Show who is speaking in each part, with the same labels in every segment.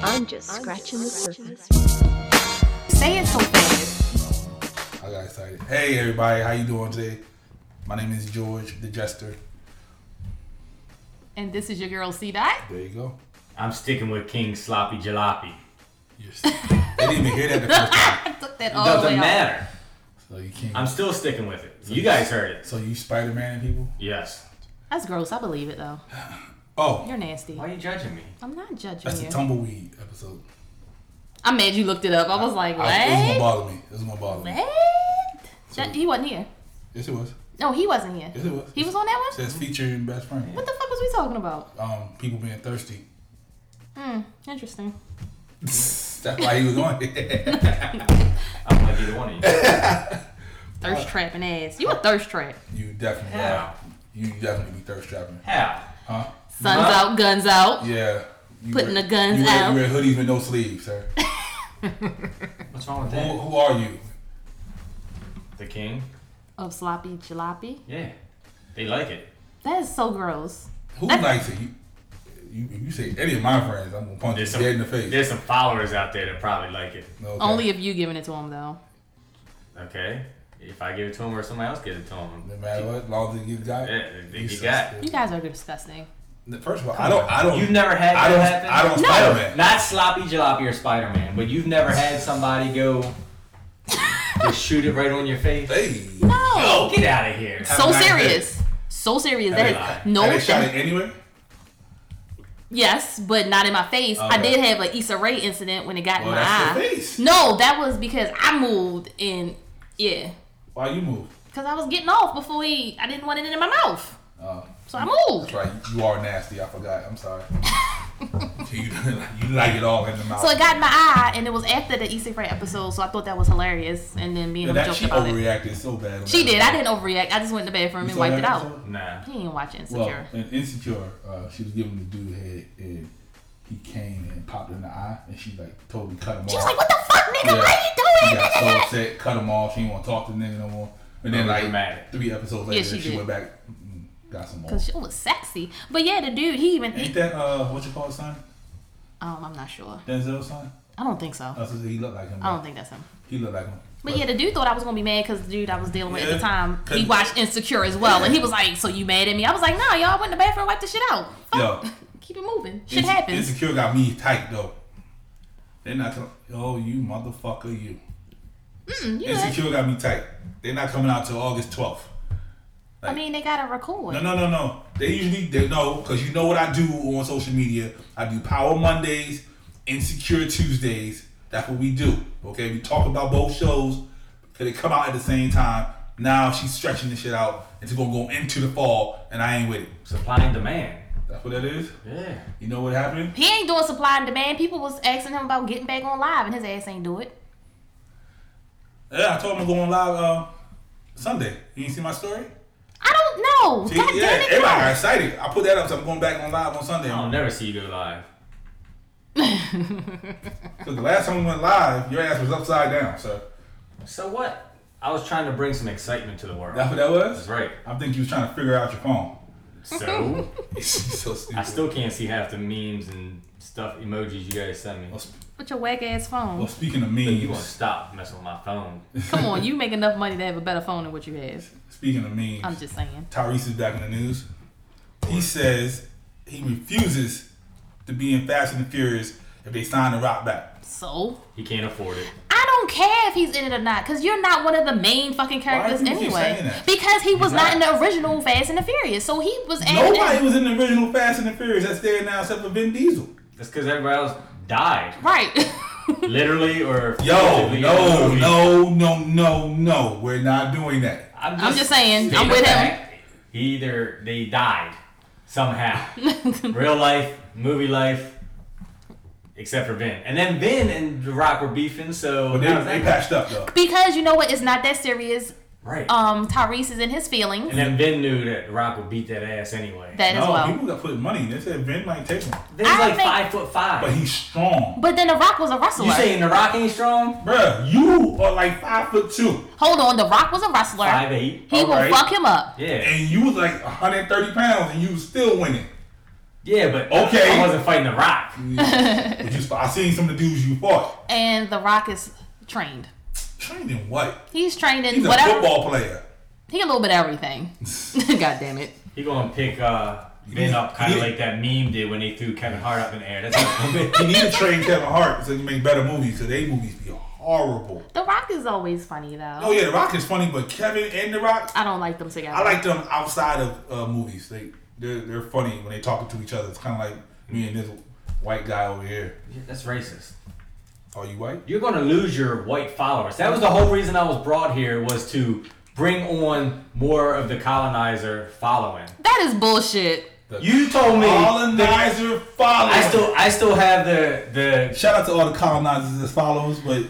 Speaker 1: I'm just scratching the surface.
Speaker 2: Say it so fast.
Speaker 3: I got excited. Hey everybody, how you doing today? My name is George the Jester.
Speaker 2: And this is your girl C Dot.
Speaker 3: There you go.
Speaker 4: I'm sticking with King Sloppy Jalopy.
Speaker 3: You're s- they didn't even hear that the first time,
Speaker 2: I took that
Speaker 4: It
Speaker 2: all the
Speaker 4: doesn't
Speaker 2: way off.
Speaker 4: matter.
Speaker 3: so you can't.
Speaker 4: I'm still sticking with it. You guys heard it.
Speaker 3: so you Spider Man people?
Speaker 4: Yes.
Speaker 2: That's gross. I believe it though.
Speaker 3: Oh,
Speaker 2: You're nasty.
Speaker 4: Why are you judging me?
Speaker 2: I'm not judging
Speaker 3: that's
Speaker 2: you.
Speaker 3: the tumbleweed episode.
Speaker 2: I'm mad you looked it up. I was like,
Speaker 3: I, it was gonna
Speaker 2: what?
Speaker 3: bother me. It was gonna bother me.
Speaker 2: What? That- he wasn't here.
Speaker 3: Yes, it was.
Speaker 2: No, he wasn't here.
Speaker 3: Yes, it was.
Speaker 2: He was on that
Speaker 3: It
Speaker 2: one.
Speaker 3: says featuring best friend.
Speaker 2: What the fuck was we talking about?
Speaker 3: Um, people being thirsty.
Speaker 2: Hmm. Interesting.
Speaker 3: That's why he was on it.
Speaker 4: I don't like either one of you.
Speaker 2: Thirst trapping ass. You a thirst trap?
Speaker 3: you definitely.
Speaker 4: How?
Speaker 3: You definitely be thirst trapping,
Speaker 4: How?
Speaker 3: huh?
Speaker 2: Sun's
Speaker 4: Nah.
Speaker 2: out, guns out.
Speaker 3: Yeah. You
Speaker 2: Putting the guns
Speaker 3: you wear,
Speaker 2: out.
Speaker 3: You wear hoodies with no sleeves, sir.
Speaker 4: What's wrong with
Speaker 3: who,
Speaker 4: that?
Speaker 3: who are you?
Speaker 4: The King?
Speaker 2: Of Oh, sloppy jalopy.
Speaker 4: Yeah. They like it.
Speaker 2: That is so gross.
Speaker 3: Who likes it? You, you, if you say any of my friends, I'm gonna punch you
Speaker 4: There's some,
Speaker 3: dead in the face.
Speaker 4: there's some followers out there that probably like it.
Speaker 3: Okay.
Speaker 2: Only if you giving it to him though.
Speaker 4: Okay? If I give it to him or somebody else gives it to him.
Speaker 3: no matter what, as long as they get got.
Speaker 4: Yeah, they
Speaker 3: you
Speaker 4: get got.
Speaker 2: You guys are disgusting.
Speaker 3: First of all, I don't. I don't.
Speaker 4: You've never had
Speaker 3: I
Speaker 4: that
Speaker 3: don't.
Speaker 4: happen?
Speaker 3: I don't.
Speaker 2: No.
Speaker 3: Spider Man.
Speaker 4: Not Sloppy Jalopy or Spider Man, but you've never had somebody go just shoot it right on your face?
Speaker 3: Hey.
Speaker 2: No.
Speaker 4: Oh, get out of here.
Speaker 2: So
Speaker 3: a nice
Speaker 2: serious. So serious.
Speaker 4: Have a
Speaker 2: That is
Speaker 4: nice-
Speaker 2: no
Speaker 3: And they shot
Speaker 2: thing.
Speaker 3: it anyway.
Speaker 2: Yes, but not in my face. I
Speaker 3: Okay.
Speaker 2: did have an Issa Rae incident when it got
Speaker 3: Well,
Speaker 2: in my
Speaker 3: that's
Speaker 2: eye.
Speaker 3: your face.
Speaker 2: No, that was because I moved and yeah,
Speaker 3: Why you move?
Speaker 2: because I was getting off before he. I didn't want it in my mouth,
Speaker 3: Uh,
Speaker 2: so I moved.
Speaker 3: that's right. You are nasty. I forgot. I'm sorry. you, you like it all in the mouth.
Speaker 2: So it got in my eye, and it was after the Issa Rae episode. So I thought that was hilarious, and then me and
Speaker 3: yeah,
Speaker 2: him
Speaker 3: that
Speaker 2: joked
Speaker 3: she
Speaker 2: about it.
Speaker 3: overreacted so bad. on
Speaker 2: She
Speaker 3: that
Speaker 2: did. I
Speaker 3: episode.
Speaker 2: didn't overreact. I just went in the bathroom
Speaker 3: You
Speaker 2: and
Speaker 3: saw
Speaker 2: wiped
Speaker 3: that
Speaker 2: it out.
Speaker 3: episode?
Speaker 4: Nah.
Speaker 2: He didn't watch Insecure.
Speaker 3: Well, in Insecure, uh, she was giving the dude head, and he came and popped her in the eye, and she like totally cut him off.
Speaker 2: she was like, "What the fuck, nigga?
Speaker 3: Yeah.
Speaker 2: What are
Speaker 3: She
Speaker 2: you doing?"
Speaker 3: got so upset, cut him off. She didn't want to talk to the nigga no more. And then
Speaker 4: Oh,
Speaker 3: like
Speaker 4: dramatic.
Speaker 3: three episodes later,
Speaker 2: Yeah, she
Speaker 3: she,
Speaker 2: did.
Speaker 3: went back, mm, got some more.
Speaker 2: Cause she was sexy, but yeah, the dude, he even,
Speaker 3: Ain't that uh, what you call his son?
Speaker 2: um, I'm not sure.
Speaker 3: Denzel's son?
Speaker 2: I don't think so.
Speaker 3: That's what he looked like him.
Speaker 2: I don't think that's him.
Speaker 3: He looked like him.
Speaker 2: Oh. But yeah, the dude thought I was gonna be mad because the dude I was dealing with at
Speaker 3: Yeah.
Speaker 2: the time, he
Speaker 3: Couldn't-
Speaker 2: watched Insecure as well, and he was like, "So you mad at me?" I was like, "No, y'all went in the bathroom, wiped the shit out. Fuck.
Speaker 3: Yo,
Speaker 2: Keep it moving. Shit
Speaker 3: Inse-
Speaker 2: happens."
Speaker 3: Insecure got me tight though. They're not coming. Oh, you motherfucker, you.
Speaker 2: Mm, you good.
Speaker 3: Insecure got me tight. They're not coming out till August twelfth.
Speaker 2: I mean, they gotta record.
Speaker 3: No, no, no, no. They usually they know because you know what I do on social media. I do Power Mondays, Insecure Tuesdays. That's what we do. Okay, we talk about both shows because they come out at the same time. Now she's stretching this shit out. It's gonna go into the fall, and I ain't with it.
Speaker 4: Supply and demand.
Speaker 3: That's what that is.
Speaker 4: Yeah.
Speaker 3: You know what happened?
Speaker 2: He ain't doing supply and demand. People was asking him about getting back on live, and his ass ain't do it.
Speaker 3: Yeah, I told him I'm going live uh, Sunday. You ain't see my story?
Speaker 2: I don't know.
Speaker 3: See,
Speaker 2: God
Speaker 3: yeah,
Speaker 2: damn it, Oh,
Speaker 3: everybody got
Speaker 2: no.
Speaker 3: excited. I put that up, so I'm going back on live on Sunday.
Speaker 4: I'll never see you go live.
Speaker 3: Cause the last time we went live, your ass was upside down, sir.
Speaker 4: So what? I was trying to bring some excitement to the world.
Speaker 3: That's what that was.
Speaker 4: That's right.
Speaker 3: I think you was trying to figure out your phone.
Speaker 4: So
Speaker 3: so
Speaker 4: I
Speaker 3: stupid.
Speaker 4: still can't see half the memes and stuff emojis you guys send me.
Speaker 3: well, sp-
Speaker 2: With your whack ass phone.
Speaker 3: well, speaking of
Speaker 4: You gonna
Speaker 3: memes,
Speaker 4: stop messing with my phone?
Speaker 2: Come on, you make enough money to have a better phone than what you have.
Speaker 3: speaking of memes,
Speaker 2: I'm just saying.
Speaker 3: Tyrese is back in the news. He says he refuses to be in Fast and the Furious if they sign the Rock back.
Speaker 2: So
Speaker 4: He can't afford it.
Speaker 2: I don't care if he's in it or not, because you're not one of the main fucking characters
Speaker 3: do you keep saying
Speaker 2: anyway.
Speaker 3: that?
Speaker 2: Because he was not.
Speaker 4: not.
Speaker 2: in the original Fast and the Furious, so he was added
Speaker 3: Nobody
Speaker 2: in.
Speaker 3: was in the original Fast and the Furious that's there now except for Vin Diesel.
Speaker 4: That's because everybody else died,
Speaker 2: Right.
Speaker 4: literally or
Speaker 3: Yo,
Speaker 4: figuratively in the
Speaker 3: no,
Speaker 4: movie.
Speaker 3: no, no, no, no. We're not doing that.
Speaker 4: I'm
Speaker 2: I'm just saying, I'm
Speaker 4: stating
Speaker 2: with him.
Speaker 4: fact, He either they died somehow, real life, movie life, except for Ben. And then Ben and The Rock were beefing, so
Speaker 3: But they,
Speaker 4: how's
Speaker 3: they
Speaker 4: that-
Speaker 3: patched up though.
Speaker 2: because you know what? It's not that serious.
Speaker 4: right.
Speaker 2: Um, Tyrese is in his feelings.
Speaker 4: and then Ben knew that The Rock would beat that ass anyway.
Speaker 2: That as
Speaker 3: no,
Speaker 2: well.
Speaker 3: people got put money. They said Vin might take him,
Speaker 4: Ben's
Speaker 2: I
Speaker 4: like
Speaker 2: think-
Speaker 4: five foot five.
Speaker 3: but he's strong,
Speaker 2: but then The Rock was a wrestler.
Speaker 4: you saying The Rock ain't strong?
Speaker 3: bruh. You are like five foot two,
Speaker 2: Hold on, The Rock was a wrestler.
Speaker 4: Five eight.
Speaker 2: he will
Speaker 3: alright.
Speaker 2: fuck him up.
Speaker 4: Yeah.
Speaker 3: and you was like 130 pounds, and you was still winning.
Speaker 4: Yeah, but
Speaker 3: Okay.
Speaker 4: I wasn't fighting the Rock.
Speaker 3: But you, I seen some of the dudes you fought.
Speaker 2: And The Rock is trained.
Speaker 3: Trained in what?
Speaker 2: He's trained in
Speaker 3: He's a
Speaker 2: whatever.
Speaker 3: football player.
Speaker 2: He a little bit of everything. God damn it.
Speaker 4: He gonna pick uh, Ben up kind of like that meme did when they threw Kevin Hart up in the air. That's what he
Speaker 3: You need to train Kevin Hart so you make better movies because they movies be horrible.
Speaker 2: The Rock is always funny though.
Speaker 3: Oh yeah, The Rock is funny, but Kevin and The Rock,
Speaker 2: I don't like them together.
Speaker 3: I like them outside of uh, movies. They they're, they're funny when they talking to each other. It's kind of like me and this white guy over here.
Speaker 4: Yeah, That's racist.
Speaker 3: Are you white?
Speaker 4: You're gonna lose your white followers. That was the whole reason I was brought here was to bring on more of the colonizer following.
Speaker 2: that is bullshit.
Speaker 4: You told me.
Speaker 3: Colonizer follows.
Speaker 4: I still, I still have the the,
Speaker 3: shout out to all the colonizers as follows, but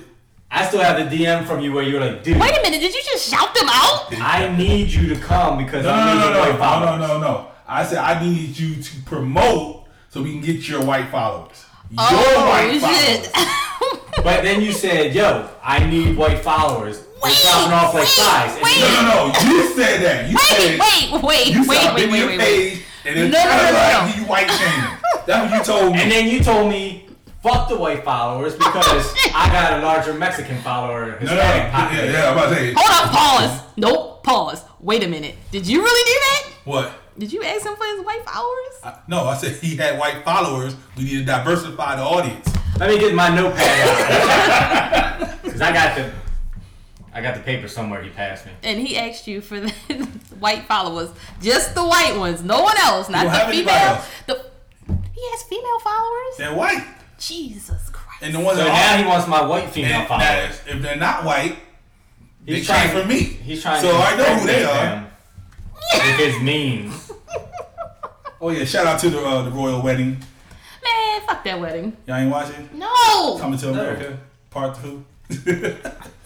Speaker 4: I still have the DM from you where you were like, dude,
Speaker 2: Wait a minute, did you just shout them out?
Speaker 4: I need you to come because
Speaker 3: no,
Speaker 4: I
Speaker 3: no,
Speaker 4: need
Speaker 3: no,
Speaker 4: your
Speaker 3: no,
Speaker 4: white followers.
Speaker 3: no, no, no, no. I said I need you to promote so we can get your white followers. Your
Speaker 2: Oh,
Speaker 3: white followers.
Speaker 4: But then you said, yo, I need white followers. We're
Speaker 2: Wait,
Speaker 4: dropping off like
Speaker 2: wait,
Speaker 4: flies. And
Speaker 3: No, no, no. You said that. You said
Speaker 2: wait, wait,
Speaker 3: you
Speaker 2: wait,
Speaker 3: said
Speaker 2: wait, wait,
Speaker 3: wait,
Speaker 2: wait, wait, wait.
Speaker 3: page and then
Speaker 2: No, no,
Speaker 3: try
Speaker 2: no,
Speaker 3: to
Speaker 2: no,
Speaker 3: like
Speaker 2: no.
Speaker 3: give you white shaming. That's what you told me.
Speaker 4: And then you told me, fuck the white followers because I got a larger Mexican follower.
Speaker 3: no, no, no.
Speaker 4: Hispanic
Speaker 3: Yeah,
Speaker 4: population.
Speaker 3: yeah. I'm about to say
Speaker 2: Hold up, pause. Nope, pause. Wait a minute. Did you really do that?
Speaker 3: what?
Speaker 2: Did you ask him for his wife hours?
Speaker 3: I- No, I said he had white followers. We need to diversify the audience.
Speaker 4: Let me get my notepad out. Because I got the. I got the paper somewhere he passed me.
Speaker 2: And he asked you for the white followers, just the white ones, no one else, not
Speaker 3: don't have
Speaker 2: the
Speaker 3: anybody
Speaker 2: female.
Speaker 3: else.
Speaker 2: The he has female followers.
Speaker 3: They're white,
Speaker 2: Jesus Christ.
Speaker 3: and the ones
Speaker 4: So
Speaker 3: that
Speaker 4: now
Speaker 3: are
Speaker 4: he wants my white female
Speaker 3: and that
Speaker 4: followers.
Speaker 3: is, if they're not white,
Speaker 4: He's
Speaker 3: they came from me.
Speaker 4: He's trying
Speaker 3: So
Speaker 4: to
Speaker 3: I know who they
Speaker 4: impregnate
Speaker 3: are.
Speaker 4: them With his memes.
Speaker 3: oh yeah, shout out to the uh, the royal wedding.
Speaker 2: Man, fuck that wedding.
Speaker 3: Y'all ain't watching?
Speaker 2: Mm, No.
Speaker 3: Coming to America, part two.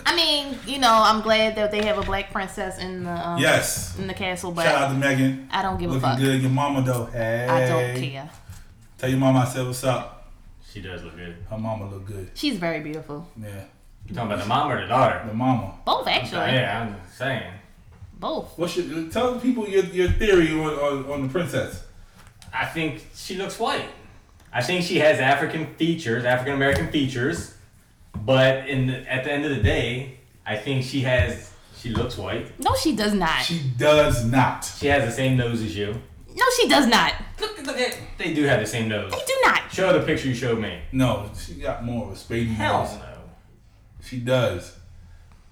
Speaker 2: I mean, you know, I'm glad that they have a black princess in the um,
Speaker 3: yes.
Speaker 2: in the castle,
Speaker 3: Shout out
Speaker 2: but
Speaker 3: to Megan.
Speaker 2: I don't give a
Speaker 3: Looking
Speaker 2: fuck.
Speaker 3: good. Your mama though. Hey.
Speaker 2: I don't care.
Speaker 3: Tell your mama I said what's up.
Speaker 4: She does look good.
Speaker 3: Her mama look good.
Speaker 2: She's very beautiful.
Speaker 3: Yeah.
Speaker 4: You talking about the mom or the daughter? Oh,
Speaker 3: The mama.
Speaker 2: Both actually.
Speaker 4: Yeah, I'm just saying.
Speaker 2: Both.
Speaker 3: What's your tell people your, your theory on, on, on the princess?
Speaker 4: I think she looks white. I think she has African features, African American features, but in the, at the end of the day, I think she has she looks white.
Speaker 2: No, she does not.
Speaker 3: She does not.
Speaker 4: She has the same nose as you.
Speaker 2: no, she does not.
Speaker 4: Look, look at they do have the same nose.
Speaker 2: They do not.
Speaker 4: Show her the picture you showed me.
Speaker 3: No, she got more of a spady
Speaker 4: Hell
Speaker 3: nose.
Speaker 4: no.
Speaker 3: She does.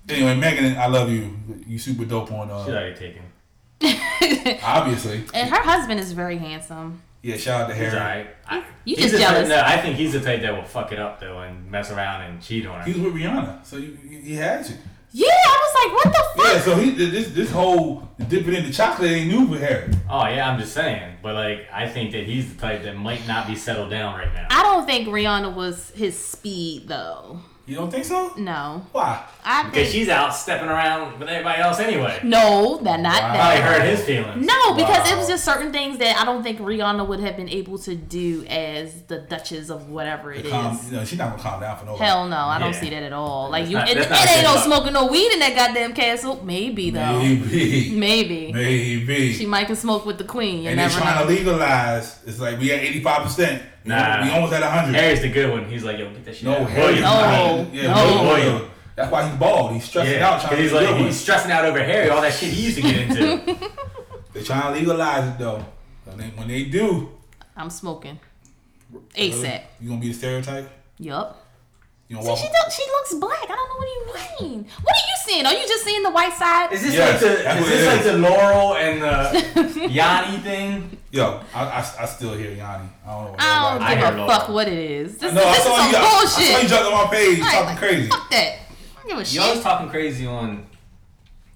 Speaker 3: Anyway, Megan, I love you. You super dope on
Speaker 4: She's
Speaker 3: uh,
Speaker 4: already taken.
Speaker 3: obviously.
Speaker 2: And her husband is very handsome.
Speaker 3: Yeah, shout out to
Speaker 4: He's
Speaker 3: Harry.
Speaker 4: alright. I-
Speaker 2: You just
Speaker 4: he's the type-
Speaker 2: jealous.
Speaker 4: No, I think he's the type that will fuck it up though and mess around and cheat on
Speaker 3: He
Speaker 4: her.
Speaker 3: was with Rihanna, so you, you, he had you.
Speaker 2: Yeah, I was like, what the fuck?
Speaker 3: Yeah, so he this this whole dipping into chocolate ain't new with Harry.
Speaker 4: Oh yeah, I'm just saying. But like, I think that he's the type that might not be settled down right now.
Speaker 2: I don't think Rihanna was his speed though.
Speaker 3: You don't think so?
Speaker 2: No,
Speaker 3: Why?
Speaker 2: I think
Speaker 4: Because she's out stepping around with everybody else anyway.
Speaker 2: no, that not
Speaker 3: Wow.
Speaker 4: Probably
Speaker 2: that.
Speaker 4: hurt his feelings.
Speaker 2: No, because it
Speaker 3: Wow.
Speaker 2: was just certain things that I don't think Rihanna would have been able to do as the Duchess of whatever it is.
Speaker 3: Calm, you know, she's not gonna calm down for nobody.
Speaker 2: Hell no, I don't
Speaker 4: Yeah.
Speaker 2: see that at all. Like you,
Speaker 4: not-
Speaker 2: and,
Speaker 4: that's
Speaker 2: and
Speaker 4: not
Speaker 2: ain't no
Speaker 4: good.
Speaker 2: smoking no weed in that goddamn castle. Maybe though, maybe,
Speaker 3: Maybe, maybe.
Speaker 2: she might can smoke with the queen. You
Speaker 3: and they're
Speaker 2: never
Speaker 3: trying
Speaker 2: know.
Speaker 3: to legalize. It's like we at eighty five percent.
Speaker 4: Nah.
Speaker 3: we almost at hundred.
Speaker 4: Harry's the good one. He's like, yo, get that shit.
Speaker 3: No,
Speaker 4: out.
Speaker 3: Harry.
Speaker 4: William.
Speaker 2: No.
Speaker 3: Yeah,
Speaker 2: No.
Speaker 3: William. William. That's why he's bald. He's stressing
Speaker 4: Yeah,
Speaker 3: out trying
Speaker 4: 'cause
Speaker 3: to
Speaker 4: he's
Speaker 3: get
Speaker 4: like,
Speaker 3: like,
Speaker 4: he's stressing out over Harry, all that shit he used to get into.
Speaker 3: They're trying to legalize it though. When they, when they do,
Speaker 2: I'm smoking. ASAP.
Speaker 3: you gonna be the stereotype.
Speaker 2: Yup.
Speaker 3: You gonna
Speaker 2: See, she do- she looks black. I don't know what do you mean. What are you seeing? Are you just seeing the white side?
Speaker 4: Is this
Speaker 3: Yes,
Speaker 4: like the
Speaker 3: that's
Speaker 4: is
Speaker 3: what it
Speaker 4: this like
Speaker 3: is.
Speaker 4: the Laurel and the Yanni thing?
Speaker 3: Yo, I, I, I still hear Yanni. I don't know. What
Speaker 2: I don't
Speaker 4: I
Speaker 2: give
Speaker 4: hear
Speaker 2: a
Speaker 4: Laura.
Speaker 2: fuck what it is. This,
Speaker 3: no,
Speaker 2: this
Speaker 3: I
Speaker 2: is
Speaker 3: saw
Speaker 2: some
Speaker 3: you. I, I saw you
Speaker 2: bullshit.
Speaker 3: jumping on my page,
Speaker 2: Like,
Speaker 3: talking
Speaker 2: like,
Speaker 3: crazy.
Speaker 2: Fuck that. I don't give a
Speaker 4: Y'all was
Speaker 2: shit.
Speaker 4: talking crazy on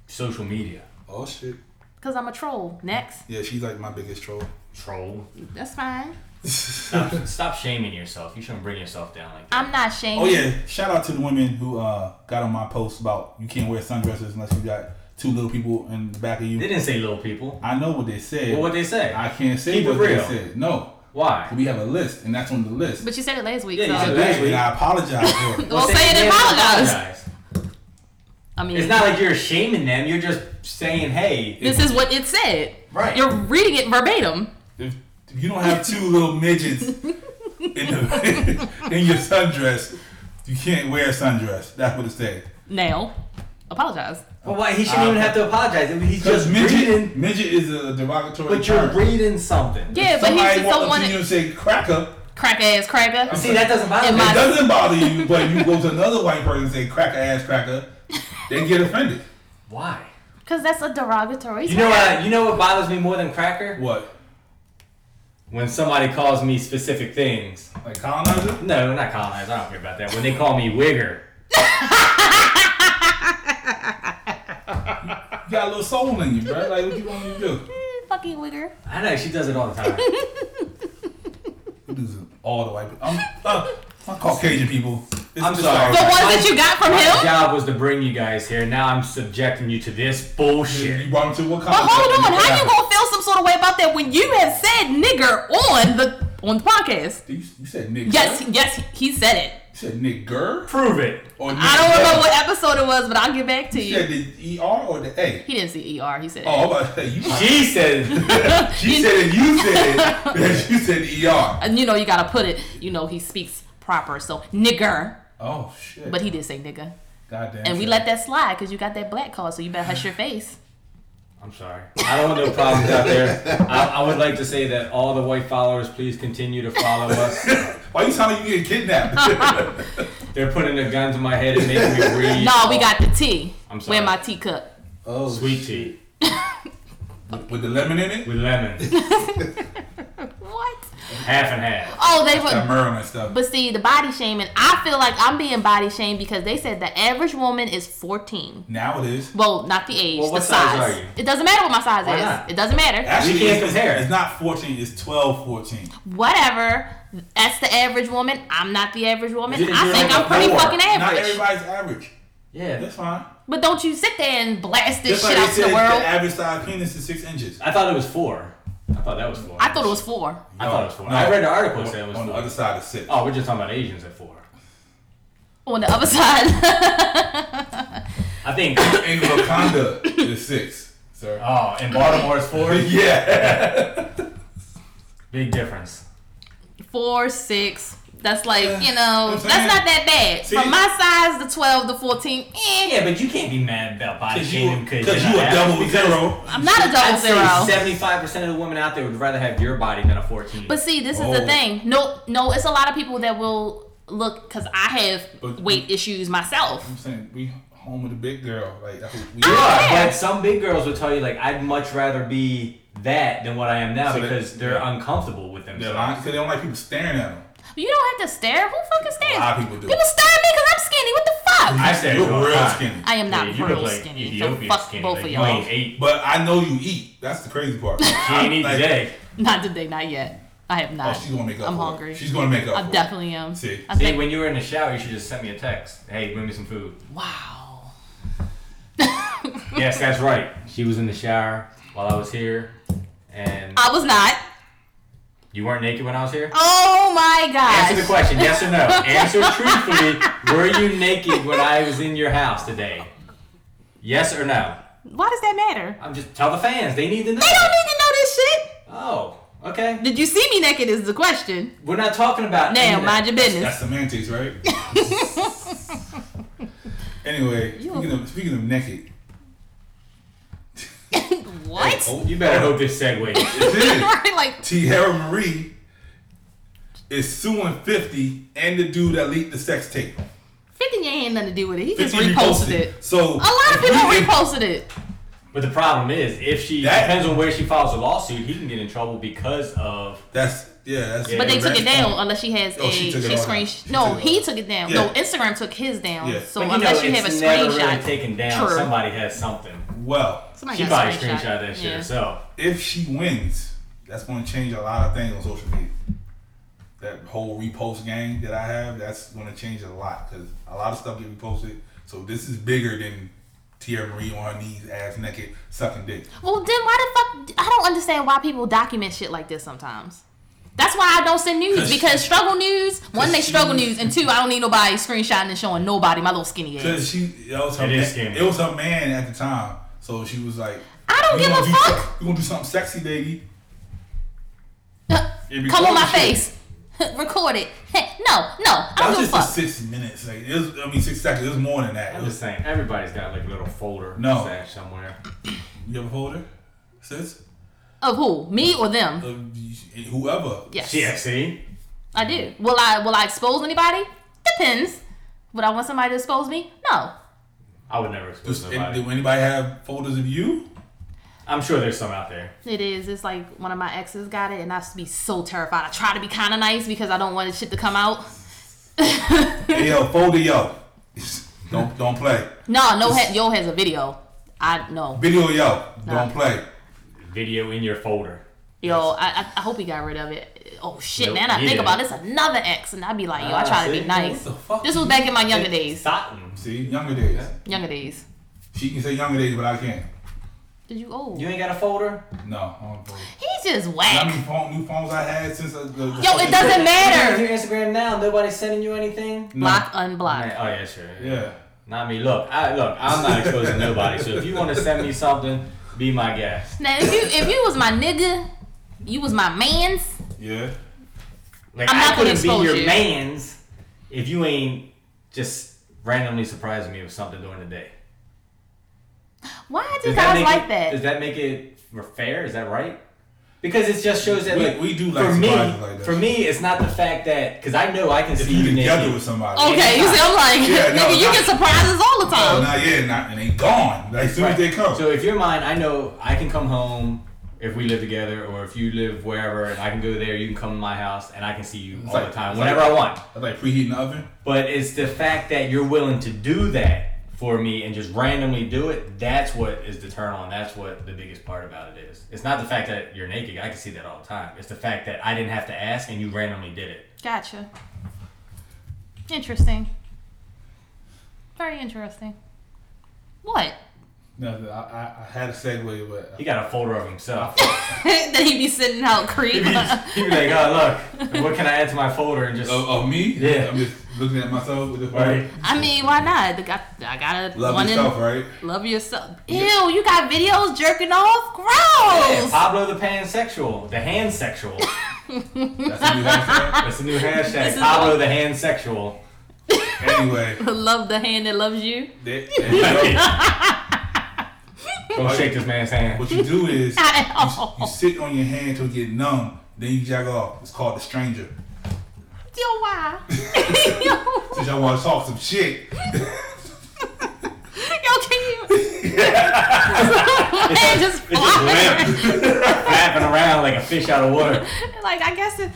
Speaker 4: social media.
Speaker 3: Oh shit.
Speaker 2: Because I'm a troll. Next.
Speaker 3: Yeah, she's like my biggest troll.
Speaker 4: Troll.
Speaker 2: That's fine.
Speaker 4: Stop, stop shaming yourself. You shouldn't bring yourself down like that.
Speaker 2: I'm not ashamed.
Speaker 3: Oh yeah, shout out to the women who uh, got on my post about you can't wear sundresses unless you got two little people in the back of
Speaker 4: They
Speaker 3: you.
Speaker 4: didn't say little people.
Speaker 3: I know what they said.
Speaker 4: Well, what they say?
Speaker 3: I can't say
Speaker 4: Keep it
Speaker 3: what they
Speaker 4: real.
Speaker 3: said. No,
Speaker 4: Why?
Speaker 3: we have a list, and that's on the list.
Speaker 2: But you said it last week.
Speaker 4: Yeah, you
Speaker 2: so.
Speaker 3: I
Speaker 4: said
Speaker 3: did, and I apologize for it.
Speaker 2: Well, say it and
Speaker 4: yeah,
Speaker 2: apologize. I mean,
Speaker 4: It's not like you're shaming them. You're just saying, hey,
Speaker 2: this is what it said.
Speaker 4: Right.
Speaker 2: You're reading it verbatim.
Speaker 3: If If you don't have two little midgets in the in your sundress, you can't wear a sundress. That's what it says.
Speaker 2: Now, apologize.
Speaker 4: But why he shouldn't even have to apologize. I mean, he's
Speaker 3: Uh, Because
Speaker 4: just
Speaker 3: midget
Speaker 4: reading,
Speaker 3: midget is a derogatory.
Speaker 4: but you're
Speaker 3: term.
Speaker 4: reading something.
Speaker 2: Yeah, but
Speaker 3: Somebody
Speaker 2: he's just
Speaker 3: walk up
Speaker 2: someone
Speaker 3: to you and say cracker.
Speaker 2: crack ass cracker.
Speaker 4: See, that doesn't bother
Speaker 2: Am
Speaker 4: me.
Speaker 2: I-
Speaker 3: It doesn't bother you, but you go to another white person and say cracker ass cracker, they get offended.
Speaker 4: Why?
Speaker 2: Because that's a derogatory.
Speaker 4: You know
Speaker 2: term.
Speaker 4: what? You know what bothers me more than cracker?
Speaker 3: What?
Speaker 4: When somebody calls me specific things.
Speaker 3: Like colonizer?
Speaker 4: No, not colonizer. I don't care about that. When they call me wigger.
Speaker 3: You got a little soul in you, bro. Like what you want me to do?
Speaker 2: Mm, Fucking wigger.
Speaker 4: I know she does it all the time.
Speaker 3: We do this in all the white people. I'm, uh, my Caucasian people. It's-
Speaker 4: I'm
Speaker 3: it's
Speaker 4: sorry.
Speaker 2: The
Speaker 3: all right.
Speaker 2: ones that you got from
Speaker 4: My
Speaker 2: him.
Speaker 4: job was to bring you guys here. Now I'm subjecting you to this bullshit.
Speaker 3: You brought him to what
Speaker 2: But hold on, how you gonna feel some sort of way about that when you have said nigger on the on the podcast?
Speaker 3: You, you said nigger.
Speaker 2: Yes, yes, he said it.
Speaker 3: You said nigger?
Speaker 4: Prove it.
Speaker 3: Or
Speaker 2: I don't remember what episode it was, but I'll get back to
Speaker 3: You
Speaker 2: you.
Speaker 3: said the ER or the A?
Speaker 2: He didn't see ER. He said.
Speaker 3: Oh, I'm about to say, you,
Speaker 4: She says,
Speaker 3: she said it, you said it. you said the ER.
Speaker 2: And you know you gotta put it. You know he speaks proper, so nigger.
Speaker 3: Oh, shit.
Speaker 2: But he did say nigger,
Speaker 3: Goddamn.
Speaker 2: and we
Speaker 3: shit.
Speaker 2: let that slide because you got that black card, so you better hush your face.
Speaker 4: I'm sorry. I don't want no problems out there. I, I would like to say that all the white followers, please continue to follow us.
Speaker 3: Why you sound like you get
Speaker 2: Oh,
Speaker 3: kidnapped?
Speaker 4: They're putting a gun to my head and making me read.
Speaker 2: No, we got the tea.
Speaker 4: I'm sorry.
Speaker 2: Where my teacup?
Speaker 3: oh,
Speaker 4: sweet tea
Speaker 3: With, with the lemon in it?
Speaker 4: with lemon,
Speaker 2: What?
Speaker 4: half and half.
Speaker 2: Oh, they
Speaker 3: That
Speaker 2: were.
Speaker 3: Merlin stuff.
Speaker 2: But see, the body shaming. I feel like I'm being body shamed because they said the average woman is 14.
Speaker 3: now it is.
Speaker 2: Well, not the age,
Speaker 4: Well,
Speaker 2: the
Speaker 4: what size
Speaker 2: size.
Speaker 4: are you?
Speaker 2: It doesn't matter what my size
Speaker 4: Why
Speaker 2: is.
Speaker 4: not?
Speaker 2: It doesn't matter.
Speaker 3: Actually,
Speaker 4: can't
Speaker 3: it's,
Speaker 4: compare.
Speaker 3: It's not 14, it's 12, 14.
Speaker 2: whatever. That's the average woman. I'm not the average woman.
Speaker 4: You're-
Speaker 2: I
Speaker 4: you're
Speaker 2: think
Speaker 4: like
Speaker 2: I'm
Speaker 4: a
Speaker 2: pretty
Speaker 4: whore.
Speaker 2: fucking
Speaker 3: Not
Speaker 2: average.
Speaker 3: everybody's average.
Speaker 4: Yeah,
Speaker 3: That's fine.
Speaker 2: But don't you sit there and blast this
Speaker 3: Just like
Speaker 2: shit
Speaker 3: they
Speaker 2: out to
Speaker 3: said
Speaker 2: the
Speaker 3: The
Speaker 2: world.
Speaker 3: average size penis is six inches.
Speaker 4: I thought it was four. I thought that was four.
Speaker 2: I thought it was four.
Speaker 4: I thought it was four. I read the article that said it was
Speaker 3: On the
Speaker 4: four.
Speaker 3: other side is six.
Speaker 4: Oh, we're just talking about Asians at four.
Speaker 2: On the other side.
Speaker 4: I think.
Speaker 3: In Wakanda is six, sir.
Speaker 4: Oh, in Baltimore it's four.
Speaker 3: Yeah.
Speaker 4: Big difference.
Speaker 2: four, six. That's like,
Speaker 3: Yeah,
Speaker 2: you know,
Speaker 3: I'm
Speaker 2: that's
Speaker 3: saying.
Speaker 2: not that bad.
Speaker 3: See-
Speaker 2: From my size, the 12 to 14, eh.
Speaker 4: Yeah, but you can't be mad about body
Speaker 3: Because you,
Speaker 4: shaming because
Speaker 3: 'cause you a double zero.
Speaker 2: I'm not a double
Speaker 4: I'd say
Speaker 2: zero.
Speaker 4: seventy-five percent of the women out there would rather have your body than a fourteen.
Speaker 2: But see, this is
Speaker 3: Oh.
Speaker 2: the thing. No, no, it's a lot of people that will look because I have
Speaker 3: But-
Speaker 2: weight issues myself.
Speaker 3: I'm saying we home with a big girl. Like that's what we
Speaker 4: You
Speaker 3: are.
Speaker 4: are,
Speaker 2: Yeah.
Speaker 4: but some big girls would tell you like, I'd much rather be that than what I am now
Speaker 3: So that-
Speaker 4: because they're
Speaker 3: yeah.
Speaker 4: uncomfortable with
Speaker 3: They're
Speaker 4: themselves.
Speaker 3: lying because they don't like people staring at them.
Speaker 2: You don't have to stare. Who fucking stares?
Speaker 3: A lot of people do.
Speaker 2: People stare at me because I'm skinny. What the fuck?
Speaker 4: I stare at
Speaker 3: You're
Speaker 4: you all the
Speaker 3: real
Speaker 4: time.
Speaker 3: skinny.
Speaker 2: I am not
Speaker 4: Yeah, you
Speaker 2: real
Speaker 4: look like
Speaker 2: skinny.
Speaker 4: Ethiopian
Speaker 2: so fuck
Speaker 4: skinny.
Speaker 2: both
Speaker 4: like,
Speaker 2: of
Speaker 4: you
Speaker 2: y'all.
Speaker 4: ain't ate.
Speaker 3: But I know you eat. That's the crazy part.
Speaker 4: She ain't eat
Speaker 3: Like,
Speaker 4: today.
Speaker 2: Not today, not yet. I have
Speaker 3: Oh,
Speaker 2: not.
Speaker 3: she's gonna make up.
Speaker 2: I'm
Speaker 3: for it.
Speaker 2: hungry.
Speaker 3: She's gonna make up.
Speaker 2: I
Speaker 3: for it.
Speaker 2: definitely am.
Speaker 3: See.
Speaker 2: I
Speaker 4: See,
Speaker 2: think,
Speaker 4: when you were in the shower, you should just send me a text. Hey, bring me some food.
Speaker 2: wow.
Speaker 4: yes, that's right. She was in the shower while I was here, and
Speaker 2: I was not.
Speaker 4: you weren't naked when I was here.
Speaker 2: Oh my gosh.
Speaker 4: Answer the question, yes or no. Answer truthfully. Were you naked when I was in your house today? Yes or no?
Speaker 2: Why does that matter?
Speaker 4: I'm just tell the fans. They need to know.
Speaker 2: They don't need to know this shit.
Speaker 4: Oh, okay.
Speaker 2: Did you see me naked is the question.
Speaker 4: We're not talking about
Speaker 2: Now,
Speaker 4: internet.
Speaker 2: mind your business.
Speaker 3: That's semantics, right? anyway,
Speaker 2: You
Speaker 3: speaking of, speaking of naked,
Speaker 2: What?
Speaker 3: oh,
Speaker 4: You better hope this segue.
Speaker 3: it is.
Speaker 2: Right, like,
Speaker 3: Tiara Marie is suing 50 and the dude that leaked the sex tape.
Speaker 2: 50 ain't had nothing to do with it. He just
Speaker 3: 50
Speaker 2: reposted it.
Speaker 3: So
Speaker 2: A lot of people reposted it.
Speaker 4: but the problem is, if she
Speaker 3: That-
Speaker 4: depends on where she files a lawsuit, he can get in trouble because of
Speaker 3: That's yeah. That's
Speaker 4: Yeah.
Speaker 2: But they took it
Speaker 3: that's
Speaker 2: down
Speaker 3: fine.
Speaker 2: unless she has
Speaker 3: Oh,
Speaker 2: a
Speaker 3: she
Speaker 2: she,
Speaker 3: took it all down.
Speaker 2: screenshot.
Speaker 3: She
Speaker 2: No,
Speaker 3: took it
Speaker 2: he
Speaker 3: all
Speaker 2: took it down.
Speaker 3: Yeah.
Speaker 2: No, Instagram took his down.
Speaker 3: Yeah.
Speaker 2: So
Speaker 4: But
Speaker 2: unless
Speaker 4: know,
Speaker 2: you have a
Speaker 4: it's never really
Speaker 2: screenshot,
Speaker 4: taken down.
Speaker 2: True.
Speaker 4: Somebody has something.
Speaker 3: Well,
Speaker 2: somebody
Speaker 4: She
Speaker 2: got
Speaker 4: probably screenshot that shit
Speaker 2: Yeah.
Speaker 4: herself.
Speaker 3: if she wins, that's going to change a lot of things on social media. That whole repost game that I have, that's going to change a lot because a lot of stuff get reposted. So this is bigger than Tiara Marie on her knees, ass naked, sucking dick.
Speaker 2: Well, then why the fuck? I don't understand why people document shit like this sometimes. That's why I don't send news
Speaker 3: 'Cause-
Speaker 2: because struggle news. One, they
Speaker 3: she-
Speaker 2: struggle news, and two, I don't need nobody screenshotting and showing nobody my little skinny ass.
Speaker 3: Because she, that was her,
Speaker 4: It
Speaker 3: man,
Speaker 4: is scary.
Speaker 3: it was her man at the time, so she was like,
Speaker 2: I don't
Speaker 3: "We
Speaker 2: give
Speaker 3: gonna
Speaker 2: a
Speaker 3: do
Speaker 2: fuck.
Speaker 3: some- we gonna do something sexy, baby."
Speaker 2: Uh,
Speaker 3: and
Speaker 2: Come on
Speaker 3: record
Speaker 2: my
Speaker 3: the shit.
Speaker 2: face. Record it. no, no, I
Speaker 3: That
Speaker 2: don't
Speaker 3: was
Speaker 2: give a
Speaker 3: just the
Speaker 2: fuck.
Speaker 3: six minutes. Like, it was, I mean, six seconds. It was more than that. It
Speaker 4: I'm just
Speaker 3: was,
Speaker 4: saying, everybody's got like a little folder
Speaker 3: No.
Speaker 4: stash somewhere.
Speaker 3: you have a folder, sis?
Speaker 2: Of who? Me or them?
Speaker 3: Of y- whoever.
Speaker 2: Yes.
Speaker 4: Yeah, see?
Speaker 2: I do. Will I will I expose anybody? Depends. Would I want somebody to expose me? No.
Speaker 4: I would never expose
Speaker 3: Does,
Speaker 4: nobody.
Speaker 3: do anybody have folders of you?
Speaker 4: I'm sure there's some out there.
Speaker 2: It is. It's like one of my exes got it, and I used to be so terrified. I try to be kind of nice because I don't want shit to come out.
Speaker 3: Hey, yo, folder, yo. Don't don't play.
Speaker 2: No, no, ha- yo has a video. I no,
Speaker 3: Video, yo.
Speaker 2: Nah.
Speaker 3: Don't play.
Speaker 4: Video in your folder.
Speaker 2: yo. I, I I hope he got rid of it. Oh shit,
Speaker 4: Yo,
Speaker 2: man! I think
Speaker 4: yeah.
Speaker 2: about it, it's another ex, and I'd be like, yo, I
Speaker 4: Ah,
Speaker 2: try to
Speaker 4: see?
Speaker 2: be nice.
Speaker 3: What the fuck?
Speaker 2: This was back in my younger days.
Speaker 4: Sutton.
Speaker 3: See, younger days.
Speaker 2: Younger days.
Speaker 3: She can say younger days, but I can't.
Speaker 2: Did you? Oh,
Speaker 4: You ain't got a folder?
Speaker 3: No. I don't play.
Speaker 2: he's just
Speaker 3: You know how
Speaker 2: whack.
Speaker 3: many phone, new phones I had since uh, the, the
Speaker 2: Yo, it doesn't matter.
Speaker 4: Your Instagram now. Nobody's sending you anything.
Speaker 3: No.
Speaker 2: Block, unblock.
Speaker 4: Man, oh yeah, sure.
Speaker 3: Yeah.
Speaker 4: Not me. Look, I look. I'm not exposing nobody. So if you want to send me something, be my guest.
Speaker 2: Now, if you if you was my nigga, you was my man's.
Speaker 3: Yeah.
Speaker 4: Like
Speaker 2: I'm
Speaker 4: I
Speaker 2: not gonna
Speaker 4: couldn't be
Speaker 2: expose
Speaker 4: your
Speaker 2: you.
Speaker 4: man's if you ain't just randomly surprising me with something during the day.
Speaker 2: Why do guys
Speaker 4: make
Speaker 2: like
Speaker 4: it,
Speaker 2: that?
Speaker 4: Does that make it fair? Is that right? Because it just shows that
Speaker 3: We-
Speaker 4: like
Speaker 3: we do like
Speaker 4: for me
Speaker 3: surprises like that.
Speaker 4: for me it's not the fact that because I know I can
Speaker 3: If
Speaker 4: see
Speaker 3: you
Speaker 4: you
Speaker 3: together
Speaker 4: naked.
Speaker 3: with somebody.
Speaker 2: Okay, you see, I'm like,
Speaker 3: Yeah, no,
Speaker 2: nigga, you
Speaker 3: not-
Speaker 2: get surprises all the
Speaker 3: Oh,
Speaker 2: time.
Speaker 3: not yet, not, and they gone. Like, as soon as they come.
Speaker 4: So if you're mine, I know I can come home if we live together, or if you live wherever, and I can go there. You can come to my house, and I can see you all
Speaker 3: like-
Speaker 4: the time,
Speaker 3: it's
Speaker 4: whenever
Speaker 3: like-
Speaker 4: I want.
Speaker 3: I like preheating the oven.
Speaker 4: But it's the fact that you're willing to do that for me and just randomly do it. That's what is the turn on. That's what the biggest part about it is. It's not the fact that you're naked. I can see that all the time. It's the fact that I didn't have to ask and you randomly did it.
Speaker 2: Gotcha. Interesting. Very interesting. What?
Speaker 3: No, I, I, I had a segue, but uh,
Speaker 4: He got a folder of himself.
Speaker 2: that he be sending out
Speaker 4: He'd
Speaker 2: creep.
Speaker 4: be, he'd be like, oh look, what can I add to my folder and just
Speaker 3: of, of Oh, me,
Speaker 4: Yeah.
Speaker 3: I'm just looking at myself with the
Speaker 4: right.
Speaker 2: I mean, why not? The guy, I gotta
Speaker 3: Love
Speaker 2: one in-
Speaker 3: yourself, right?
Speaker 2: love yourself. Ew, you got videos jerking off? Gross.
Speaker 4: Yeah, Pablo the pansexual, the handsexual.
Speaker 3: That's a new hashtag.
Speaker 4: That's the new hashtag.
Speaker 2: is-
Speaker 4: Pablo the handsexual.
Speaker 3: Anyway,
Speaker 2: love the hand that loves you.
Speaker 3: there, there you go.
Speaker 4: Don't shake this man's hand.
Speaker 3: what you do is
Speaker 2: Not at
Speaker 3: you,
Speaker 2: all.
Speaker 3: you sit on your hand till you get numb, then you jack off. It's called the stranger.
Speaker 2: Yo, why?
Speaker 3: Since y'all want to talk some shit,
Speaker 2: Yo, can you? Man, just fly.
Speaker 4: Flapping around like a fish out of water.
Speaker 2: Like I guess it,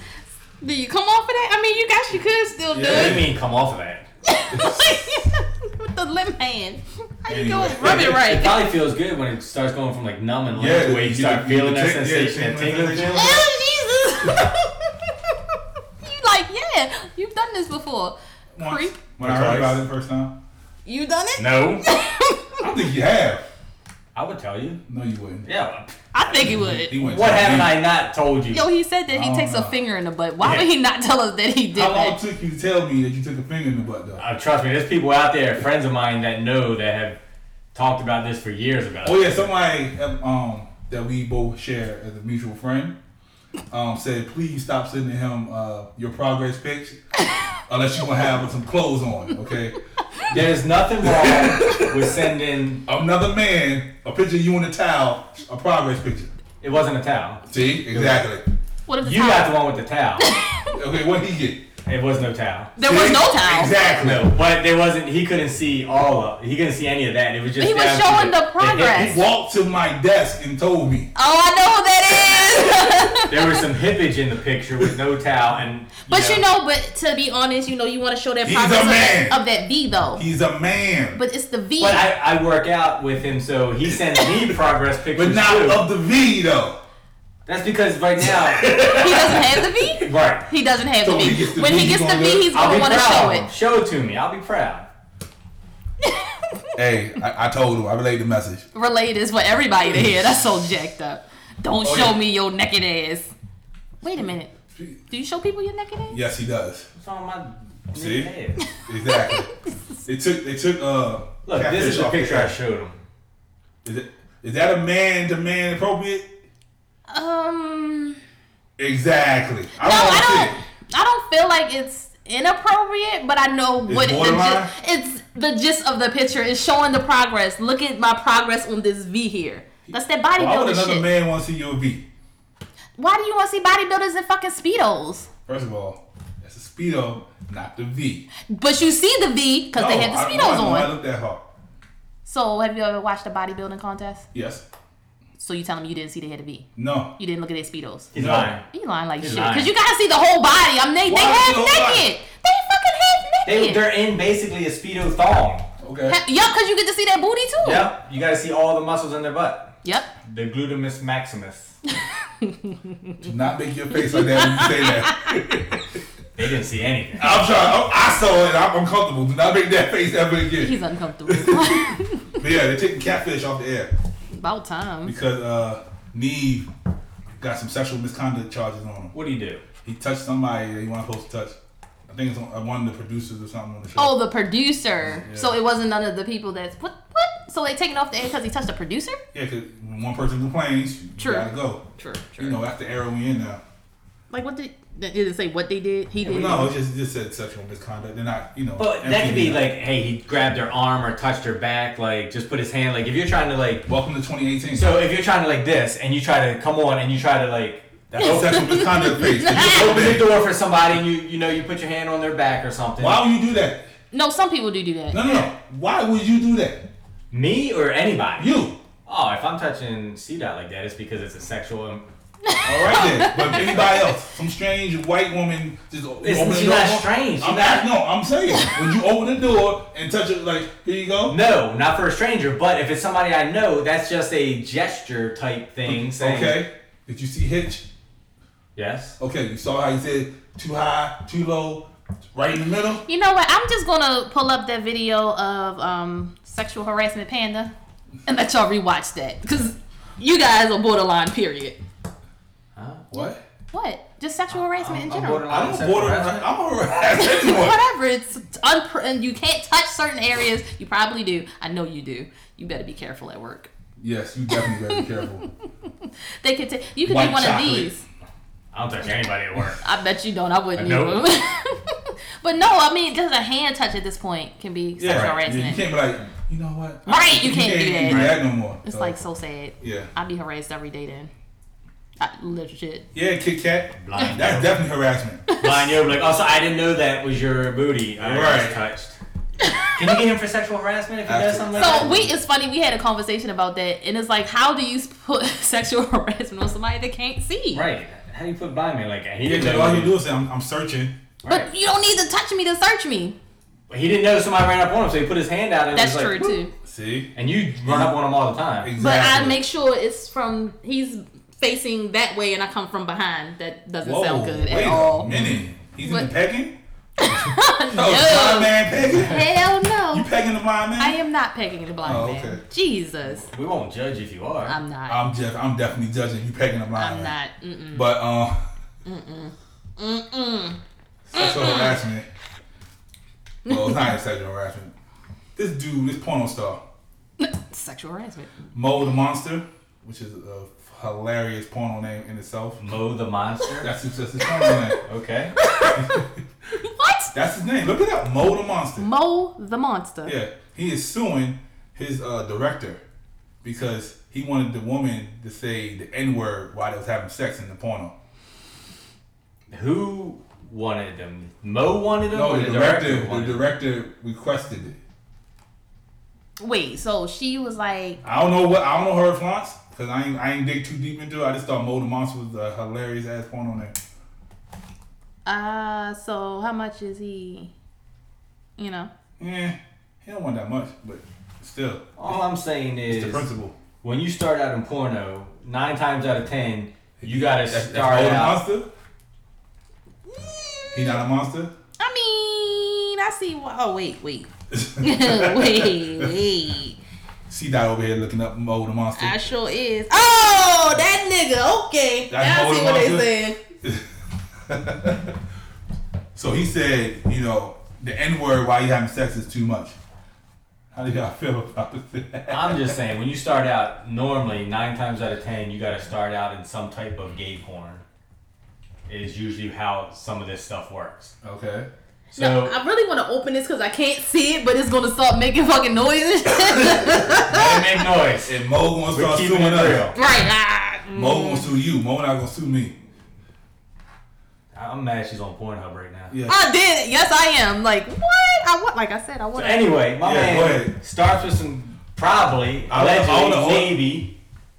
Speaker 2: do you come off of that? I mean, you guess you could still do
Speaker 4: What do
Speaker 3: Yeah.
Speaker 4: you mean come off of that?
Speaker 2: it with the limp hand. How you
Speaker 3: Anyway.
Speaker 2: gonna rub it
Speaker 4: It
Speaker 2: right?
Speaker 4: probably feels good when it starts going from like numb and
Speaker 3: Yeah,
Speaker 4: yeah, where you
Speaker 3: you-
Speaker 4: start
Speaker 3: you-
Speaker 4: feeling
Speaker 3: you
Speaker 4: that
Speaker 3: take- yeah,
Speaker 4: sensation, that
Speaker 3: take-
Speaker 4: tingling feeling.
Speaker 2: oh Jesus! you like yeah? You've done this before.
Speaker 3: once,
Speaker 2: Creep.
Speaker 3: when I heard
Speaker 4: Twice.
Speaker 3: about it the first time,
Speaker 2: You done it?
Speaker 4: No,
Speaker 3: I don't think you have.
Speaker 4: I would tell you.
Speaker 3: No, you wouldn't.
Speaker 4: Yeah.
Speaker 2: I think he
Speaker 3: He
Speaker 2: would.
Speaker 3: went
Speaker 4: What
Speaker 3: to the
Speaker 4: haven't
Speaker 3: bank.
Speaker 4: I not told you?
Speaker 2: Yo, he said that he
Speaker 3: I
Speaker 2: takes
Speaker 3: don't
Speaker 2: a
Speaker 3: know.
Speaker 2: finger in the butt. Why
Speaker 4: Yeah.
Speaker 2: would he not tell us that he did
Speaker 3: How long
Speaker 2: that?
Speaker 3: took you to tell me that you took a finger in the butt, though?
Speaker 4: Uh, trust me, there's people out there, friends of mine that know that have talked about this for years about.
Speaker 3: Oh
Speaker 4: it.
Speaker 3: yeah, somebody um that we both share as a mutual friend um said, please stop sending him uh, your progress pics unless you want to have some clothes on. Okay,
Speaker 4: There's nothing wrong with sending.
Speaker 3: another man, a picture of you in a towel, a progress picture.
Speaker 4: It wasn't a towel.
Speaker 3: See, exactly.
Speaker 2: What if the
Speaker 4: You
Speaker 2: towel?
Speaker 4: got the one with the towel.
Speaker 3: Okay, what he get?
Speaker 4: It was no towel.
Speaker 2: there was
Speaker 3: See?
Speaker 2: no towel.
Speaker 3: Exactly.
Speaker 4: No, but there wasn't. He couldn't see all of. He couldn't see any of that. It was just.
Speaker 2: He was
Speaker 4: down
Speaker 2: showing
Speaker 4: to
Speaker 2: the progress.
Speaker 4: hip-
Speaker 3: Walked to my desk and told me.
Speaker 2: Oh, I know who that is.
Speaker 4: there was some hippage in the picture with no towel, and.
Speaker 2: But you know, but to be honest, you know, you want to show that
Speaker 3: He's
Speaker 2: progress
Speaker 3: a
Speaker 2: of
Speaker 3: man.
Speaker 2: that, of that V though.
Speaker 3: He's a man, but,
Speaker 2: But it's the V.
Speaker 4: But I, I work out with him, so he sends me progress pictures
Speaker 3: not
Speaker 4: too.
Speaker 3: of the V though.
Speaker 4: That's because right now,
Speaker 2: he doesn't have the V.
Speaker 4: right?
Speaker 2: He doesn't have
Speaker 3: So
Speaker 2: the
Speaker 3: when
Speaker 2: V.
Speaker 3: he gets the
Speaker 2: when
Speaker 3: V,
Speaker 2: he
Speaker 3: he
Speaker 2: gets the
Speaker 3: gonna
Speaker 2: V,
Speaker 3: look-
Speaker 2: he's
Speaker 4: I'll
Speaker 2: gonna
Speaker 4: be
Speaker 2: want to
Speaker 4: proud.
Speaker 2: show
Speaker 4: of him.
Speaker 2: it.
Speaker 4: Show it to me. I'll be proud.
Speaker 3: Hey, I, I told him. I relayed the message.
Speaker 2: Relate is for everybody to hear. That's so jacked up. Don't
Speaker 3: Oh,
Speaker 2: show
Speaker 3: yeah.
Speaker 2: me your naked ass. Wait a minute. Do you show people your naked ass?
Speaker 3: Yes, he does.
Speaker 4: It's on my
Speaker 3: See?
Speaker 4: head.
Speaker 3: Exactly. they took. They took. Uh,
Speaker 4: Look, this
Speaker 3: catfish
Speaker 4: is the
Speaker 3: off the
Speaker 4: picture
Speaker 3: air.
Speaker 4: I showed him.
Speaker 3: Is, it, is that a man to man appropriate?
Speaker 2: Um,
Speaker 3: Exactly. I
Speaker 2: No,
Speaker 3: don't want to
Speaker 2: I
Speaker 3: see
Speaker 2: don't.
Speaker 3: it.
Speaker 2: I don't feel like it's inappropriate, but I know
Speaker 3: It's
Speaker 2: what the
Speaker 3: borderline?
Speaker 2: gist, it's the gist of the picture is showing the progress. Look at my progress on this V here. That's that
Speaker 3: Why would
Speaker 2: bodybuilder
Speaker 3: another
Speaker 2: shit.
Speaker 3: man want to see your V?
Speaker 2: Why do you want to see bodybuilders in fucking speedos?
Speaker 3: First of all, that's a speedo, not the V.
Speaker 2: But you see the V because they
Speaker 3: No,
Speaker 2: had the
Speaker 3: I- I
Speaker 2: speedos
Speaker 3: don't know. I
Speaker 2: on.
Speaker 3: looked that hard.
Speaker 2: So have you ever watched a bodybuilding contest?
Speaker 3: Yes.
Speaker 2: So you telling me you didn't see they had a V?
Speaker 3: No.
Speaker 2: You didn't look at their speedos?
Speaker 4: He's
Speaker 3: No.
Speaker 4: lying.
Speaker 2: You lying like
Speaker 4: He's
Speaker 2: shit
Speaker 4: lying.
Speaker 2: because you gotta see the whole body. I'm they they
Speaker 3: Why is
Speaker 2: half
Speaker 3: the whole body?
Speaker 2: naked. They fucking half
Speaker 4: They,
Speaker 2: naked.
Speaker 4: they're in basically a speedo thong.
Speaker 3: Okay.
Speaker 2: Ha- Yup, because you get to see that booty too.
Speaker 4: Yep. You gotta see all the muscles in their butt.
Speaker 2: Yep.
Speaker 4: The glutamus maximus.
Speaker 3: Do not make your face like that when you say that.
Speaker 4: They didn't see anything.
Speaker 3: I'm trying. I'm, I saw it. I'm uncomfortable. Do not make that face ever again.
Speaker 2: He's uncomfortable.
Speaker 3: But yeah, they're taking catfish off the air
Speaker 2: About time.
Speaker 3: because uh, Neve got some sexual misconduct charges on him.
Speaker 4: What do you do?
Speaker 3: He touched somebody that he wasn't supposed to touch. I think it's on, uh, one of the producers or something on the show.
Speaker 2: Oh, the producer.
Speaker 3: Yeah.
Speaker 2: So it wasn't none of the people that's what what. So they taking off the air because he touched the producer.
Speaker 3: Yeah, because when one person complains, you
Speaker 2: True.
Speaker 3: gotta go.
Speaker 2: True.
Speaker 3: You know, that's the era we in now.
Speaker 2: Like what did did it say? What they did? He did.
Speaker 3: No, it just, it just said sexual misconduct. They're not, you know.
Speaker 4: But that could be
Speaker 3: MTV.
Speaker 4: like, hey, he grabbed her arm or touched her back, like just put his hand. Like if you're trying to like,
Speaker 3: Welcome to 2018.
Speaker 4: so if you're trying to like this and you try to come on and you try to like,
Speaker 3: that's a sexual misconduct face.
Speaker 4: open the door for somebody and you you know you put your hand on their back or something.
Speaker 3: Why would you do that?
Speaker 2: No, some people do do that.
Speaker 3: No, no, no. Why would you do that?
Speaker 4: Me or anybody?
Speaker 3: You.
Speaker 4: Oh, if I'm touching C dot like that, it's because it's a sexual. um,
Speaker 3: All right then. But anybody else, some strange white woman just o-
Speaker 4: It's-
Speaker 3: open the
Speaker 4: she's
Speaker 3: door.
Speaker 4: not strange.
Speaker 3: I'm
Speaker 4: She's
Speaker 3: not.
Speaker 4: not-
Speaker 3: No, I'm saying when you open the door and touch it, like here you go.
Speaker 4: No, not for a stranger. But if it's somebody I know, that's just a gesture type thing. Saying,
Speaker 3: Okay. Oh, Did you see Hitch?
Speaker 4: Yes.
Speaker 3: Okay, you saw how he said too high, too low, right in the middle.
Speaker 2: You know what? I'm just gonna pull up that video of um sexual harassment panda and let y'all rewatch that because you guys are borderline. Period.
Speaker 4: Huh?
Speaker 3: What?
Speaker 2: What? Just sexual harassment in
Speaker 4: I'm
Speaker 2: general.
Speaker 4: borderline
Speaker 3: I'm a
Speaker 4: sexual
Speaker 3: border.
Speaker 4: harassment.
Speaker 3: I'm a harass anyone.
Speaker 2: whatever. It's unpr- and you can't touch certain areas. You probably do. I know you do. You better be careful at work.
Speaker 3: Yes, you definitely gotta be careful.
Speaker 2: They could ta- you could
Speaker 3: White
Speaker 2: do one
Speaker 3: chocolate.
Speaker 2: of these.
Speaker 4: I don't touch anybody at work.
Speaker 2: I bet you don't. I wouldn't.
Speaker 4: I know.
Speaker 2: even. but no, I mean, just a hand touch at this point can be sexual
Speaker 3: Yeah, right.
Speaker 2: harassment.
Speaker 3: yeah, you can't be like, you know what?
Speaker 2: Right, you can't do that.
Speaker 3: no more.
Speaker 2: It's
Speaker 3: So,
Speaker 2: like so sad.
Speaker 3: yeah,
Speaker 2: I'd be harassed every day then. I, legit.
Speaker 3: yeah, Kit Kat.
Speaker 4: Blind
Speaker 3: That's
Speaker 4: girl.
Speaker 3: definitely harassment.
Speaker 4: Lying over like, oh, so I didn't know that was your booty. I
Speaker 3: Right.
Speaker 4: was touched. Can you get him for sexual harassment if he does something like
Speaker 2: So
Speaker 4: that?
Speaker 2: we, it's funny we had a conversation about that, and it's like, how do you put sexual harassment on somebody that can't see?
Speaker 4: Right. How do you put blind man like that? He
Speaker 3: Yeah,
Speaker 4: didn't
Speaker 3: 'cause
Speaker 4: know.
Speaker 3: all you do is say, I'm, I'm searching.
Speaker 2: But you don't need to touch me to search me.
Speaker 4: He didn't know somebody ran up on him, so he put his hand out and
Speaker 2: That's
Speaker 4: was
Speaker 2: true
Speaker 4: like, "Whoop."
Speaker 2: too.
Speaker 3: See,
Speaker 4: And you run up on him all the time.
Speaker 3: exactly.
Speaker 2: But I make sure it's from he's facing that way and I come from behind. That doesn't
Speaker 3: Whoa,
Speaker 2: sound good at
Speaker 3: wait
Speaker 2: all.
Speaker 3: A minute, he's in
Speaker 2: What?
Speaker 3: the pegging. no, blind
Speaker 2: No.
Speaker 3: man pegging.
Speaker 2: Hell
Speaker 3: You
Speaker 2: no.
Speaker 3: pegging the blind man?
Speaker 2: I am not pegging the blind
Speaker 3: Oh, okay.
Speaker 2: man. Jesus.
Speaker 4: We won't judge if you are.
Speaker 2: I'm not. I'm,
Speaker 3: I'm Jeff. I'm definitely judging you pegging the blind man.
Speaker 2: not. Mm-mm.
Speaker 3: But um, sexual harassment. Well, it's not even sexual harassment. This dude, this porno star,
Speaker 2: Sexual harassment.
Speaker 3: Mo the Monster, which is a hilarious porno name in itself.
Speaker 4: Mo the monster.
Speaker 3: That's his, that's his porno name.
Speaker 4: okay.
Speaker 2: What?
Speaker 3: That's his name. Look it up. Mo the Monster.
Speaker 2: Mo the monster.
Speaker 3: Yeah, he is suing his uh, director because he wanted the woman to say the N word while they was having sex in the porno.
Speaker 4: Who wanted them? Mo wanted them.
Speaker 3: No,
Speaker 4: or
Speaker 3: the director, the
Speaker 4: wanted them?
Speaker 3: director requested it.
Speaker 2: Wait, so she was like,
Speaker 3: I don't know what I don't know her flaunts because I ain't I ain't dig too deep into it. I just thought Mo the Monster was a hilarious ass porno name.
Speaker 2: uh, so how much is he? You know?
Speaker 3: Yeah, Eh, he don't want that much, but still,
Speaker 4: All I'm saying
Speaker 3: it's the
Speaker 4: is,
Speaker 3: principle.
Speaker 4: when you start out in porno, nine times out of ten, you gotta
Speaker 3: That's, that's
Speaker 4: start
Speaker 3: Mo the
Speaker 4: out.
Speaker 3: Monster. He not a monster.
Speaker 2: I mean, I see. wh- Oh, wait, wait. wait, wait.
Speaker 3: See that over here looking up Mo the Monster.
Speaker 2: I sure is. Oh, that nigga. Okay.
Speaker 3: That's
Speaker 2: now I see
Speaker 3: Mo
Speaker 2: what they
Speaker 3: Monster.
Speaker 2: saying.
Speaker 3: So he said, you know, the N word while you having sex is too much. How do y'all feel about that?
Speaker 4: I'm just saying, when you start out, normally nine times out of ten, you gotta start out in some type of gay porn. is usually how some of this stuff works.
Speaker 3: Okay.
Speaker 4: So
Speaker 2: no, I really want to open this because I can't see it, but it's gonna start making fucking noise and shit.
Speaker 4: let it make noise.
Speaker 3: And Mo gonna
Speaker 4: We're
Speaker 3: start
Speaker 4: keeping
Speaker 3: suing
Speaker 4: it
Speaker 3: us.
Speaker 4: real.
Speaker 2: right. Ah, mm.
Speaker 3: Mo gonna sue you. Mo not gonna sue me.
Speaker 4: I'm mad she's on Pornhub right now.
Speaker 3: Yeah.
Speaker 2: I did. Yes, I am. Like what? I want. Like I said, I
Speaker 4: So
Speaker 2: want. to
Speaker 4: anyway, my
Speaker 3: Yeah, go
Speaker 4: man
Speaker 3: ahead.
Speaker 4: starts with some probably
Speaker 3: I wanna- I
Speaker 4: allegedly
Speaker 3: wanna-
Speaker 4: maybe.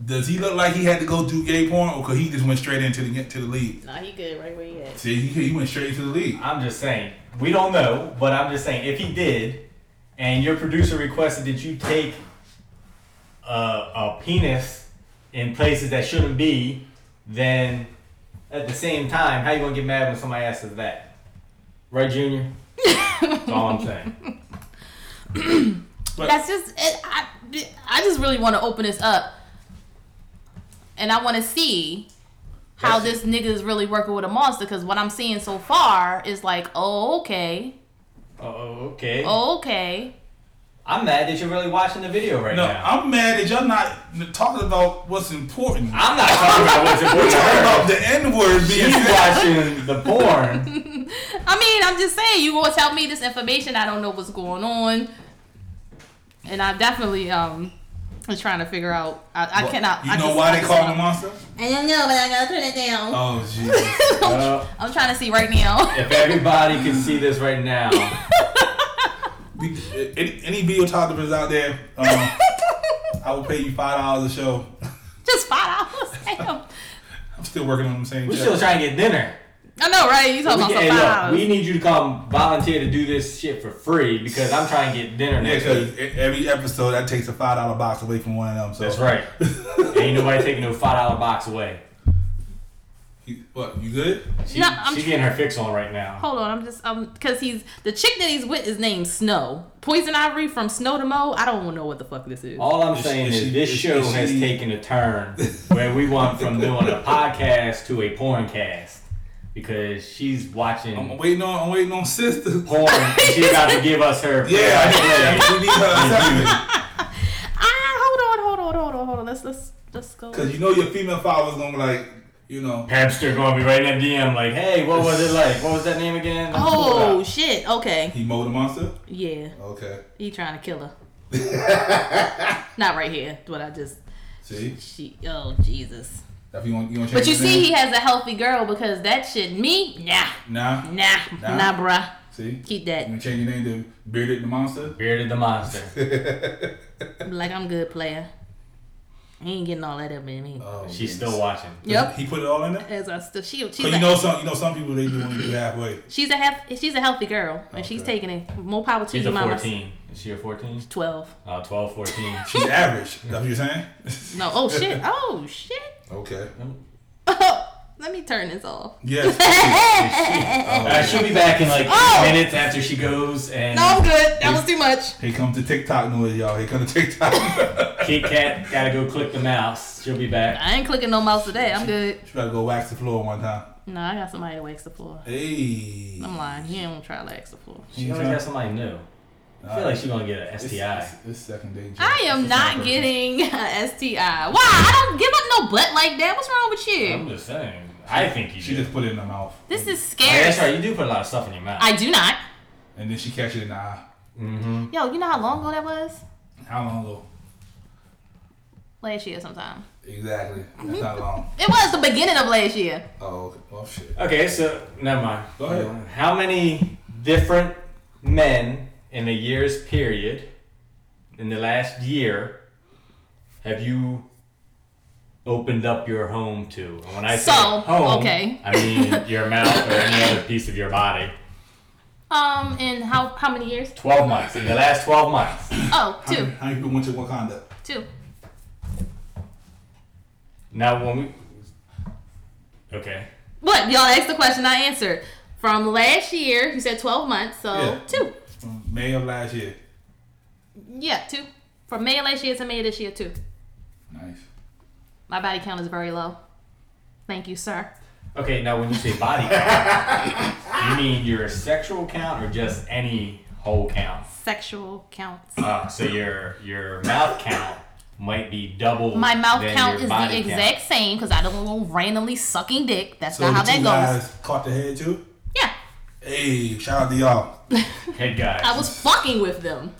Speaker 3: Does he look like he had to go do gay porn, or could he just went straight into the to the league?
Speaker 2: Nah, he good right where he at.
Speaker 3: See, he, he went straight into the league.
Speaker 4: I'm just saying we don't know, but I'm just saying if he did, and your producer requested that you take a, a penis in places that shouldn't be, then at the same time, how you gonna get mad when somebody asks us that? Right, Junior? That's all I'm saying.
Speaker 3: But
Speaker 2: That's just it, I. I just really want to open this up, and I want to see how
Speaker 4: That's-
Speaker 2: this nigga is really working with a monster. Because what I'm seeing so far is like, oh okay,
Speaker 4: Oh, okay.
Speaker 2: oh, okay.
Speaker 4: I'm mad that you're really watching the video right
Speaker 3: no,
Speaker 4: now.
Speaker 3: I'm mad that y'all not talking about what's important.
Speaker 4: I'm, not talking about what's important. to
Speaker 3: talking
Speaker 4: her.
Speaker 3: about the N word being
Speaker 4: She's
Speaker 3: said.
Speaker 4: watching the porn.
Speaker 2: I mean, I'm just saying, you gonna tell me this information? I don't know what's going on, and I definitely um. am trying to figure out. I, I
Speaker 3: What?
Speaker 2: cannot.
Speaker 3: You
Speaker 2: I
Speaker 3: know
Speaker 2: just- I
Speaker 3: why they
Speaker 2: just
Speaker 3: call him
Speaker 2: don't-
Speaker 3: a monster?
Speaker 2: I don't know, but I gotta turn it down.
Speaker 3: Oh Jesus.
Speaker 4: Uh,
Speaker 2: I'm trying to see right now.
Speaker 4: if everybody could see this right now,
Speaker 3: We- any, any videographers out there? Um, I will pay you five dollars a show.
Speaker 2: Just five hours. Damn.
Speaker 3: I'm still working on the same
Speaker 4: we're still
Speaker 3: check.
Speaker 4: trying to get dinner.
Speaker 2: I know, right? You talking
Speaker 4: We,
Speaker 2: about
Speaker 4: hey,
Speaker 2: some five
Speaker 4: look,
Speaker 2: hours?
Speaker 4: we need you to come volunteer to do this shit for free because I'm trying to get dinner
Speaker 3: Yeah,
Speaker 4: next week.
Speaker 3: because every episode that takes a five dollar box away from one of them. So
Speaker 4: That's right. Ain't nobody taking no five dollar box away.
Speaker 3: You- what you good?
Speaker 4: She,
Speaker 2: No, I'm
Speaker 4: she
Speaker 2: tr-
Speaker 4: getting her fix on right now.
Speaker 2: Hold on, I'm just um because he's the chick that he's with is named Snow. Poison Ivory from Snow to Mo. I don't know what the fuck this is.
Speaker 4: All I'm
Speaker 3: Is-
Speaker 4: saying
Speaker 3: is
Speaker 4: is,
Speaker 3: she-
Speaker 4: this
Speaker 3: is-
Speaker 4: show
Speaker 3: is
Speaker 4: has
Speaker 3: she-
Speaker 4: taken a turn where we went from doing a podcast to a porn cast because she's watching
Speaker 3: I'm waiting on. I'm waiting on sister.
Speaker 4: porn. and She's about to give us her.
Speaker 3: Yeah, I need- we need her segment
Speaker 2: Ah, hold on, hold on, hold on, hold on. Let's let's let's go.
Speaker 3: because you know your female followers gonna be like, you know,
Speaker 4: Hamster gonna be right in that DM like, hey, what was it like? What was that name again?
Speaker 2: Oh shit. Okay.
Speaker 3: he mowed the monster.
Speaker 2: Yeah.
Speaker 3: Okay,
Speaker 2: He trying to kill her. Not right here. What I just
Speaker 3: see
Speaker 2: she oh Jesus.
Speaker 3: if you want, you want.
Speaker 2: But you see he has a healthy girl because that shit me, nah.
Speaker 3: nah.
Speaker 2: Nah.
Speaker 3: Nah.
Speaker 2: Nah, bruh.
Speaker 3: See,
Speaker 2: Keep
Speaker 3: you
Speaker 2: that.
Speaker 3: gonna change your name to Bearded the Monster.
Speaker 4: Bearded the monster.
Speaker 2: Like I'm good player. He ain't getting all that up in me.
Speaker 3: Oh, goodness.
Speaker 4: She's still watching.
Speaker 2: Yep.
Speaker 3: He put it all in there.
Speaker 2: As I still, she, she's,
Speaker 3: Cause
Speaker 2: a,
Speaker 3: you know some, you know some people they do want to do halfway.
Speaker 2: she's a half, she's a healthy girl, and she's
Speaker 3: Okay.
Speaker 2: taking it. More power to
Speaker 4: She's
Speaker 2: you,
Speaker 4: a
Speaker 2: mama.
Speaker 4: 14. Is she a 14?
Speaker 2: Twelve.
Speaker 4: Uh, 12, 14.
Speaker 3: She's average. That's what you're saying.
Speaker 2: No. Oh shit. Oh shit.
Speaker 3: Okay.
Speaker 2: Let me turn this off.
Speaker 3: Yes. Oh,
Speaker 4: Uh, she'll be back in like
Speaker 2: Oh!
Speaker 4: minutes after she goes and
Speaker 2: No, I'm good. That was too much.
Speaker 3: Here comes the TikTok noise, y'all. Here comes the TikTok.
Speaker 4: Kit Kat gotta go click the mouse. She'll be back.
Speaker 2: I ain't clicking no mouse today. I'm good.
Speaker 3: she better go wax the floor one time.
Speaker 2: No, I got somebody to wax the floor.
Speaker 3: Hey.
Speaker 2: I'm lying. He ain't gonna try to wax the floor.
Speaker 4: She always got somebody new. I feel like she's gonna get an
Speaker 3: It's,
Speaker 4: STI.
Speaker 3: it's, it's second day. Jim.
Speaker 2: I
Speaker 3: It's
Speaker 2: am
Speaker 3: the
Speaker 2: not
Speaker 3: same
Speaker 2: getting a STI. Why? I don't give up no butt like that. What's wrong with
Speaker 4: I'm
Speaker 2: you?
Speaker 4: just saying. I think you
Speaker 3: person. She
Speaker 4: do.
Speaker 3: just put it in her mouth.
Speaker 2: This is
Speaker 4: Oh, yeah,
Speaker 2: scary.
Speaker 4: that's right. You do put a lot of stuff in your mouth.
Speaker 2: I do not.
Speaker 3: And then she catch it in the eye.
Speaker 4: mm-hmm.
Speaker 2: Yo, you know how long ago that was?
Speaker 3: How long ago?
Speaker 2: Last year sometime.
Speaker 3: Exactly.
Speaker 2: Mm-hmm.
Speaker 3: That's not long.
Speaker 2: It was the beginning of last year.
Speaker 3: Oh, okay. well, shit.
Speaker 4: Okay, so never mind.
Speaker 3: Go ahead.
Speaker 4: How many different men in a year's period, in the last year, have you opened up your home to? And when I say
Speaker 2: So,
Speaker 4: home,
Speaker 2: okay.
Speaker 4: I mean your mouth or any other piece of your body.
Speaker 2: Um, in how how many years?
Speaker 4: Twelve months. In the last twelve months,
Speaker 2: Oh,
Speaker 3: How many-
Speaker 2: two,
Speaker 3: How many people went to Wakanda?
Speaker 2: two.
Speaker 4: now when we, okay,
Speaker 2: What y'all asked the question? I answered from last year. You said twelve months, so
Speaker 3: Yeah.
Speaker 2: two.
Speaker 3: From May of last year.
Speaker 2: Yeah, two. From May of last year to May of this year, two.
Speaker 3: Nice.
Speaker 2: My body count is very low. Thank you, sir.
Speaker 4: okay. Now when you say body count, you mean your sexual count or just any whole count?
Speaker 2: Sexual counts.
Speaker 4: Uh, so your your mouth count might be double.
Speaker 2: My mouth
Speaker 4: than
Speaker 2: count
Speaker 4: your
Speaker 2: is
Speaker 4: body
Speaker 2: the exact same because I don't go randomly sucking dick. That's
Speaker 3: So
Speaker 2: not how
Speaker 3: the
Speaker 2: that
Speaker 3: two
Speaker 2: goes.
Speaker 3: guys caught the head too.
Speaker 2: Yeah,
Speaker 3: Hey, shout out to y'all.
Speaker 4: Count. Head guys.
Speaker 2: I was fucking with them.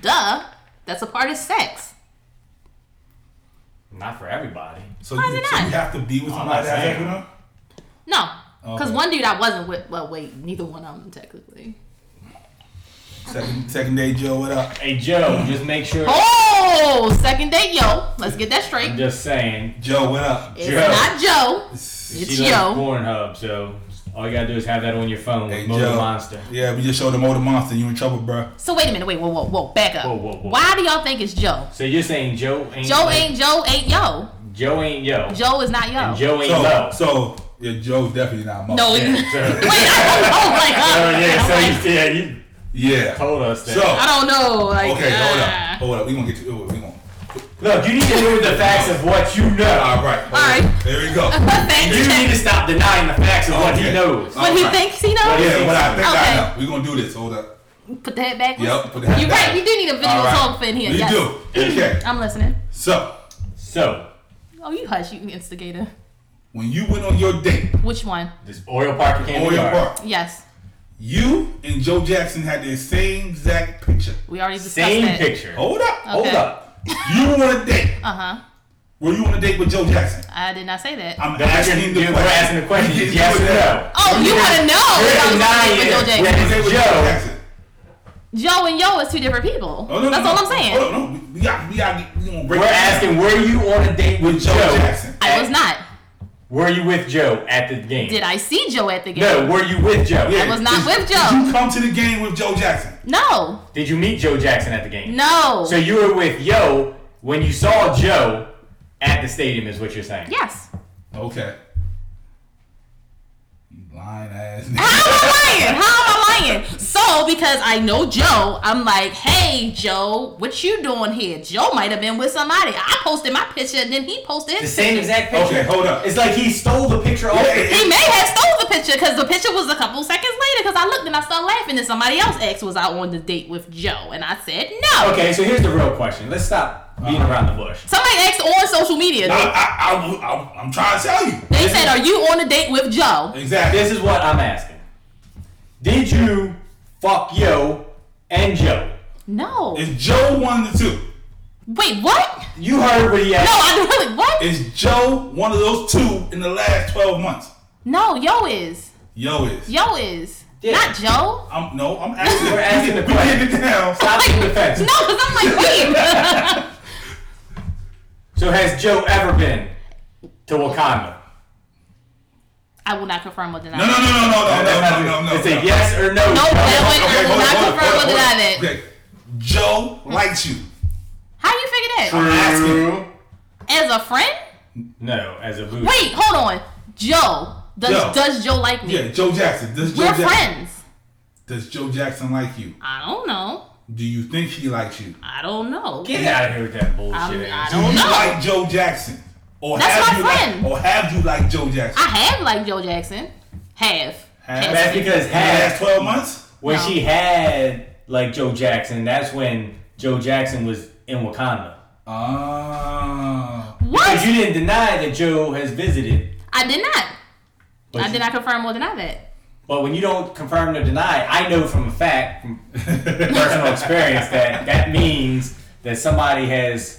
Speaker 2: Duh, that's a part of sex.
Speaker 4: Not for everybody.
Speaker 3: So,
Speaker 2: Why
Speaker 3: you,
Speaker 2: is it
Speaker 3: so
Speaker 2: not?
Speaker 3: you have to be with
Speaker 4: I'm
Speaker 3: somebody
Speaker 4: not
Speaker 3: that's
Speaker 4: saying.
Speaker 3: having them.
Speaker 2: No, because
Speaker 3: Okay.
Speaker 2: one dude I wasn't with. Well, wait, neither one of them technically.
Speaker 3: Second, second day, Joe. What up?
Speaker 4: Hey Joe, just make sure.
Speaker 2: Oh, second date, yo. Let's get that
Speaker 4: I'm
Speaker 2: straight.
Speaker 4: just saying.
Speaker 3: Joe, what up?
Speaker 2: It's
Speaker 4: Joe.
Speaker 2: not Joe. It's
Speaker 4: she loves
Speaker 2: yo.
Speaker 4: Pornhub, so all you gotta do is have that on your phone
Speaker 3: Hey,
Speaker 4: with Mobile
Speaker 3: Joe.
Speaker 4: Monster.
Speaker 3: Yeah, we just showed the motor monster. You in trouble, bro?
Speaker 2: So wait a minute. Wait, whoa, whoa, whoa. Back up.
Speaker 4: Whoa, whoa, whoa.
Speaker 2: Why do y'all think it's Joe?
Speaker 4: So you're saying Joe ain't
Speaker 2: Joe ain't Joe ain't yo.
Speaker 4: Joe ain't yo.
Speaker 2: Joe is not yo.
Speaker 4: And Joe ain't
Speaker 3: So,
Speaker 4: Mo.
Speaker 3: so yeah, Joe's definitely not Mo.
Speaker 2: no,
Speaker 4: yeah,
Speaker 2: you-
Speaker 4: so,
Speaker 2: wait. I don't know. Like,
Speaker 4: so,
Speaker 2: uh,
Speaker 4: Oh, yeah,
Speaker 2: I'm
Speaker 4: so
Speaker 2: like,
Speaker 4: you, yeah, you
Speaker 3: Yeah.
Speaker 4: told us that.
Speaker 3: So
Speaker 2: I don't know. Like,
Speaker 3: okay, hold up,
Speaker 2: ah.
Speaker 3: hold up. We gonna get to it. We gonna.
Speaker 4: Look, you need to do the facts of what you know.
Speaker 3: All right. All
Speaker 2: right.
Speaker 3: There we go.
Speaker 2: Thank
Speaker 4: You need to stop denying the facts of what he
Speaker 3: Okay.
Speaker 4: knows.
Speaker 2: What he
Speaker 3: Alright.
Speaker 2: thinks he
Speaker 4: What
Speaker 2: knows?
Speaker 4: is-
Speaker 3: Yeah, what I think
Speaker 2: Okay.
Speaker 3: I know. We gonna do this. Hold up.
Speaker 2: Put the head back.
Speaker 3: Yep. Put that
Speaker 2: You're
Speaker 3: back.
Speaker 2: right. You do need a visual
Speaker 3: All right.
Speaker 2: talk in here.
Speaker 3: You
Speaker 2: yes.
Speaker 3: do. Okay.
Speaker 2: I'm listening.
Speaker 3: So
Speaker 4: So,
Speaker 2: Oh, you hush. You instigator.
Speaker 3: when you went on your date,
Speaker 2: Which one?
Speaker 4: this Oreo Parker candy
Speaker 3: Oriole
Speaker 4: bar.
Speaker 3: Park,
Speaker 2: Yes.
Speaker 3: you and Joe Jackson had the same exact picture.
Speaker 2: We already discussed
Speaker 4: Same
Speaker 2: that.
Speaker 4: picture.
Speaker 3: Hold up.
Speaker 2: Okay.
Speaker 4: Oh, Hold up.
Speaker 3: You were on a date.
Speaker 2: Uh huh.
Speaker 3: Were you on a date with Joe Jackson?
Speaker 2: I did not say that.
Speaker 3: I'm
Speaker 4: That's
Speaker 3: asking
Speaker 4: your-
Speaker 3: the
Speaker 4: you're
Speaker 3: question.
Speaker 4: asking the question.
Speaker 3: You didn't
Speaker 4: Yes
Speaker 3: do
Speaker 4: or
Speaker 3: that.
Speaker 2: oh, you want to know? if I was
Speaker 4: denying
Speaker 2: with Joe
Speaker 4: it.
Speaker 2: Jackson.
Speaker 4: Yeah.
Speaker 3: You didn't say with Joe
Speaker 4: Joe.
Speaker 3: Jackson.
Speaker 2: Joe and Yo is two different people.
Speaker 3: Oh, no, no,
Speaker 2: That's
Speaker 3: no.
Speaker 2: all I'm saying.
Speaker 3: Hold on, no. We- We got, we got, we gonna break
Speaker 4: We're
Speaker 3: it down.
Speaker 4: asking, were you on a date with
Speaker 3: Joe
Speaker 4: Joe?
Speaker 3: Jackson.
Speaker 2: I was not.
Speaker 4: Were you with Joe at the game?
Speaker 2: Did I see Joe at the game?
Speaker 4: No, were you with Joe?
Speaker 3: Yeah.
Speaker 2: I was not
Speaker 3: Did-
Speaker 2: with
Speaker 3: Did
Speaker 2: Joe.
Speaker 3: you come to the game with Joe Jackson?
Speaker 2: No.
Speaker 4: Did you meet Joe Jackson at the game?
Speaker 2: No.
Speaker 4: So you were with Yo when you saw Joe at the stadium, is what you're saying?
Speaker 2: yes.
Speaker 3: Okay. You lying ass
Speaker 2: How
Speaker 3: nigga.
Speaker 2: am I lying? How am I lying? So because I know Joe, I'm like, hey Joe, what you doing here? Joe might have been with somebody. I posted my picture and then he posted
Speaker 4: The
Speaker 2: his
Speaker 4: same
Speaker 2: picture.
Speaker 4: exact picture.
Speaker 3: Okay, hold up.
Speaker 4: It's like he stole the picture off.
Speaker 3: Yeah,
Speaker 4: the-
Speaker 3: it-
Speaker 2: He may have stole the picture because the picture was a couple seconds later because I looked and I started laughing and somebody else asked was I on the date with Joe and I said no.
Speaker 4: Okay, so here's the real question. Let's stop beating around the bush.
Speaker 2: Somebody asked on social media.
Speaker 3: I, I, I, I, I'm trying to tell you.
Speaker 2: they said, "Are you on a date with Joe?"
Speaker 3: Exactly.
Speaker 4: This is what I'm asking. Did you fuck Yo and Joe?
Speaker 2: No.
Speaker 3: Is Joe one of the two?
Speaker 2: Wait, what?
Speaker 4: You heard what he
Speaker 2: No,
Speaker 4: asked.
Speaker 2: I really what?
Speaker 3: Is Joe one of those two in the last 12 months?
Speaker 2: No, yo is
Speaker 3: Yo is.
Speaker 2: yo is
Speaker 4: Yeah.
Speaker 2: not Joe.
Speaker 3: I'm, no, I'm asking.
Speaker 4: We're asking the
Speaker 3: we getting it down.
Speaker 4: Stop being defensive.
Speaker 2: No, because I'm like, wait.
Speaker 4: So has Joe ever been to Wakanda?
Speaker 2: I will not confirm or deny.
Speaker 3: No, no, no, no, no, no, no, no, no, no.
Speaker 4: It's a
Speaker 3: no.
Speaker 4: yes or no.
Speaker 2: No, that one- I
Speaker 3: Okay,
Speaker 2: will
Speaker 3: hold on,
Speaker 2: not
Speaker 3: hold on,
Speaker 2: confirm or
Speaker 3: hold on, hold on.
Speaker 2: deny that.
Speaker 3: Okay. Joe likes you.
Speaker 2: How you figure that?
Speaker 4: True.
Speaker 3: asking.
Speaker 2: As a friend?
Speaker 4: No, as a boo.
Speaker 2: Wait, hold on. Joe does
Speaker 3: Joe.
Speaker 2: does Joe like me?
Speaker 3: Yeah, Joe Jackson. Does Joe
Speaker 2: We're
Speaker 3: Jackson,
Speaker 2: friends.
Speaker 3: Does Joe Jackson like you?
Speaker 2: I don't know.
Speaker 3: Do you think he likes you?
Speaker 2: I don't know.
Speaker 4: Get out of here with that bullshit.
Speaker 2: I'm- I
Speaker 3: Do
Speaker 2: don't-
Speaker 3: you
Speaker 2: know.
Speaker 3: like Joe Jackson? Or
Speaker 2: That's
Speaker 3: have
Speaker 2: my
Speaker 3: you
Speaker 2: friend.
Speaker 3: Like, or have you liked Joe Jackson?
Speaker 2: I have liked Joe Jackson. Have.
Speaker 3: Have.
Speaker 2: Has
Speaker 4: That's
Speaker 2: been.
Speaker 4: because
Speaker 3: in the last
Speaker 4: half,
Speaker 3: 12 months?
Speaker 4: when
Speaker 2: No.
Speaker 4: she had like Joe Jackson, that's when Joe Jackson was in Wakanda.
Speaker 3: Ah.
Speaker 2: What?
Speaker 4: But you didn't deny that Joe has visited.
Speaker 2: I did not.
Speaker 4: But,
Speaker 2: I did not confirm or deny that.
Speaker 4: but when you don't confirm or deny, I know from a fact, from personal experience, that that means that somebody has.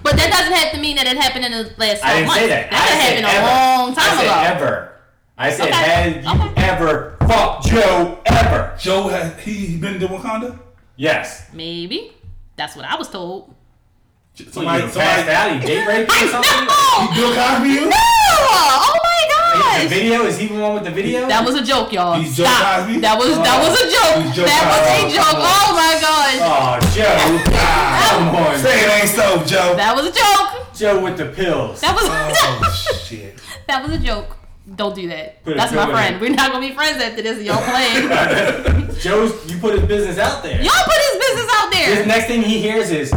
Speaker 2: But that doesn't have to mean that it happened in the last 12
Speaker 4: I didn't
Speaker 2: months.
Speaker 4: say that.
Speaker 2: That
Speaker 4: I said
Speaker 2: happened a
Speaker 4: ever.
Speaker 2: long time
Speaker 4: I said
Speaker 2: ago.
Speaker 4: ever. I said,
Speaker 2: Okay.
Speaker 4: have you
Speaker 2: Okay.
Speaker 4: ever fucked Joe ever?
Speaker 3: Joe has he been to Wakanda?
Speaker 4: Yes.
Speaker 2: Maybe. That's what I was told.
Speaker 4: Somebody, you passed out, you date raped or something?
Speaker 2: I know!
Speaker 3: Bill Cosby you?
Speaker 2: No! Oh my
Speaker 4: The
Speaker 2: gosh!
Speaker 4: video is he the one with the video?
Speaker 2: That was a joke, y'all.
Speaker 3: He's Joe
Speaker 2: Stop.
Speaker 3: Cosby?
Speaker 2: That was that was a joke.
Speaker 3: He's Joe
Speaker 2: that was a
Speaker 3: Cosby.
Speaker 2: joke. Oh my gosh.
Speaker 4: Oh, Joe. Ah, Come on.
Speaker 3: Say it ain't so, Joe.
Speaker 2: That was a joke.
Speaker 4: Joe with the pills.
Speaker 2: That was
Speaker 3: oh shit.
Speaker 2: that was a joke. Don't do that.
Speaker 4: Put a
Speaker 2: That's my
Speaker 4: joke in
Speaker 2: friend.
Speaker 4: it.
Speaker 2: We're not gonna be friends after this. Y'all playing.
Speaker 4: Joe's, you put his business out there.
Speaker 2: y'all put his business out
Speaker 4: His
Speaker 2: there.
Speaker 4: next thing he hears is,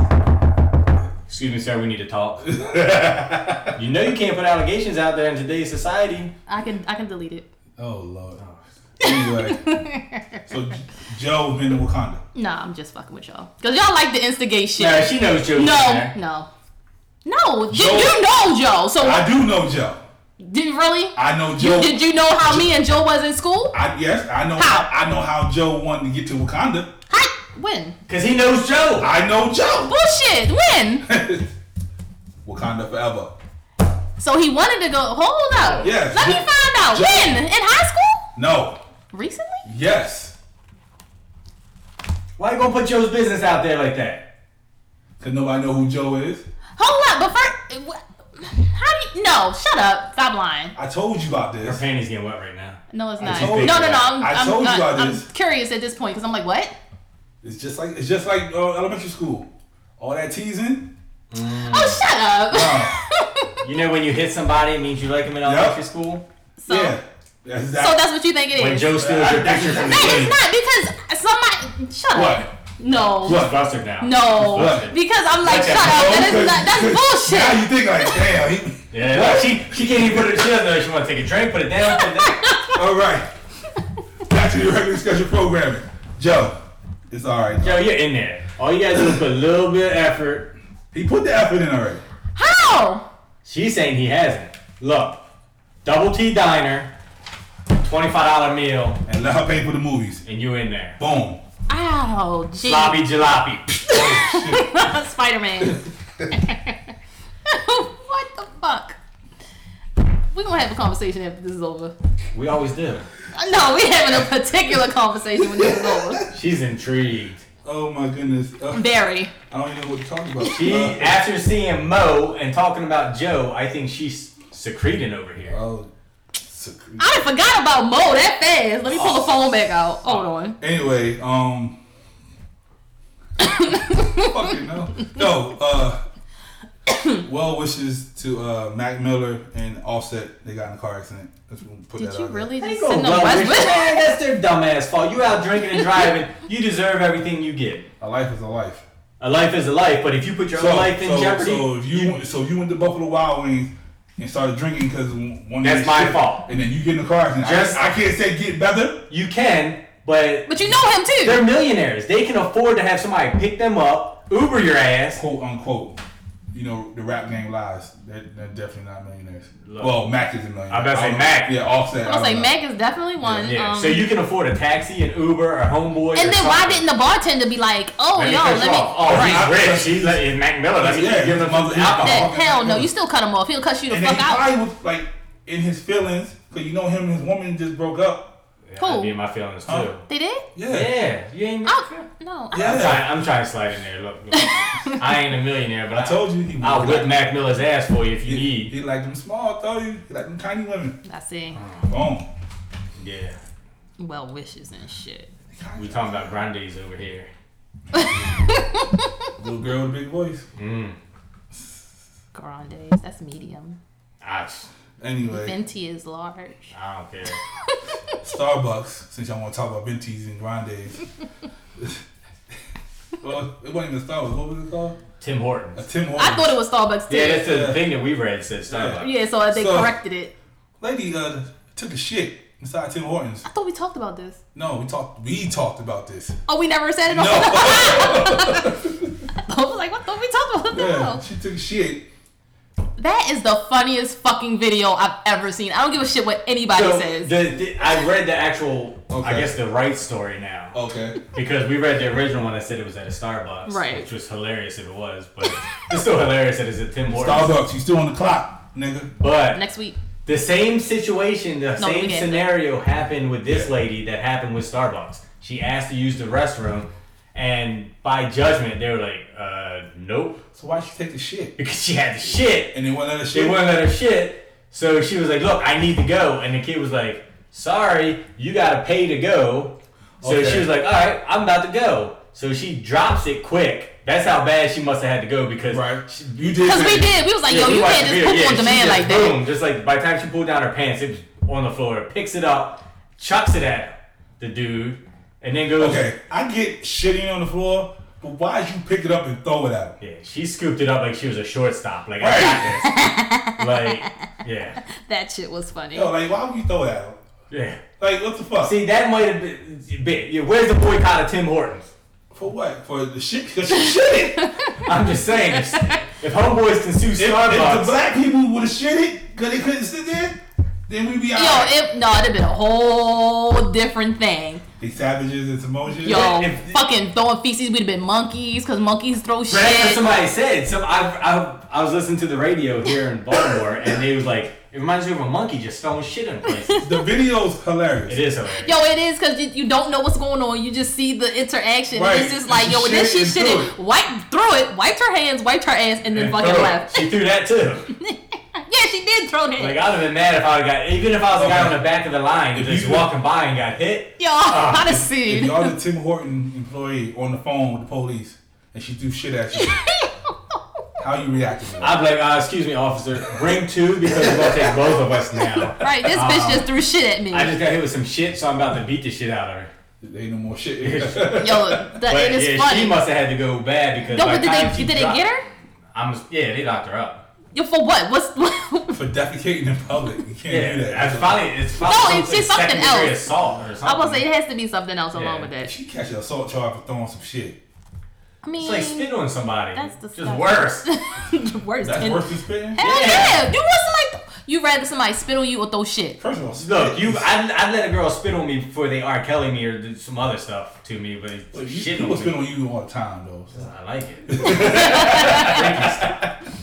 Speaker 4: Excuse me, sir, we need to talk. you know you can't put allegations out there in today's society.
Speaker 2: I can I can delete it.
Speaker 3: Oh lord. Anyway, so J- Joe been to Wakanda.
Speaker 2: Nah, I'm just fucking with y'all. Cause y'all like the instigation.
Speaker 4: No, she knows Joe's
Speaker 2: no,
Speaker 4: in there.
Speaker 2: no. No, did
Speaker 3: Joe-
Speaker 2: you know Joe? So
Speaker 3: I do know Joe.
Speaker 2: did you really?
Speaker 3: I know Joe.
Speaker 2: You, did you know how me and Joe was in school?
Speaker 3: I, yes, I know.
Speaker 2: How?
Speaker 3: I know how Joe wanted to get to Wakanda.
Speaker 2: Hi, when?
Speaker 4: Because he knows Joe.
Speaker 3: I know Joe.
Speaker 2: Bullshit. When?
Speaker 3: Wakanda forever.
Speaker 2: So he wanted to go. Hold up.
Speaker 3: Yes.
Speaker 2: Let me find out.
Speaker 3: Joe-
Speaker 2: When? In high school?
Speaker 3: No.
Speaker 2: Recently?
Speaker 3: Yes.
Speaker 4: Why you gonna put Joe's business out there like that?
Speaker 3: Cause nobody know who Joe is.
Speaker 2: Hold up. But first, wh- how do you? No, shut up. Stop lying.
Speaker 3: I told you about
Speaker 4: Her
Speaker 3: this.
Speaker 4: panties getting wet right now.
Speaker 2: No, it's
Speaker 3: I
Speaker 2: not. No,
Speaker 3: told
Speaker 2: no,
Speaker 3: you
Speaker 2: no.
Speaker 3: that.
Speaker 2: I'm,
Speaker 3: I
Speaker 2: I'm,
Speaker 3: told you
Speaker 2: I'm,
Speaker 3: about
Speaker 2: I'm
Speaker 3: this.
Speaker 2: curious at this point because I'm like, what?
Speaker 3: It's just like it's just like uh, elementary school. All that teasing.
Speaker 2: Oh, shut up.
Speaker 3: Uh,
Speaker 4: You know when you hit somebody, it means you like them in elementary school.
Speaker 2: so,
Speaker 3: yeah. That's
Speaker 2: so
Speaker 3: exactly.
Speaker 2: that's what you think it is.
Speaker 4: When Joe steals your picture from the
Speaker 2: No, it's
Speaker 4: game,
Speaker 2: not because somebody. Shut
Speaker 3: what?
Speaker 2: up. No.
Speaker 3: What?
Speaker 4: he's busted now.
Speaker 2: No.
Speaker 3: What?
Speaker 2: Because I'm like,
Speaker 4: Like
Speaker 2: shut
Speaker 4: that
Speaker 2: up. That
Speaker 3: No,
Speaker 2: is not. That's
Speaker 3: 'cause- 'cause Now you
Speaker 2: bullshit.
Speaker 3: think like, damn. He,
Speaker 4: Yeah,
Speaker 3: What?
Speaker 4: she she can't even put it. She doesn't know if she want to take a drink. Put it down. Put it down.
Speaker 3: All right. Back to the regular schedule programming. Joe, it's all right.
Speaker 4: Yo, you're in there. All you gotta do is put a little bit of effort.
Speaker 3: He put the effort in already.
Speaker 2: How?
Speaker 4: She's saying he hasn't. Look, double T diner, twenty five dollar meal,
Speaker 3: And let her pay for the movies.
Speaker 4: and you in there.
Speaker 3: Boom.
Speaker 2: Ow,
Speaker 4: Sloppy
Speaker 2: gee.
Speaker 4: jalopy.
Speaker 2: Spider Man. what the fuck? We're gonna have a conversation after this is over.
Speaker 4: We always do.
Speaker 2: No, we're having a particular conversation when this is over.
Speaker 4: She's intrigued.
Speaker 3: Oh my goodness. Uh,
Speaker 2: Very.
Speaker 3: I don't even know what to talk about.
Speaker 4: She,
Speaker 3: Uh,
Speaker 4: after seeing Mo and talking about Joe, I think she's secreting over here.
Speaker 3: oh. suck-
Speaker 2: I done forgot about Mo that fast. Let me pull the phone back out. Hold on.
Speaker 3: Anyway, um. fucking no. No, uh. Well wishes to uh, Mac Miller and Offset. They got in a car accident. Let's put
Speaker 2: Did
Speaker 3: that
Speaker 2: you
Speaker 3: out there.
Speaker 2: really
Speaker 4: They
Speaker 2: just
Speaker 4: go
Speaker 2: send them
Speaker 4: well
Speaker 2: West
Speaker 4: wishing. Man, that's their dumbass fault. You out drinking and driving. You deserve everything you get.
Speaker 3: A life is a life.
Speaker 4: A life is a life, but if you put your own life in jeopardy,
Speaker 3: So if you, so if you went to Buffalo Wild Wings and started drinking because one
Speaker 4: That's
Speaker 3: of
Speaker 4: my
Speaker 3: shit,
Speaker 4: fault.
Speaker 3: and then you get in the car and
Speaker 4: Just-
Speaker 3: I, I can't say get better.
Speaker 4: you can, but
Speaker 2: But you know him
Speaker 4: they're
Speaker 2: too.
Speaker 4: millionaires. They can afford to have somebody pick them up, Uber your ass.
Speaker 3: quote unquote. You know the rap game lies. They're, they're definitely not millionaires.
Speaker 4: Look.
Speaker 3: well, Mac is a millionaire.
Speaker 4: I was about to say
Speaker 3: don't-
Speaker 4: Mac.
Speaker 3: Yeah, Offset.
Speaker 2: I was
Speaker 3: don't
Speaker 2: like,
Speaker 3: know.
Speaker 2: Meg is definitely one.
Speaker 4: Yeah.
Speaker 2: um,
Speaker 4: so you can afford a taxi, an Uber, a homeboy.
Speaker 2: And then why didn't the bartender be like, oh,
Speaker 4: Oh,
Speaker 2: yo, let me.
Speaker 4: Oh,
Speaker 2: right.
Speaker 3: not-
Speaker 4: he's rich. He's, he's Mac Miller. Let me
Speaker 3: Yeah,
Speaker 4: give him
Speaker 3: he's
Speaker 4: some
Speaker 3: mother-
Speaker 4: alcohol.
Speaker 2: That, hell no, you still cut him off. He'll cut you the
Speaker 3: And then
Speaker 2: fuck
Speaker 3: he
Speaker 2: out.
Speaker 3: probably was like in his feelings because you know him and his woman just broke up.
Speaker 4: Yeah,
Speaker 2: Cool.
Speaker 4: I'd be in my feelings too.
Speaker 3: Huh?
Speaker 2: They did?
Speaker 4: Yeah, you ain't.
Speaker 2: Oh, no. I-
Speaker 3: Yeah.
Speaker 4: I'm, trying, I'm trying to slide in there. Look, I ain't a millionaire, but I,
Speaker 3: I told you he
Speaker 4: I'll
Speaker 3: he
Speaker 4: whip Mac Miller's ass for you if you
Speaker 3: He,
Speaker 4: need.
Speaker 3: he like them small, though. He like them tiny women.
Speaker 2: I see.
Speaker 3: Boom.
Speaker 4: Yeah,
Speaker 2: Well wishes and shit.
Speaker 4: we talking about Grandes over here.
Speaker 3: Little girl with a big voice.
Speaker 4: Mm.
Speaker 2: Grandes, that's medium.
Speaker 4: I, just-
Speaker 3: Anyway,
Speaker 2: Venti is large.
Speaker 4: I don't care.
Speaker 3: Starbucks. Since y'all want to talk about Bentis and Grandes. well, it wasn't even Starbucks. What was it called?
Speaker 4: Tim
Speaker 3: A
Speaker 4: Hortons.
Speaker 3: Tim Hortons.
Speaker 2: I thought it was Starbucks too.
Speaker 4: Yeah, that's the
Speaker 3: Yeah.
Speaker 4: thing that we read said Starbucks.
Speaker 2: Yeah, so they
Speaker 3: So-
Speaker 2: corrected it.
Speaker 3: Lady uh, took a shit inside Tim Hortons.
Speaker 2: I thought we talked about this.
Speaker 3: No, we talked. We talked about this.
Speaker 2: Oh, we never said it.
Speaker 3: No.
Speaker 2: on- I was like, what thought we talked about this?
Speaker 3: yeah, she took a shit.
Speaker 2: That is the funniest fucking video I've ever seen. I don't give a shit what anybody
Speaker 4: So
Speaker 2: says.
Speaker 4: the, the, I read the actual, I
Speaker 3: Okay.
Speaker 4: guess the right story now.
Speaker 3: Okay.
Speaker 4: Because we read the original one that said it was at a Starbucks,
Speaker 2: Right.
Speaker 4: Which was hilarious if it was, but it's still hilarious that it's at Tim Hortons.
Speaker 3: Starbucks. You still on the clock, nigga.
Speaker 4: But
Speaker 2: Next week.
Speaker 4: The same situation, the
Speaker 2: No, we
Speaker 4: same
Speaker 2: get it.
Speaker 4: scenario happened with this lady that happened with Starbucks. She asked to use the restroom, and by judgment, they were like, uh, nope,
Speaker 3: So why she take the shit?
Speaker 4: because she had the shit.
Speaker 3: And they wouldn't let her
Speaker 4: They
Speaker 3: shit.
Speaker 4: wouldn't let her shit, so she was like, look, I need to go. And the kid was like, sorry, you gotta pay to go. So
Speaker 3: Okay.
Speaker 4: she was like, all right, I'm about to go. So she drops it quick. That's how bad she must have had to go because
Speaker 3: Right.
Speaker 4: she,
Speaker 3: You did.
Speaker 2: Because
Speaker 3: say
Speaker 2: we
Speaker 3: that.
Speaker 2: did. We was like, yo,
Speaker 4: we
Speaker 2: you
Speaker 4: watched
Speaker 2: can't
Speaker 4: the
Speaker 2: just poop
Speaker 4: video. Yeah,
Speaker 2: on
Speaker 4: she
Speaker 2: demand
Speaker 4: just
Speaker 2: like that.
Speaker 4: boom, Just like by the time she pulled down her pants, it was on the floor, picks it up, chucks it at the dude, and then goes.
Speaker 3: Okay, I get shitting on the floor, but why'd you pick it up and throw it at him?
Speaker 4: Yeah, she scooped it up like she was a shortstop. Like
Speaker 3: Right.
Speaker 4: I got this. like yeah,
Speaker 2: That shit was funny.
Speaker 3: Yo, like why would you throw it at him?
Speaker 4: yeah.
Speaker 3: Like what the fuck?
Speaker 4: See, that might have been. been- yeah, where's the boycott of Tim Hortons?
Speaker 3: For what? For the shit? Because she shit it.
Speaker 4: I'm just saying. it's- If homeboys can sue
Speaker 3: If, if the
Speaker 4: Starbucks,
Speaker 3: black people would have shit it because they couldn't sit there, then we'd be out.
Speaker 2: Yo, it no, it'd have been a whole different thing.
Speaker 3: they savages and Samoans.
Speaker 2: Yo,
Speaker 4: If-
Speaker 2: fucking throwing feces, we'd have been monkeys because monkeys throw shit.
Speaker 4: But that's what somebody said. So I, I, I was listening to the radio here in Baltimore, and they was like, it reminds me of a monkey just throwing shit in places.
Speaker 3: The video's
Speaker 4: it
Speaker 3: hilarious.
Speaker 4: is hilarious.
Speaker 2: Yo, it is because you, you don't know what's going on. You just see the interaction.
Speaker 3: Right.
Speaker 2: And it's just like,
Speaker 3: She
Speaker 2: yo, when that
Speaker 3: shit
Speaker 2: shit
Speaker 3: and
Speaker 2: shit
Speaker 3: threw
Speaker 2: it, wipe, threw it, wiped her hands, wiped her ass, and then
Speaker 4: And
Speaker 2: fucking
Speaker 4: throw it.
Speaker 2: left.
Speaker 4: She threw that too.
Speaker 2: yeah, she did throw that.
Speaker 4: Like I'd have been mad if I got, even if I was the guy
Speaker 3: Okay.
Speaker 4: on the back of the line
Speaker 3: If
Speaker 4: just
Speaker 3: you could-
Speaker 4: walking by and got hit.
Speaker 2: yo,
Speaker 4: uh,
Speaker 2: I'd have
Speaker 3: If
Speaker 2: seen.
Speaker 3: y'all the Tim Horton employee on the phone with the police and she threw shit at you, how you reacting? to that?
Speaker 4: I'd be like, uh, excuse me, officer, bring two because we're gonna take both of us now.
Speaker 2: Right, this
Speaker 4: Um,
Speaker 2: bitch just threw shit at me.
Speaker 4: I just got hit with some shit, so I'm about to beat the shit out of her.
Speaker 3: There ain't no more shit. That's
Speaker 2: yo, that
Speaker 4: But
Speaker 2: it is
Speaker 4: yeah,
Speaker 2: funny.
Speaker 4: she must have had to go bad because.
Speaker 2: no,
Speaker 4: by
Speaker 2: but
Speaker 4: the
Speaker 2: did
Speaker 4: time
Speaker 2: they
Speaker 4: she
Speaker 2: did they
Speaker 4: dropped-
Speaker 2: get her?
Speaker 4: I'm yeah, they locked her up.
Speaker 2: Yo, for what? What's
Speaker 3: for defecating in public. You can't
Speaker 4: Yeah,
Speaker 3: do that.
Speaker 4: it's probably it's probably
Speaker 2: No, it's just something
Speaker 4: second degree
Speaker 2: else.
Speaker 4: assault or something.
Speaker 2: I was say it has to be something else
Speaker 4: Yeah.
Speaker 2: along with that.
Speaker 3: She catch an assault charge for throwing some shit.
Speaker 2: I mean,
Speaker 4: it's like spit on somebody.
Speaker 2: That's
Speaker 4: Just
Speaker 2: disgusting.
Speaker 4: worse.
Speaker 2: worse.
Speaker 3: That's
Speaker 2: And-
Speaker 3: worse than spitting.
Speaker 2: Hell
Speaker 4: Yeah.
Speaker 2: yeah. You want somebody? You rather somebody spit on you or throw shit?
Speaker 3: First of all, spit
Speaker 4: Look, you,
Speaker 3: is-
Speaker 4: I, I let a girl spit on me before they R Kelly me or did some other stuff to me, but
Speaker 3: Look, you-
Speaker 4: shit
Speaker 3: people
Speaker 4: on
Speaker 3: spit
Speaker 4: me.
Speaker 3: on you all the time though. So.
Speaker 4: I like it.
Speaker 3: And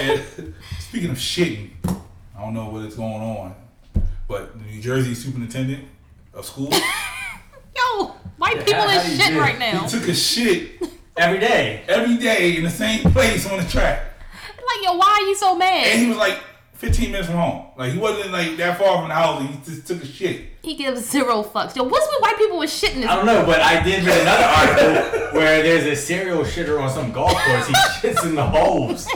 Speaker 3: eh, speaking of shitting, I don't know what is going on, but the New Jersey superintendent of schools
Speaker 2: Yo, white
Speaker 4: Yeah,
Speaker 2: people
Speaker 4: how
Speaker 2: is
Speaker 4: do you
Speaker 2: shit
Speaker 4: do it?
Speaker 2: right now.
Speaker 3: he took a shit
Speaker 4: Every day.
Speaker 3: every day in the same place on the track,
Speaker 2: Like, yo, why are you so
Speaker 3: and
Speaker 2: mad?
Speaker 3: he was like 15 minutes from home. Like he wasn't like that far from the house. And he just took a shit.
Speaker 2: He gives zero fucks. Yo, what's with white people with shit in this?
Speaker 4: I don't know, but I did read another article where there's a serial shitter on some golf course. He shits in the holes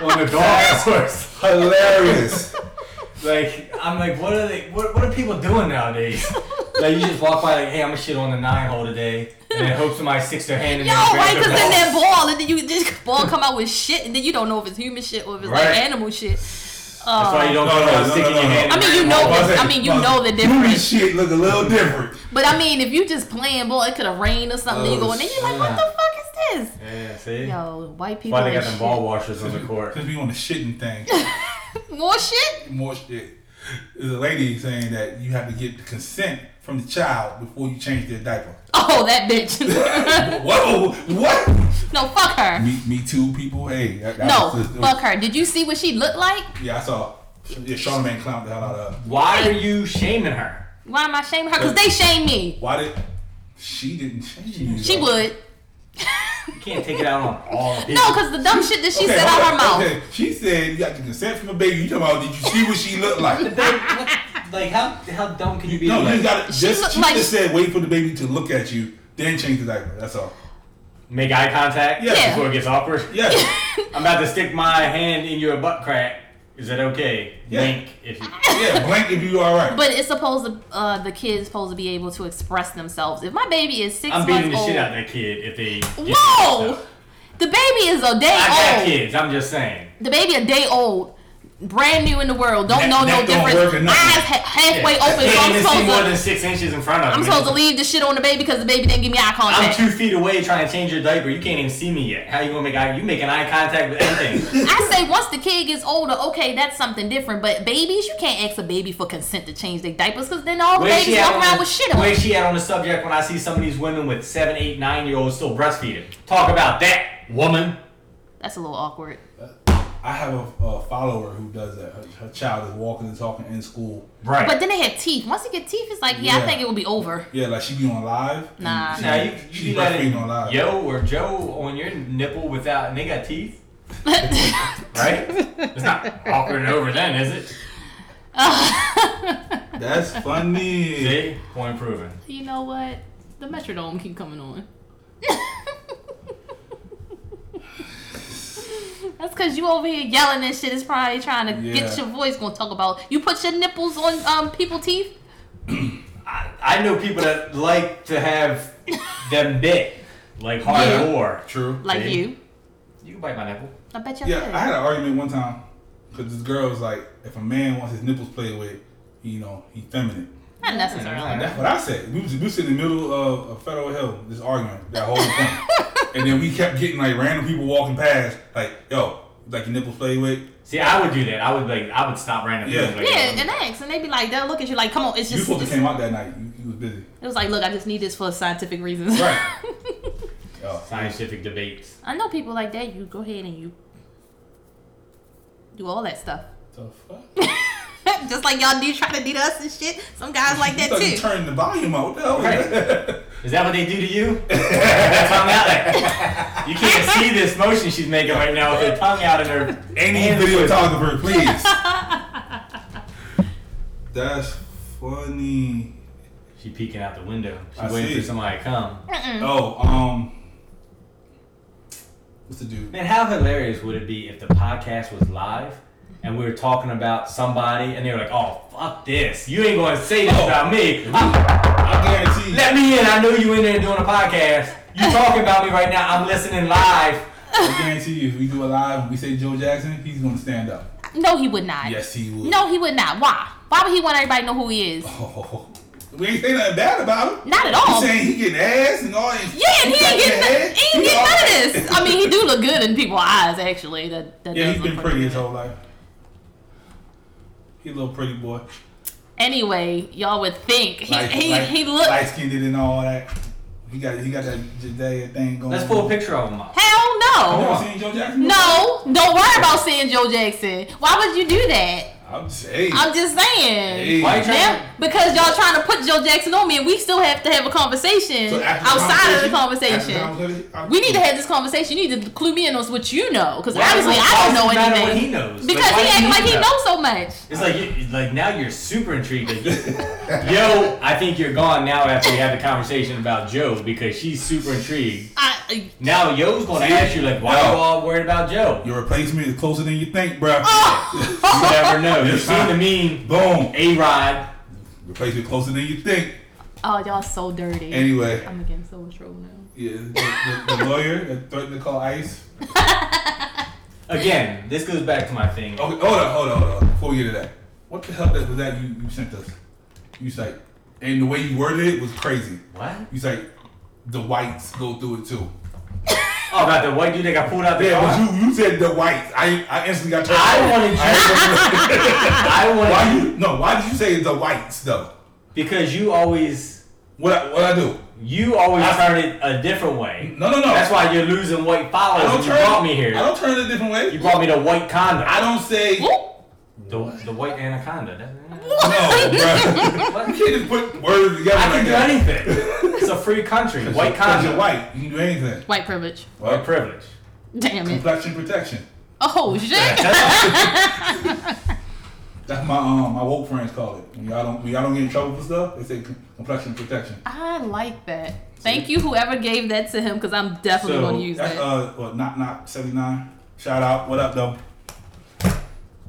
Speaker 4: on the golf course.
Speaker 3: Hilarious.
Speaker 4: Like I'm like, what are they? What, what are people doing nowadays? like you just walk by, like, hey, I'm gonna shit on the nine hole today, and then hope somebody sticks their hand in
Speaker 2: Yo,
Speaker 4: there. and
Speaker 2: right?
Speaker 4: grabs
Speaker 2: Because
Speaker 4: the
Speaker 2: then
Speaker 4: ball.
Speaker 2: that ball, and then you just ball come out with shit, and then you don't know if it's human shit or if it's
Speaker 4: Right.
Speaker 2: like animal shit.
Speaker 4: That's why you don't
Speaker 3: No,
Speaker 4: go
Speaker 3: no,
Speaker 4: around
Speaker 3: no,
Speaker 4: sticking
Speaker 3: no,
Speaker 4: your
Speaker 3: no.
Speaker 4: hand.
Speaker 2: I
Speaker 4: in
Speaker 2: mean,
Speaker 4: the
Speaker 2: you
Speaker 4: ring.
Speaker 2: know
Speaker 4: Well,
Speaker 2: that- I mean, you know the
Speaker 3: Movie
Speaker 2: difference.
Speaker 3: shit look a little different.
Speaker 2: But I mean, if you just playing ball, it could have rained or something. and you
Speaker 3: Oh,
Speaker 2: go in there, you're like, what the fuck is this?
Speaker 4: Yeah, see.
Speaker 2: Yo, white people.
Speaker 4: Why they got
Speaker 2: with
Speaker 4: them
Speaker 2: shit.
Speaker 4: ball washers on the court?
Speaker 3: Since we on the shitting thing,
Speaker 2: More shit?
Speaker 3: more shit. There's a lady saying that you have to get consent from the child before you change their diaper.
Speaker 2: Oh, that bitch.
Speaker 3: Whoa, what?
Speaker 2: no, fuck her.
Speaker 3: Me, me too, people. Hey, that, that
Speaker 2: No,
Speaker 3: was just-
Speaker 2: fuck her. Did you see what she looked like?
Speaker 3: Yeah, I saw. Yeah, Charlamagne clowned the hell out of her.
Speaker 4: Why are you shaming her?
Speaker 2: Why am I shaming her? Because they shame me.
Speaker 3: Why did she didn't change you?
Speaker 2: She would.
Speaker 4: You can't take it out on all the people.
Speaker 2: No, because the dumb shit that she
Speaker 3: Okay,
Speaker 2: said
Speaker 3: hold
Speaker 2: out her
Speaker 3: up.
Speaker 2: mouth.
Speaker 3: Okay, she said you got to consent from a baby. You talking about? Did you see what she looked like?
Speaker 4: They- what- like how how dumb can you be?
Speaker 3: No, you
Speaker 4: Like,
Speaker 3: just got to.
Speaker 2: She
Speaker 3: Just,
Speaker 2: looked
Speaker 3: she
Speaker 2: like-
Speaker 3: just said wait for the baby to look at you, then change the diaper. That's all.
Speaker 4: make eye contact
Speaker 3: Yeah.
Speaker 4: before it gets awkward.
Speaker 3: Yes.
Speaker 4: I'm about to stick my hand in your butt crack. Is that okay?
Speaker 3: Yeah.
Speaker 4: Wink if you.
Speaker 3: yeah, blank if you all right.
Speaker 2: But it's supposed to, uh, the kid's supposed to be able to express themselves. If my baby is 6
Speaker 4: I'm beating
Speaker 2: months
Speaker 4: the
Speaker 2: old,
Speaker 4: shit out of that kid if they. get me
Speaker 2: whoa, Oh.
Speaker 4: stuff.
Speaker 2: the baby is a day
Speaker 4: I got
Speaker 2: old.
Speaker 4: kids. I'm just saying.
Speaker 2: The baby a day old, brand new in the world, don't
Speaker 3: That-
Speaker 2: know
Speaker 3: that
Speaker 2: no
Speaker 3: don't
Speaker 2: difference.
Speaker 3: work or
Speaker 2: Eyes
Speaker 3: nothing.
Speaker 2: ha- halfway
Speaker 4: Yeah.
Speaker 2: open, so
Speaker 4: Can't
Speaker 2: oh, I'm
Speaker 4: even see more than
Speaker 2: supposed to.
Speaker 4: six inches in front of
Speaker 2: I'm
Speaker 4: me.
Speaker 2: supposed to leave the shit on the baby because the baby didn't give me eye
Speaker 4: I'm
Speaker 2: contact.
Speaker 4: two feet away trying to change your diaper. You can't even see me yet. How you gonna make eye? You making eye contact with anything?
Speaker 2: I say once the kid gets older, okay, that's something different. But babies, you can't ask a baby for consent to change their diapers because then all the
Speaker 4: Where she
Speaker 2: babies
Speaker 4: at
Speaker 2: walk
Speaker 4: on
Speaker 2: around
Speaker 4: the-
Speaker 2: with shit on.
Speaker 4: Where
Speaker 2: them.
Speaker 4: she at on the subject when I see some of these women with seven, eight, nine year olds still breastfeeding? Talk about that woman.
Speaker 2: That's a little awkward.
Speaker 3: I have a, a follower who does that. Her, her child is walking and talking in school.
Speaker 4: Right.
Speaker 2: But then they have teeth. Once you get teeth, it's like, yeah,
Speaker 3: Yeah.
Speaker 2: I think it will be over.
Speaker 3: Yeah, like she be on live. and
Speaker 2: Nah.
Speaker 3: she-
Speaker 4: now you,
Speaker 3: she
Speaker 4: you be
Speaker 3: breastfeeding
Speaker 4: letting
Speaker 3: on live.
Speaker 4: yo or Joe on your nipple without, and they got teeth. right? It's not awkward and over then, is it?
Speaker 3: That's funny.
Speaker 4: See, point proven.
Speaker 2: You know what? The Metrodome keep coming on. That's because you over here yelling and shit is probably trying to
Speaker 3: Yeah.
Speaker 2: get your voice gonna talk about you put your nipples on um people teeth
Speaker 4: I, I know people that like to have them bit, like hardcore.
Speaker 3: True.
Speaker 2: like
Speaker 4: Yeah.
Speaker 2: you.
Speaker 4: You can bite my nipple.
Speaker 2: I bet you
Speaker 3: Yeah,
Speaker 2: could.
Speaker 3: I had an argument one time because this girl was like, if a man wants his nipples played with, you know, he feminine.
Speaker 2: Not necessarily.
Speaker 3: That's what I said. We was, we was in the middle of, of Federal Hill, this argument, that whole thing. and then we kept getting like random people walking past, like, yo, like your nipples play with.
Speaker 4: See, I would do that. I would like, I would stop randomly.
Speaker 3: Yeah.
Speaker 4: Like, um,
Speaker 2: Yeah, and ask, and they be like, they'll look at you like, come on, it's
Speaker 3: You
Speaker 2: just.
Speaker 3: supposed to
Speaker 2: it's-
Speaker 3: came out that night. You, you was busy.
Speaker 2: it was like, look, I just need this for scientific reasons.
Speaker 3: Right. Yo,
Speaker 4: scientific debates.
Speaker 2: I know people like that. You go ahead and you do all that stuff.
Speaker 3: the fuck?
Speaker 2: just like y'all do try to do to us and shit. Some guys like that
Speaker 3: Thought you
Speaker 2: too.
Speaker 3: turned the volume out. What the hell? was
Speaker 4: Right.
Speaker 3: that?
Speaker 4: Is that what they do to you? Her tongue out like- You can't see this motion she's making right now with her tongue out and her.
Speaker 3: Any
Speaker 4: hands twisted.
Speaker 3: videographer, please. That's funny.
Speaker 4: She peeking out the window. She
Speaker 3: I
Speaker 4: waiting
Speaker 3: see.
Speaker 4: for somebody to come.
Speaker 2: Mm.
Speaker 3: Oh, um, what's the dude?
Speaker 4: Man, how hilarious would it be if the podcast was live and we were talking about somebody and they were like, "Oh, fuck this! You ain't gonna say this
Speaker 3: Oh.
Speaker 4: about me. I'm-
Speaker 3: I guarantee.
Speaker 4: let me in. I know you in there doing a podcast. You talking about me right now. I'm listening live.
Speaker 3: I guarantee you, if we do a live, we say Joe Jackson, he's gonna stand up.
Speaker 2: No, he would not.
Speaker 3: Yes, he will.
Speaker 2: No, he would not. Why? Why would he want everybody to know who he is?
Speaker 3: Oh, we ain't saying nothing bad about him.
Speaker 2: Not at
Speaker 3: You
Speaker 2: all. Yeah,
Speaker 3: saying he getting ass and all? And
Speaker 2: and he ain't getting
Speaker 3: ass?
Speaker 2: he ain't
Speaker 3: He
Speaker 2: getting
Speaker 3: all-
Speaker 2: none of this. I mean, he do look good in people's eyes, actually. That, that
Speaker 3: Yeah,
Speaker 2: does
Speaker 3: he's
Speaker 2: look
Speaker 3: been pretty his
Speaker 2: good.
Speaker 3: whole life. He a little pretty boy.
Speaker 2: Anyway, y'all would think he
Speaker 3: Light-
Speaker 2: he,
Speaker 3: light-
Speaker 2: he looked.
Speaker 3: light skinned and all that. He got he got that Judea thing going.
Speaker 4: Let's pull a
Speaker 3: on.
Speaker 4: picture of him up.
Speaker 2: Hell
Speaker 3: You
Speaker 2: no.
Speaker 3: never seen Joe Jackson?
Speaker 2: No, don't worry about seeing Joe Jackson. Why would you do that?
Speaker 3: I'm saying.
Speaker 2: I'm just saying.
Speaker 3: Hey.
Speaker 4: Why you trying?
Speaker 2: Them- because y'all trying to put Joe Jackson on me, and we still have to have a conversation
Speaker 3: So after the
Speaker 2: outside of the
Speaker 3: after the
Speaker 2: conversation.
Speaker 3: conversation, I'm-
Speaker 2: we need to have this conversation. You need to clue me in on what you know, because
Speaker 4: Why
Speaker 2: obviously
Speaker 4: does it
Speaker 2: I don't know
Speaker 4: always matter what he
Speaker 2: anything.
Speaker 4: knows?
Speaker 2: Because
Speaker 4: why
Speaker 2: he
Speaker 4: does
Speaker 2: acts like he
Speaker 4: know?
Speaker 2: knows so much.
Speaker 4: It's like you, like now you're super intrigued. Like, Yo, I think you're gone now after we had the conversation about Joe because she's super intrigued.
Speaker 2: I,
Speaker 4: Now Yo's gonna
Speaker 3: See?
Speaker 4: ask you like, why
Speaker 3: No.
Speaker 4: are you all worried about Joe?
Speaker 3: Your replacement is closer than you think, bruh.
Speaker 2: Oh!
Speaker 4: You never know. You
Speaker 3: It's
Speaker 4: seem
Speaker 3: fine.
Speaker 4: to mean
Speaker 3: Boom.
Speaker 4: A Rod.
Speaker 3: Replacement closer than you think.
Speaker 2: oh, y'all so dirty.
Speaker 3: Anyway,
Speaker 2: I'm getting so much trouble now.
Speaker 3: yeah, the, the, the lawyer that threatened to call ICE.
Speaker 4: Again, this goes back to my thing.
Speaker 3: Okay, hold on, hold on, hold on. Before we get to that, what the hell that was that you, you sent us? You say, and the way you worded it was crazy.
Speaker 4: What?
Speaker 3: You say, the whites go through it too.
Speaker 4: Oh, about the white dude that got pulled out the
Speaker 3: Yeah,
Speaker 4: car.
Speaker 3: but you, you said the whites. I I instantly got turned.
Speaker 4: I
Speaker 3: off.
Speaker 4: wanted you. I wanted
Speaker 3: Why
Speaker 4: you
Speaker 3: you? No, why did you say the whites though?
Speaker 4: because you always
Speaker 3: What I, what I do?
Speaker 4: you always
Speaker 3: I-
Speaker 4: turn it a different way.
Speaker 3: No, no, no.
Speaker 4: That's why you're losing white
Speaker 3: I
Speaker 4: followers.
Speaker 3: don't
Speaker 4: and You
Speaker 3: turn.
Speaker 4: brought me here.
Speaker 3: I don't turn it a different way.
Speaker 4: You brought me to white condom.
Speaker 3: I don't say no,
Speaker 2: Ooh.
Speaker 4: The, the white anaconda. that-
Speaker 3: bruh.
Speaker 4: What?
Speaker 3: You can't just put words together.
Speaker 4: I
Speaker 3: like
Speaker 4: can do
Speaker 3: that.
Speaker 4: anything. It's a free country. White
Speaker 3: Because you're
Speaker 4: condom.
Speaker 3: white. You can do anything.
Speaker 2: White privilege.
Speaker 4: White privilege.
Speaker 2: Damn it.
Speaker 3: Complexion protection.
Speaker 2: Oh shit.
Speaker 3: That's my um my woke friends call it. When y'all don't when y'all don't get in trouble for stuff, they say com- complexion protection.
Speaker 2: I like that. Thank you, whoever gave that to him, because I'm definitely
Speaker 4: So,
Speaker 2: going to use
Speaker 3: That's
Speaker 2: that.
Speaker 3: uh what, knock knock seventy nine. Shout out. What up though?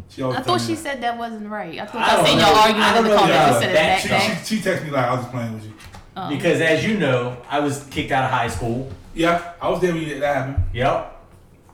Speaker 3: She always
Speaker 2: I
Speaker 3: tell
Speaker 2: thought
Speaker 3: me
Speaker 2: she
Speaker 3: that.
Speaker 2: said that wasn't right. I thought
Speaker 4: I
Speaker 2: I,
Speaker 4: don't
Speaker 2: seen
Speaker 4: know.
Speaker 2: y'all
Speaker 4: I
Speaker 2: arguing
Speaker 4: don't
Speaker 2: in the
Speaker 4: know
Speaker 2: comments.
Speaker 4: y'all.
Speaker 2: You said it back
Speaker 4: That
Speaker 3: she,
Speaker 2: then.
Speaker 3: she, she texted me like I was just playing with you.
Speaker 2: Oh.
Speaker 4: Because as you know, I was kicked out of high school.
Speaker 3: Yeah, I was there when you- that happened.
Speaker 4: Yep.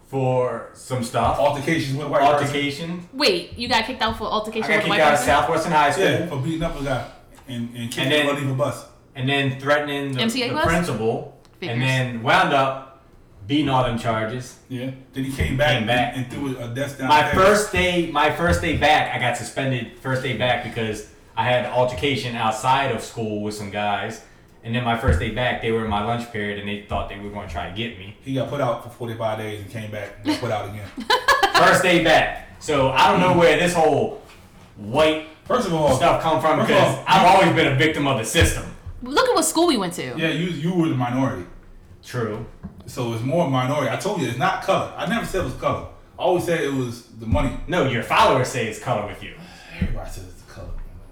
Speaker 4: For some stuff.
Speaker 3: Altercations with a white person.
Speaker 4: Altercation.
Speaker 2: Wait, you got kicked out for
Speaker 4: I
Speaker 2: altercation
Speaker 4: got
Speaker 2: with a
Speaker 4: kicked
Speaker 2: white
Speaker 4: out of
Speaker 2: person?
Speaker 4: Southwestern High
Speaker 3: Yeah,
Speaker 4: School.
Speaker 3: for beating up a guy and and kicking
Speaker 4: And then-
Speaker 3: him underneath a bus.
Speaker 4: And then threatening the,
Speaker 2: MCA
Speaker 4: the
Speaker 2: class?
Speaker 4: principal.
Speaker 2: Figures.
Speaker 4: And then wound up beating all them charges.
Speaker 3: Yeah. Then he came back,
Speaker 4: Came back.
Speaker 3: And, and threw a desk down.
Speaker 4: My
Speaker 3: there.
Speaker 4: first day, my first day back, I got suspended. First day back because I had an altercation outside of school with some guys, and then my first day back, they were in my lunch period, and they thought they were going to try to get me.
Speaker 3: He got put out for forty five days and came back and got put out again.
Speaker 4: First day back, so I don't know where this whole white
Speaker 3: First of all,
Speaker 4: stuff come from
Speaker 3: First
Speaker 4: because
Speaker 3: off,
Speaker 4: I've always been a victim of the system.
Speaker 2: Look at what school we went to.
Speaker 3: yeah, you you were the minority.
Speaker 4: True.
Speaker 3: So it's more minority. I told you it's not color. I never said it was color. I always said it was the money.
Speaker 4: No, your followers say it's color with you.
Speaker 3: Everybody says it's color.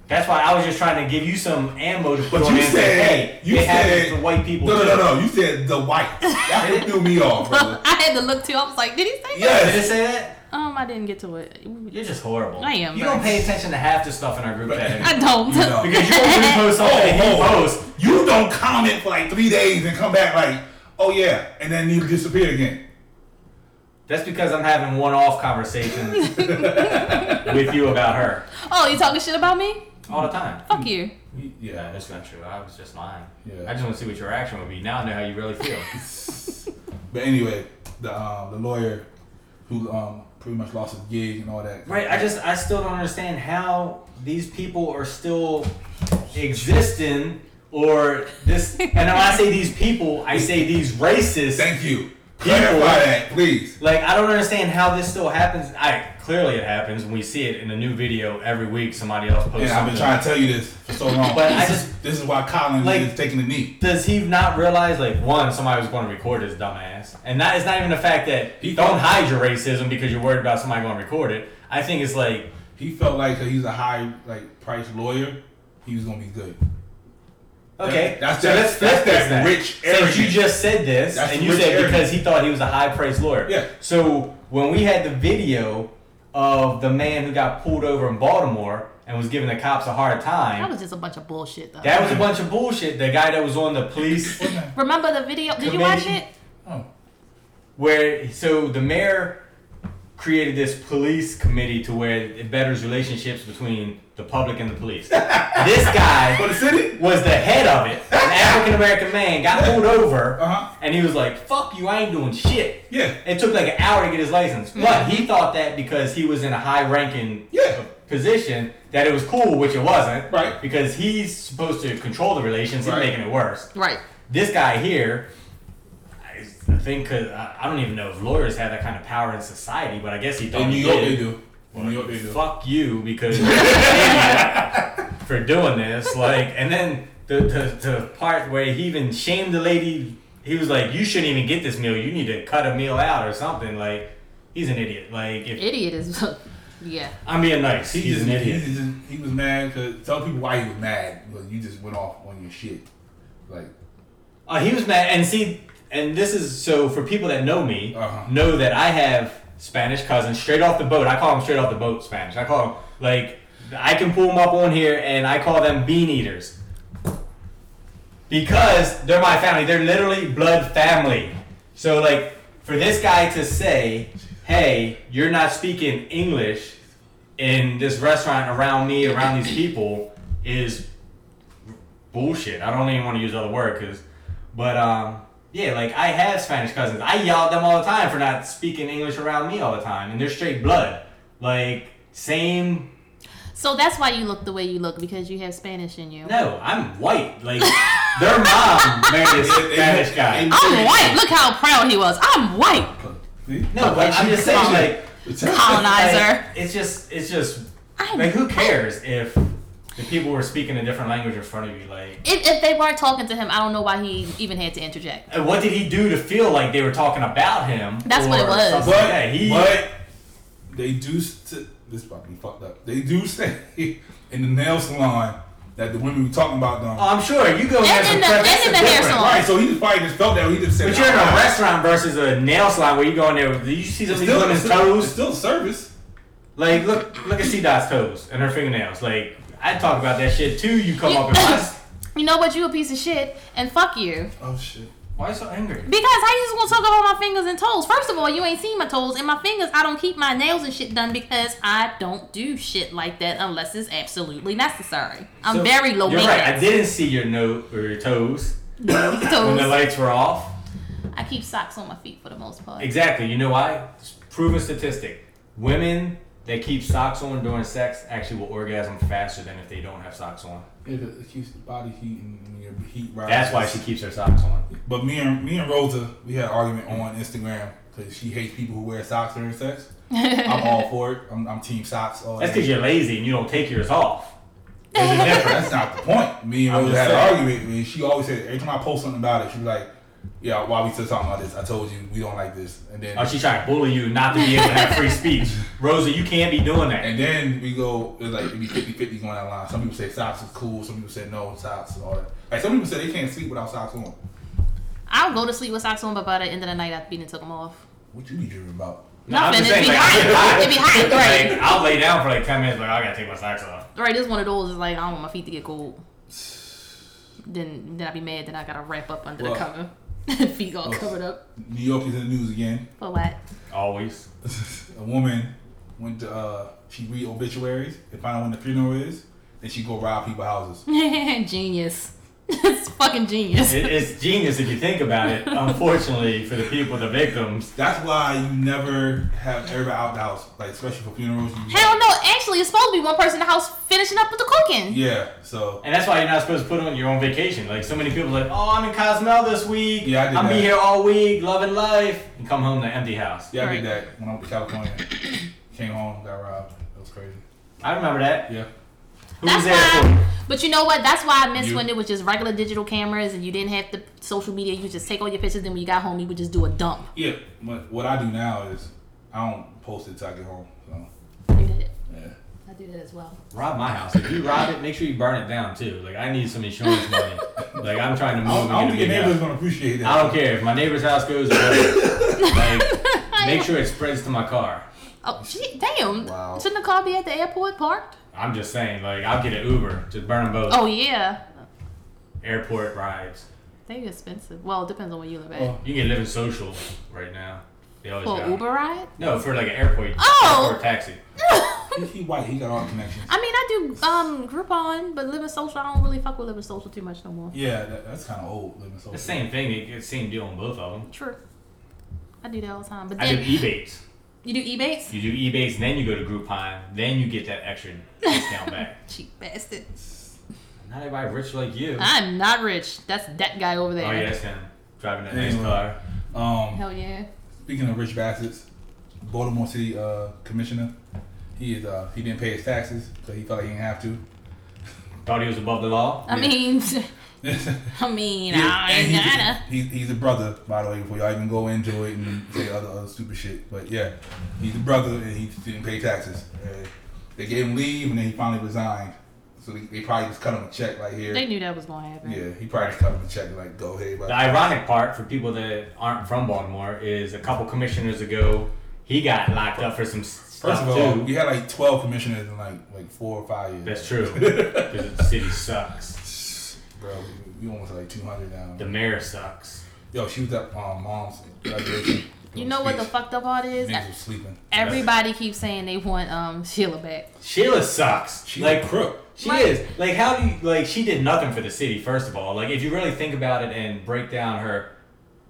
Speaker 4: That's why I was just trying to give you some ammo to put
Speaker 3: But
Speaker 4: on
Speaker 3: you
Speaker 4: and say, hey,
Speaker 3: said you
Speaker 4: it happens
Speaker 3: said
Speaker 4: to white people.
Speaker 3: No, no,
Speaker 4: too.
Speaker 3: no, no. You said the white. That's what threw me off, brother.
Speaker 2: I had to look too. I was like, did he say that?
Speaker 4: Did it
Speaker 3: Yes.
Speaker 4: say that?
Speaker 2: Um, I didn't get to it.
Speaker 4: You're just horrible.
Speaker 2: I am,
Speaker 4: You
Speaker 2: bro.
Speaker 4: don't pay attention to half the stuff in our group chat.
Speaker 2: I don't.
Speaker 3: You know.
Speaker 4: Because you only post something
Speaker 3: Oh,
Speaker 4: that he
Speaker 3: oh.
Speaker 4: posts.
Speaker 3: You don't comment for like three days and come back like, oh yeah, and then you disappear again.
Speaker 4: That's because I'm having one-off conversations with you about her
Speaker 2: oh, you talking shit about me?
Speaker 4: all the time.
Speaker 2: Fuck you.
Speaker 4: Yeah, that's not true. I was just lying.
Speaker 3: Yeah.
Speaker 4: I just want to see what your reaction would be. Now I know how you really feel.
Speaker 3: But anyway, the um, the lawyer who um, pretty much lost his gig and all that.
Speaker 4: Right. I just I still don't understand how these people are still existing or this. And when I say these people, I say these racists.
Speaker 3: Thank you. Clarify that, please.
Speaker 4: Like I don't understand how this still happens. I clearly it happens. and We see it in a new video every week. Somebody else posts.
Speaker 3: And I've been
Speaker 4: something.
Speaker 3: trying to tell you this for so long.
Speaker 4: But I
Speaker 3: This is-
Speaker 4: just-
Speaker 3: this is why Colin
Speaker 4: Like-
Speaker 3: is taking the knee.
Speaker 4: Does he not realize like one somebody was going to record his dumbass, and not it's not even the fact that
Speaker 3: He-
Speaker 4: don't hide your racism because you're worried about somebody going to record it. I think it's like
Speaker 3: He felt like he's a high like price lawyer. He was gonna be good.
Speaker 4: okay,
Speaker 3: That- that's
Speaker 4: so
Speaker 3: that-
Speaker 4: let's
Speaker 3: that's
Speaker 4: flip this
Speaker 3: that
Speaker 4: then.
Speaker 3: rich
Speaker 4: Since you
Speaker 3: arrogance.
Speaker 4: just said this,
Speaker 3: That's
Speaker 4: and you
Speaker 3: rich
Speaker 4: said because
Speaker 3: arrogance.
Speaker 4: he thought he was a high praised lawyer.
Speaker 3: Yeah.
Speaker 4: So when we had the video of the man who got pulled over in Baltimore and was giving the cops a hard time,
Speaker 2: That was just a bunch of bullshit, though.
Speaker 4: a bunch of bullshit. The guy that was on the police.
Speaker 2: Remember the video? Did you watch it?
Speaker 4: Committee.
Speaker 3: Oh,
Speaker 4: where so the mayor created this police committee to where it betters relationships between the public and the police. this
Speaker 3: for the
Speaker 4: guy
Speaker 3: city.
Speaker 4: was the head of it. An African American man got pulled over
Speaker 3: Uh-huh.
Speaker 4: and he was like, fuck you, I ain't doing shit.
Speaker 3: Yeah. Mm-hmm.
Speaker 4: It took like an hour to get his license. But he thought that because he was in a high ranking
Speaker 3: Yeah.
Speaker 4: position that it was cool, which it wasn't.
Speaker 3: Right.
Speaker 4: Because he's supposed to control the relations, he's
Speaker 3: Right.
Speaker 4: making it worse
Speaker 2: Right.
Speaker 4: this guy here, I think, cause I I don't even know if lawyers have that kind of power in society, but I guess he thought
Speaker 3: In New
Speaker 4: he
Speaker 3: York
Speaker 4: did.
Speaker 3: they do. In New York they do.
Speaker 4: Fuck you because you're an idiot for doing this. Like, and then the, the the part where he even shamed the lady. He was like, "You shouldn't even get this meal. You need to cut a meal out or something." Like, he's an idiot. Like, if
Speaker 2: Idiot is. yeah.
Speaker 4: I'm being nice,
Speaker 3: He
Speaker 4: he's
Speaker 3: just,
Speaker 4: an idiot.
Speaker 3: He, just, he was mad because tell people why he was mad. But you just went off on your shit. Like
Speaker 4: Uh, he was mad, and see, and this is so for people that know me,
Speaker 3: Uh-huh.
Speaker 4: know that I have Spanish cousins straight off the boat. I call them straight off the boat Spanish. I call them like I can pull them up on here, and I call them bean eaters because they're my family. They're literally blood family. So like for this guy to say, "Hey, you're not speaking English in this restaurant around me, around these people," is bullshit. I don't even want to use the other word because, but um, yeah, like I have Spanish cousins. I yell at them all the time for not speaking English around me all the time, and they're straight blood. Like same.
Speaker 2: So that's why you look the way you look because you have Spanish in you.
Speaker 4: No, I'm white. Like their mom married a Spanish guy.
Speaker 2: I'm white. Look how proud he was. I'm white.
Speaker 3: See?
Speaker 4: No, but I'm just saying like.
Speaker 2: Colonizer.
Speaker 4: Like, it's just, it's just,
Speaker 2: I'm
Speaker 4: like, who cares if the people were speaking a different language in front of you? Like,
Speaker 2: If, if they weren't talking to him, I don't know why he even had to interject.
Speaker 4: and uh, what did he do to feel like they were talking about him?
Speaker 2: That's what it
Speaker 4: or
Speaker 2: was.
Speaker 4: something
Speaker 3: But,
Speaker 4: like that? He-
Speaker 3: but they do. St- this is about to be fucked up. They do say in the nail salon that the women were talking about them.
Speaker 4: Oh, I'm sure you go in there
Speaker 2: And
Speaker 4: for
Speaker 2: in the-
Speaker 4: prep,
Speaker 2: and
Speaker 4: that's
Speaker 2: in
Speaker 4: a
Speaker 2: the hair
Speaker 4: different-
Speaker 2: salon.
Speaker 3: right, so he just probably just felt that. He just said,
Speaker 4: But you're in
Speaker 3: "Ah,
Speaker 4: a restaurant versus a nail salon where you go in there. with- You see some
Speaker 3: It's
Speaker 4: of these
Speaker 3: still, it's
Speaker 4: women's
Speaker 3: still, it's
Speaker 4: toes.
Speaker 3: still service.
Speaker 4: Like look, look at C Dot's toes and her fingernails. Like I talk about that shit too. You come up and why,
Speaker 2: You know what? You a piece of shit and fuck you.
Speaker 3: Oh shit.
Speaker 4: why you so angry?
Speaker 2: Because how you just gonna talk about my fingers and toes? First of all, you ain't seen my toes and my fingers. I don't keep my nails and shit done because I don't do shit like that unless it's absolutely necessary. I'm
Speaker 4: So,
Speaker 2: very low
Speaker 4: You're right. I
Speaker 2: maintenance.
Speaker 4: didn't see your no or your toes when the
Speaker 2: Toes.
Speaker 4: lights were off.
Speaker 2: I keep socks on my feet for the most part.
Speaker 4: Exactly. You know why? It's a proven statistic. Women that keep socks on during sex actually will orgasm faster than if they don't have socks on.
Speaker 3: It it keeps the body heat and your heat rises.
Speaker 4: That's why she keeps her socks on.
Speaker 3: But me and me and Rosa, we had an argument on Instagram because she hates people who wear socks during sex. I'm all for it. I'm, I'm team socks. All
Speaker 4: That's
Speaker 3: that.
Speaker 4: because you're lazy and you don't take yours off. There's a difference.
Speaker 3: That's not the point. Me and
Speaker 4: I'm
Speaker 3: Rosa
Speaker 4: just
Speaker 3: had an
Speaker 4: saying.
Speaker 3: argument, and she always said every time I post something about it, she was like, "Yeah, why we still talking about this? I told you we don't like this." And then
Speaker 4: Oh, she's trying to bully you not to be able to have free speech. Rosa, you can't be doing that.
Speaker 3: and then we go it's like it'd be 50 50 going that line. Some people say socks is cool. Some people say no socks and all that. Like some people say they can't sleep without socks on.
Speaker 2: I'll go to sleep with socks on, but by the end of the night, I've been and took them off.
Speaker 3: What you be dreaming about?
Speaker 4: I'm
Speaker 2: Nothing.
Speaker 4: just
Speaker 2: It'd be
Speaker 4: saying,
Speaker 2: hot. It'd be hot. Right.
Speaker 4: Like, I'll lay down for like 10 minutes, like, I gotta take my socks off.
Speaker 2: Right, this one of those is like I don't want my feet to get cold. Then then I'd be mad that I gotta wrap up under
Speaker 3: Well.
Speaker 2: the cover. feet
Speaker 4: oh.
Speaker 2: all covered up.
Speaker 3: New York is in the news again.
Speaker 2: For what?
Speaker 4: Always.
Speaker 3: a woman went to uh, she read obituaries and find out when the funeral is, then she go rob people houses.
Speaker 2: Genius. it's fucking genius.
Speaker 4: It, it's genius if you think about it. Unfortunately, for the people, the victims,
Speaker 3: That's why you never have everybody out the house, like especially for funerals. You
Speaker 2: Hell no, actually, it's supposed to be one person in the house finishing up with the cooking.
Speaker 3: Yeah. So
Speaker 4: and that's why you're not supposed to put on your own vacation. Like so many people, are like, oh, I'm in Cozumel this week.
Speaker 3: Yeah, I did
Speaker 4: I'm be
Speaker 3: that.
Speaker 4: here all week, loving life, and come home to an empty house.
Speaker 3: yeah, I
Speaker 2: Right.
Speaker 3: did that when I was in California. Came home, got robbed. That was crazy.
Speaker 4: I remember that.
Speaker 3: Yeah.
Speaker 4: Who
Speaker 2: That's
Speaker 4: was there for?
Speaker 2: why.
Speaker 4: you?
Speaker 2: But you know what? That's why I miss
Speaker 3: You.
Speaker 2: when it was just regular digital cameras and you didn't have the social media. You just take all your pictures. Then when you got home, you would just do a dump.
Speaker 3: Yeah. What, what I do now is I don't post it till I get home. So
Speaker 2: I do that.
Speaker 3: yeah.
Speaker 2: I do that as well.
Speaker 4: Rob my house. If you rob it, make sure you burn it down too. Like I need some insurance money. like I'm
Speaker 3: I
Speaker 4: trying to
Speaker 3: don't,
Speaker 4: move.
Speaker 3: I
Speaker 4: and
Speaker 3: don't think
Speaker 4: get a
Speaker 3: your
Speaker 4: big
Speaker 3: neighbor's
Speaker 4: house.
Speaker 3: gonna appreciate that.
Speaker 4: I don't care if my neighbor's house goes. away, like, make sure it spreads to my car.
Speaker 2: Oh shit! Damn.
Speaker 3: Wow.
Speaker 2: Shouldn't the car be at the airport parked?
Speaker 4: I'm just saying. Like I'll get an Uber. Just burn them both.
Speaker 2: Oh yeah.
Speaker 4: Airport rides.
Speaker 2: They're expensive. Well, it depends on where you live
Speaker 3: Oh,
Speaker 2: at.
Speaker 4: You can get living social right now. They always
Speaker 2: For
Speaker 4: got
Speaker 2: an
Speaker 4: 'em.
Speaker 2: Uber ride?
Speaker 4: No, for like an airport.
Speaker 2: Oh!
Speaker 4: Airport taxi.
Speaker 3: He, he white. He got all the connections.
Speaker 2: I mean, I do um Groupon, but Living Social, I don't really fuck with Living Social too much no more.
Speaker 3: Yeah, that, that's kind of old. Living so
Speaker 4: The same thing. It, it's same deal on both of them.
Speaker 2: True. I do that all the time. But
Speaker 4: I
Speaker 2: then
Speaker 4: do Ebates.
Speaker 2: you do Ebates?
Speaker 4: You do Ebates, and then you go to Groupon, then you get that extra discount back.
Speaker 2: Cheap bastard.
Speaker 4: Not everybody rich like you.
Speaker 2: I'm not rich. That's that guy over there.
Speaker 4: Oh yeah, that's him driving that nice
Speaker 3: Anyway.
Speaker 4: car.
Speaker 3: Um,
Speaker 2: Hell yeah.
Speaker 3: speaking of rich bastards, Baltimore City uh, commissioner, he is uh, he didn't pay his taxes, so he felt like he didn't have to.
Speaker 4: Thought he was above the law.
Speaker 2: I
Speaker 3: Yeah.
Speaker 2: mean, I mean, I
Speaker 3: and
Speaker 2: ain't
Speaker 3: he's,
Speaker 2: gotta.
Speaker 3: he's, he's a brother, by the way, before y'all even go into it and say other, other stupid shit. But yeah, he's a brother and he didn't pay taxes. And they gave him leave and then he finally resigned. So they, they probably just cut him a check right here.
Speaker 2: They knew that was gonna happen.
Speaker 3: yeah, he probably just cut him a check and like, go ahead.
Speaker 4: The
Speaker 3: But
Speaker 4: ironic part for people that aren't from Baltimore is a couple commissioners ago, he got locked up for some
Speaker 3: first
Speaker 4: stuff
Speaker 3: of all,
Speaker 4: too.
Speaker 3: we had like 12 commissioners in like like four or five years.
Speaker 4: That's true because the city sucks.
Speaker 3: Bro, we, we almost like 200 now.
Speaker 4: The mayor sucks.
Speaker 3: Yo, she was at um, mom's graduation.
Speaker 2: You know what the fucked up part is?
Speaker 3: Niggas was sleeping.
Speaker 2: Everybody keeps saying they want um Sheila back.
Speaker 4: Sheila sucks.
Speaker 3: She
Speaker 4: like
Speaker 3: like crook.
Speaker 4: She
Speaker 2: Right.
Speaker 4: is. Like, how do you, like, she did nothing for the city, first of all. Like, if you really think about it and break down her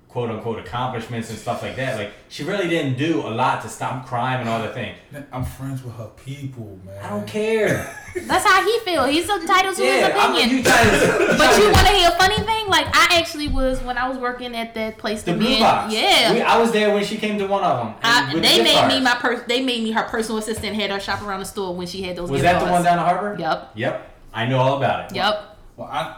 Speaker 4: quote unquote accomplishments and stuff like that, like, she really didn't do a lot to stop crime and all the thing.
Speaker 3: I'm friends with her people, man.
Speaker 4: I don't care.
Speaker 2: That's how he feel. He's entitled to his
Speaker 4: yeah, I'm,
Speaker 2: opinion.
Speaker 4: you trying to,
Speaker 2: But
Speaker 4: trying
Speaker 2: you
Speaker 4: to-
Speaker 2: want to hear a funny thing? Like I actually was when I was working at that place.
Speaker 4: the
Speaker 2: that
Speaker 4: blue
Speaker 2: me and-
Speaker 4: box.
Speaker 2: Yeah.
Speaker 4: We- I was there when she came to one of them.
Speaker 2: I,
Speaker 4: with the
Speaker 2: they
Speaker 4: gift
Speaker 2: made me
Speaker 4: cards.
Speaker 2: my per- They made me her personal assistant. Had her shop around the store when she had those.
Speaker 4: Was
Speaker 2: gift
Speaker 4: that the one
Speaker 2: cards.
Speaker 4: down the harbor?
Speaker 2: Yep.
Speaker 4: Yep. I know all about it.
Speaker 2: Yep.
Speaker 3: Well, I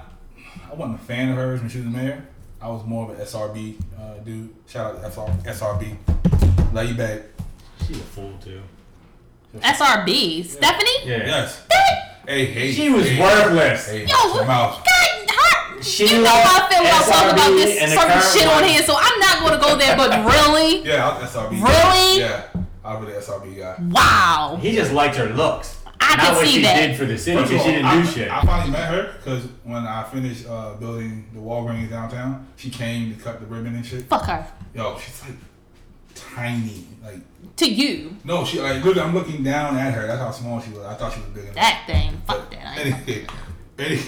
Speaker 3: I wasn't a fan of hers when she was the mayor. I was more of an SRB uh, dude. Shout out to SR, SRB. Love you back.
Speaker 4: She's a fool, too.
Speaker 2: SRB. Stephanie.
Speaker 4: Yeah.
Speaker 3: Yes.
Speaker 2: That-
Speaker 3: Hey, hey.
Speaker 4: She was
Speaker 3: hey,
Speaker 4: worthless.
Speaker 3: Hey,
Speaker 2: Yo,
Speaker 3: watch
Speaker 2: what-
Speaker 3: your mouth.
Speaker 2: God, her.
Speaker 4: Sheila,
Speaker 2: you know how I feel about talking about
Speaker 4: SRB,
Speaker 2: this
Speaker 4: and the
Speaker 2: certain
Speaker 4: current
Speaker 2: shit on
Speaker 4: one.
Speaker 2: here, so I'm not going to go there. But really,
Speaker 3: Yeah, I was SRB.
Speaker 2: Really?
Speaker 3: Yeah. I was the SRB guy.
Speaker 2: wow.
Speaker 4: He just liked her looks.
Speaker 2: I
Speaker 4: Not
Speaker 2: can
Speaker 4: what
Speaker 2: see
Speaker 4: she
Speaker 2: that.
Speaker 4: did for the city
Speaker 3: First of
Speaker 4: because she
Speaker 3: all,
Speaker 4: didn't
Speaker 3: I,
Speaker 4: do shit.
Speaker 3: I finally met her because when I finished uh, building the Walgreens downtown, she came to cut the ribbon and shit.
Speaker 2: Fuck her.
Speaker 3: Yo, she's like tiny. Like
Speaker 2: To you,
Speaker 3: no, she like literally. I'm looking down at her. That's how small she was. I thought she was bigger. Than
Speaker 2: that thing. Fuck that. I ain't
Speaker 3: Anyway, any,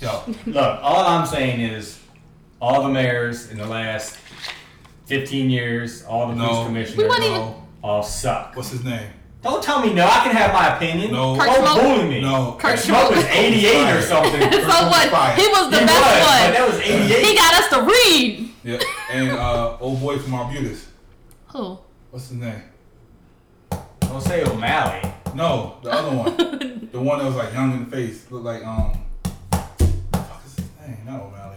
Speaker 3: yo,
Speaker 4: Look, all I'm saying is, all the mayors in the last 15 years, all the police
Speaker 3: No.
Speaker 2: We
Speaker 4: commissioners,
Speaker 2: wouldn't even-
Speaker 3: no.
Speaker 4: all suck.
Speaker 3: What's his name?
Speaker 4: Don't tell me no. I can have my opinion.
Speaker 3: No. Kurt
Speaker 4: Don't
Speaker 2: Smoke?
Speaker 4: bully me.
Speaker 3: No,
Speaker 2: Kurt
Speaker 4: Smoke was 88 or something. He
Speaker 2: So what?
Speaker 3: Fire.
Speaker 2: He was the
Speaker 4: was, but
Speaker 2: best
Speaker 4: that was
Speaker 2: one. He
Speaker 4: 88.
Speaker 2: got us to read.
Speaker 3: Yeah, and uh, old boy from Arbutus.
Speaker 2: Who?
Speaker 3: What's his name?
Speaker 4: Don't say O'Malley.
Speaker 3: No, the other one, the one that was like young in the face, looked like um. Fuck is his name? Not O'Malley.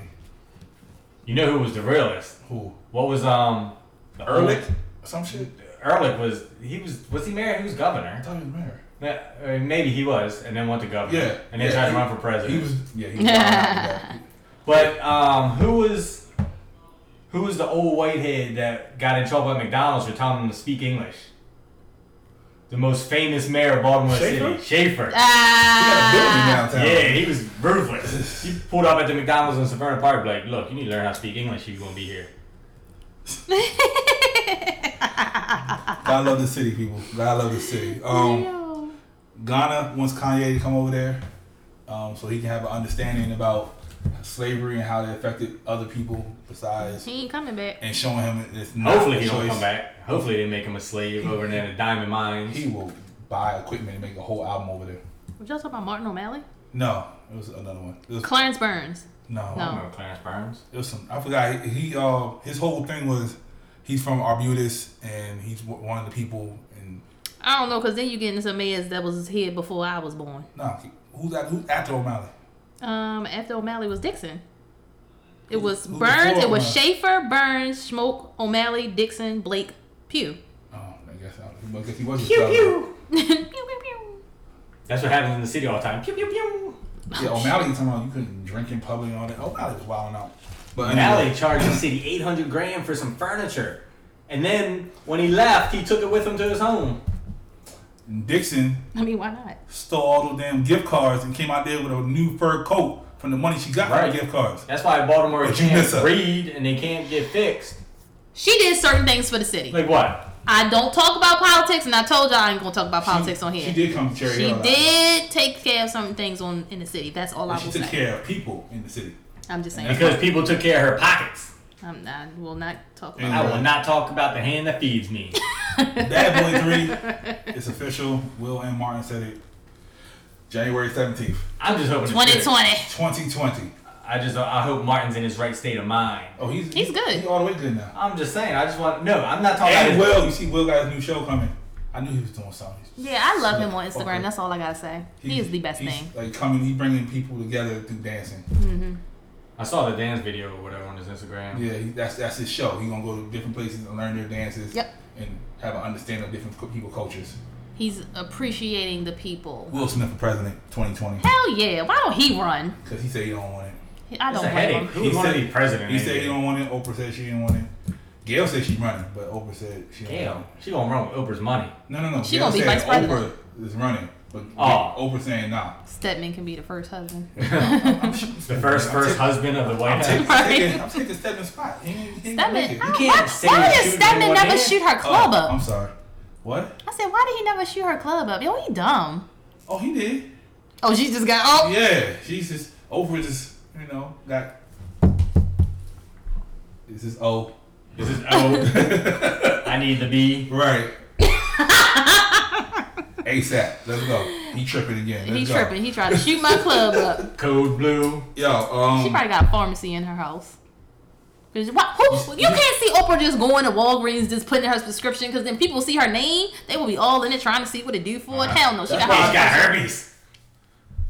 Speaker 4: You know who was the realest?
Speaker 3: Who?
Speaker 4: What was um? the
Speaker 3: Ehrlich? Some shit.
Speaker 4: Ehrlich was he was was he mayor? He was governor.
Speaker 3: I thought he was mayor.
Speaker 4: Yeah, uh, Maybe he was, and then went to governor.
Speaker 3: Yeah.
Speaker 4: And then
Speaker 3: yeah,
Speaker 4: tried
Speaker 3: he-
Speaker 4: to run for president.
Speaker 3: He was. Yeah. He was yeah.
Speaker 4: But um, who was who was the old whitehead that got in trouble at McDonald's for telling them to speak English? The most famous mayor of Baltimore
Speaker 3: Schaefer?
Speaker 4: City, Schaefer.
Speaker 3: He got a building
Speaker 2: Ah.
Speaker 3: downtown.
Speaker 4: yeah, he was ruthless. he pulled up at the McDonald's in Savannah Park, like, look, you need to learn how to speak English. if You're gonna be here.
Speaker 3: God love the city, people. God love the city. Um. Ghana wants Kanye to come over there, um, so he can have an understanding about slavery and how they affected other people besides,
Speaker 2: He ain't coming back.
Speaker 3: and showing him that it's not
Speaker 4: Hopefully
Speaker 3: a
Speaker 4: he don't
Speaker 3: choice.
Speaker 4: come back. Hopefully they make him a slave over there in the diamond mines.
Speaker 3: He will buy equipment and make a whole album over there.
Speaker 2: Would y'all talk about Martin O'Malley?
Speaker 3: No, it was another one. It was,
Speaker 2: Clarence Burns.
Speaker 3: no,
Speaker 4: I
Speaker 2: No.
Speaker 4: remember Clarence Burns.
Speaker 3: it was some. I forgot. He, he uh, his whole thing was he's from Arbutus and he's w- one of the people. And
Speaker 2: I don't know, cause then you get into some meds that was here before I was born.
Speaker 3: no, who's that? Who's after O'Malley?
Speaker 2: Um, after O'Malley was Dixon. It was
Speaker 3: who
Speaker 2: Burns.
Speaker 3: before
Speaker 2: It was
Speaker 3: O'Malley?
Speaker 2: Schaefer, Burns, Schmoke, O'Malley, Dixon, Blake, Pew.
Speaker 3: Oh, I guess I, I guess he was. his
Speaker 4: Pew
Speaker 3: brother.
Speaker 4: pew.
Speaker 2: pew pew pew.
Speaker 4: That's what happens in the city all the time. Pew pew pew.
Speaker 3: Yeah, O'Malley. you Talking about you couldn't drink in public and all that. Oh, O'Malley was wilding out. But
Speaker 4: O'Malley
Speaker 3: anyway,
Speaker 4: charged the city 800 grand for some furniture. And then when he left, he took it with him to his home.
Speaker 3: Dixon
Speaker 2: I mean, why not?
Speaker 3: stole all those damn gift cards and came out there with a new fur coat from the money she got from
Speaker 4: Right.
Speaker 3: the gift cards.
Speaker 4: That's why Baltimore
Speaker 3: But you miss
Speaker 4: can't
Speaker 3: her.
Speaker 4: read and they can't get fixed.
Speaker 2: She did certain things for the city.
Speaker 4: Like what?
Speaker 2: I don't talk about politics, and I told y'all I ain't gonna talk about politics
Speaker 3: she,
Speaker 2: on here.
Speaker 3: She did come to Cherry
Speaker 2: She
Speaker 3: Hill.
Speaker 2: did take care of some things on in the city. That's all I
Speaker 3: She
Speaker 2: will
Speaker 3: took
Speaker 2: say.
Speaker 3: care of people in the city.
Speaker 2: I'm just saying.
Speaker 4: Because people took care of her pockets.
Speaker 2: I'm not, I will not talk
Speaker 3: And
Speaker 2: about.
Speaker 4: I will not talk about the hand that feeds me.
Speaker 3: Bad Boy 3, it's official. Will and Martin said it. January 17th,
Speaker 4: I'm just hoping. it's good.
Speaker 2: 2020.
Speaker 3: 2020.
Speaker 4: I just I hope Martin's in his right state of mind.
Speaker 3: Oh, he's,
Speaker 2: He's good.
Speaker 3: He's all the way good now.
Speaker 4: I'm just saying. I just want no. I'm not talking about.
Speaker 3: And
Speaker 4: his-
Speaker 3: Will, you see Will got his new show coming. I knew he was doing something.
Speaker 2: Yeah, I love him on
Speaker 3: Okay.
Speaker 2: Instagram. That's all I gotta say. He is the best Mm-hmm.
Speaker 3: he's
Speaker 2: thing.
Speaker 3: Like coming, he's bringing people together through dancing.
Speaker 4: I saw the dance video or whatever on his Instagram.
Speaker 3: Yeah, he, that's that's his show. He gonna go to different places and learn their dances.
Speaker 2: Yep.
Speaker 3: And have an understanding of different cu- people cultures.
Speaker 2: He's appreciating the people.
Speaker 3: Will Smith for president, 2020,
Speaker 2: Hell yeah! Why don't he run?
Speaker 3: because he said he don't want it.
Speaker 2: I
Speaker 4: It's
Speaker 2: don't blame
Speaker 4: a headache.
Speaker 2: him.
Speaker 4: Who would want to
Speaker 3: said-
Speaker 4: be president?
Speaker 3: He said he
Speaker 4: anyway?
Speaker 3: don't want it. Oprah said she didn't want it. Gail said she's running, but Oprah said she don't want
Speaker 4: Damn,
Speaker 3: it.
Speaker 4: she gonna run with Oprah's money.
Speaker 3: No, no, no.
Speaker 2: She
Speaker 3: Gayle
Speaker 2: gonna be
Speaker 3: said
Speaker 2: vice president.
Speaker 3: Oprah is running, but
Speaker 4: Oh.
Speaker 3: Oprah saying nah.
Speaker 2: Stedman can be the first husband.
Speaker 4: The first first husband of the White
Speaker 3: I'm
Speaker 4: House.
Speaker 3: taking, I'm taking Stedman's spot. He ain't- he ain't gonna
Speaker 2: Stedman,
Speaker 3: make it.
Speaker 2: I-
Speaker 4: can't
Speaker 2: why,
Speaker 4: say
Speaker 2: why did
Speaker 4: shoot with
Speaker 2: Stedman
Speaker 4: one
Speaker 2: never
Speaker 4: hand.
Speaker 2: shoot her
Speaker 3: Oh,
Speaker 2: club
Speaker 3: I'm
Speaker 2: up?
Speaker 3: sorry. What?
Speaker 2: I said, why did he never shoot her club up? Yo, he dumb.
Speaker 3: Oh, he did.
Speaker 2: Oh, she just got oh.
Speaker 3: Yeah, she's just Oprah just you know got. This is O.
Speaker 4: This is O. I need the B.
Speaker 3: Right. ASAP. Let's go. He tripping again. Let's
Speaker 2: He
Speaker 3: go.
Speaker 2: tripping. He tried to shoot my club up.
Speaker 4: Code blue.
Speaker 3: Yo, um.
Speaker 2: She probably got a pharmacy in her house. 'Cause why- who- you can't see Oprah just going to Walgreens, just putting in her prescription, because then people see her name, they will be all in it trying to see what to do
Speaker 4: Uh,
Speaker 2: for it. Hell no, she
Speaker 3: That's
Speaker 2: got
Speaker 3: why
Speaker 4: He's
Speaker 2: her
Speaker 4: got herpes.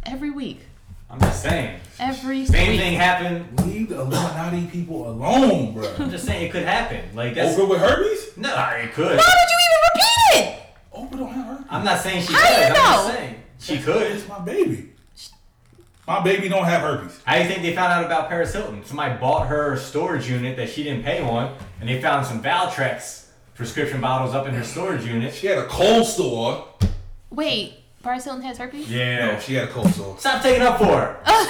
Speaker 2: every week,
Speaker 4: I'm just saying.
Speaker 2: every
Speaker 4: Same
Speaker 2: week.
Speaker 4: thing happened.
Speaker 3: Leave the Illuminati people alone,
Speaker 4: I'm
Speaker 3: bro.
Speaker 4: just saying it could happen. Like that's
Speaker 3: Oprah with herpes?
Speaker 4: no, it could.
Speaker 2: Why would you even repeat it?
Speaker 3: Oprah don't have herpes.
Speaker 4: I'm not saying she
Speaker 2: How do
Speaker 4: could.
Speaker 2: you
Speaker 4: I'm
Speaker 2: know?
Speaker 4: just saying she could.
Speaker 3: It's my baby. My baby don't have herpes.
Speaker 4: I think they found out about Paris Hilton. Somebody bought her storage unit that she didn't pay on, and they found some Valtrex prescription bottles up in her storage unit.
Speaker 3: She had a cold sore.
Speaker 2: Wait, Paris Hilton has herpes?
Speaker 3: No,
Speaker 4: Yeah.
Speaker 3: she had a cold sore.
Speaker 4: Stop taking up for her.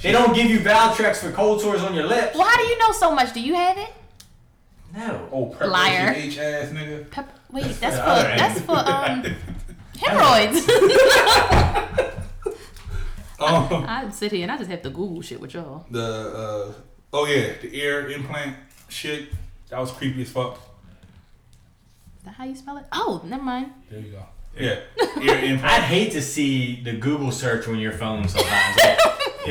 Speaker 4: They don't give you Valtrex for cold sores on your lips.
Speaker 2: well, how do you know so much? Do you have it?
Speaker 4: No.
Speaker 3: Oh, preparation
Speaker 2: Liar.
Speaker 3: H ass nigga.
Speaker 2: Pep- Wait, that's
Speaker 4: the
Speaker 2: for that's
Speaker 4: other end.
Speaker 2: for um hemorrhoids.
Speaker 3: Um,
Speaker 2: I sit here and I just have to Google shit with y'all.
Speaker 3: the uh, oh yeah, the ear implant shit. That was creepy as fuck.
Speaker 2: Is that how you spell it? Oh, never mind.
Speaker 3: There you go. Yeah, ear implant.
Speaker 4: I'd hate to see the Google search on your phone sometimes. Like,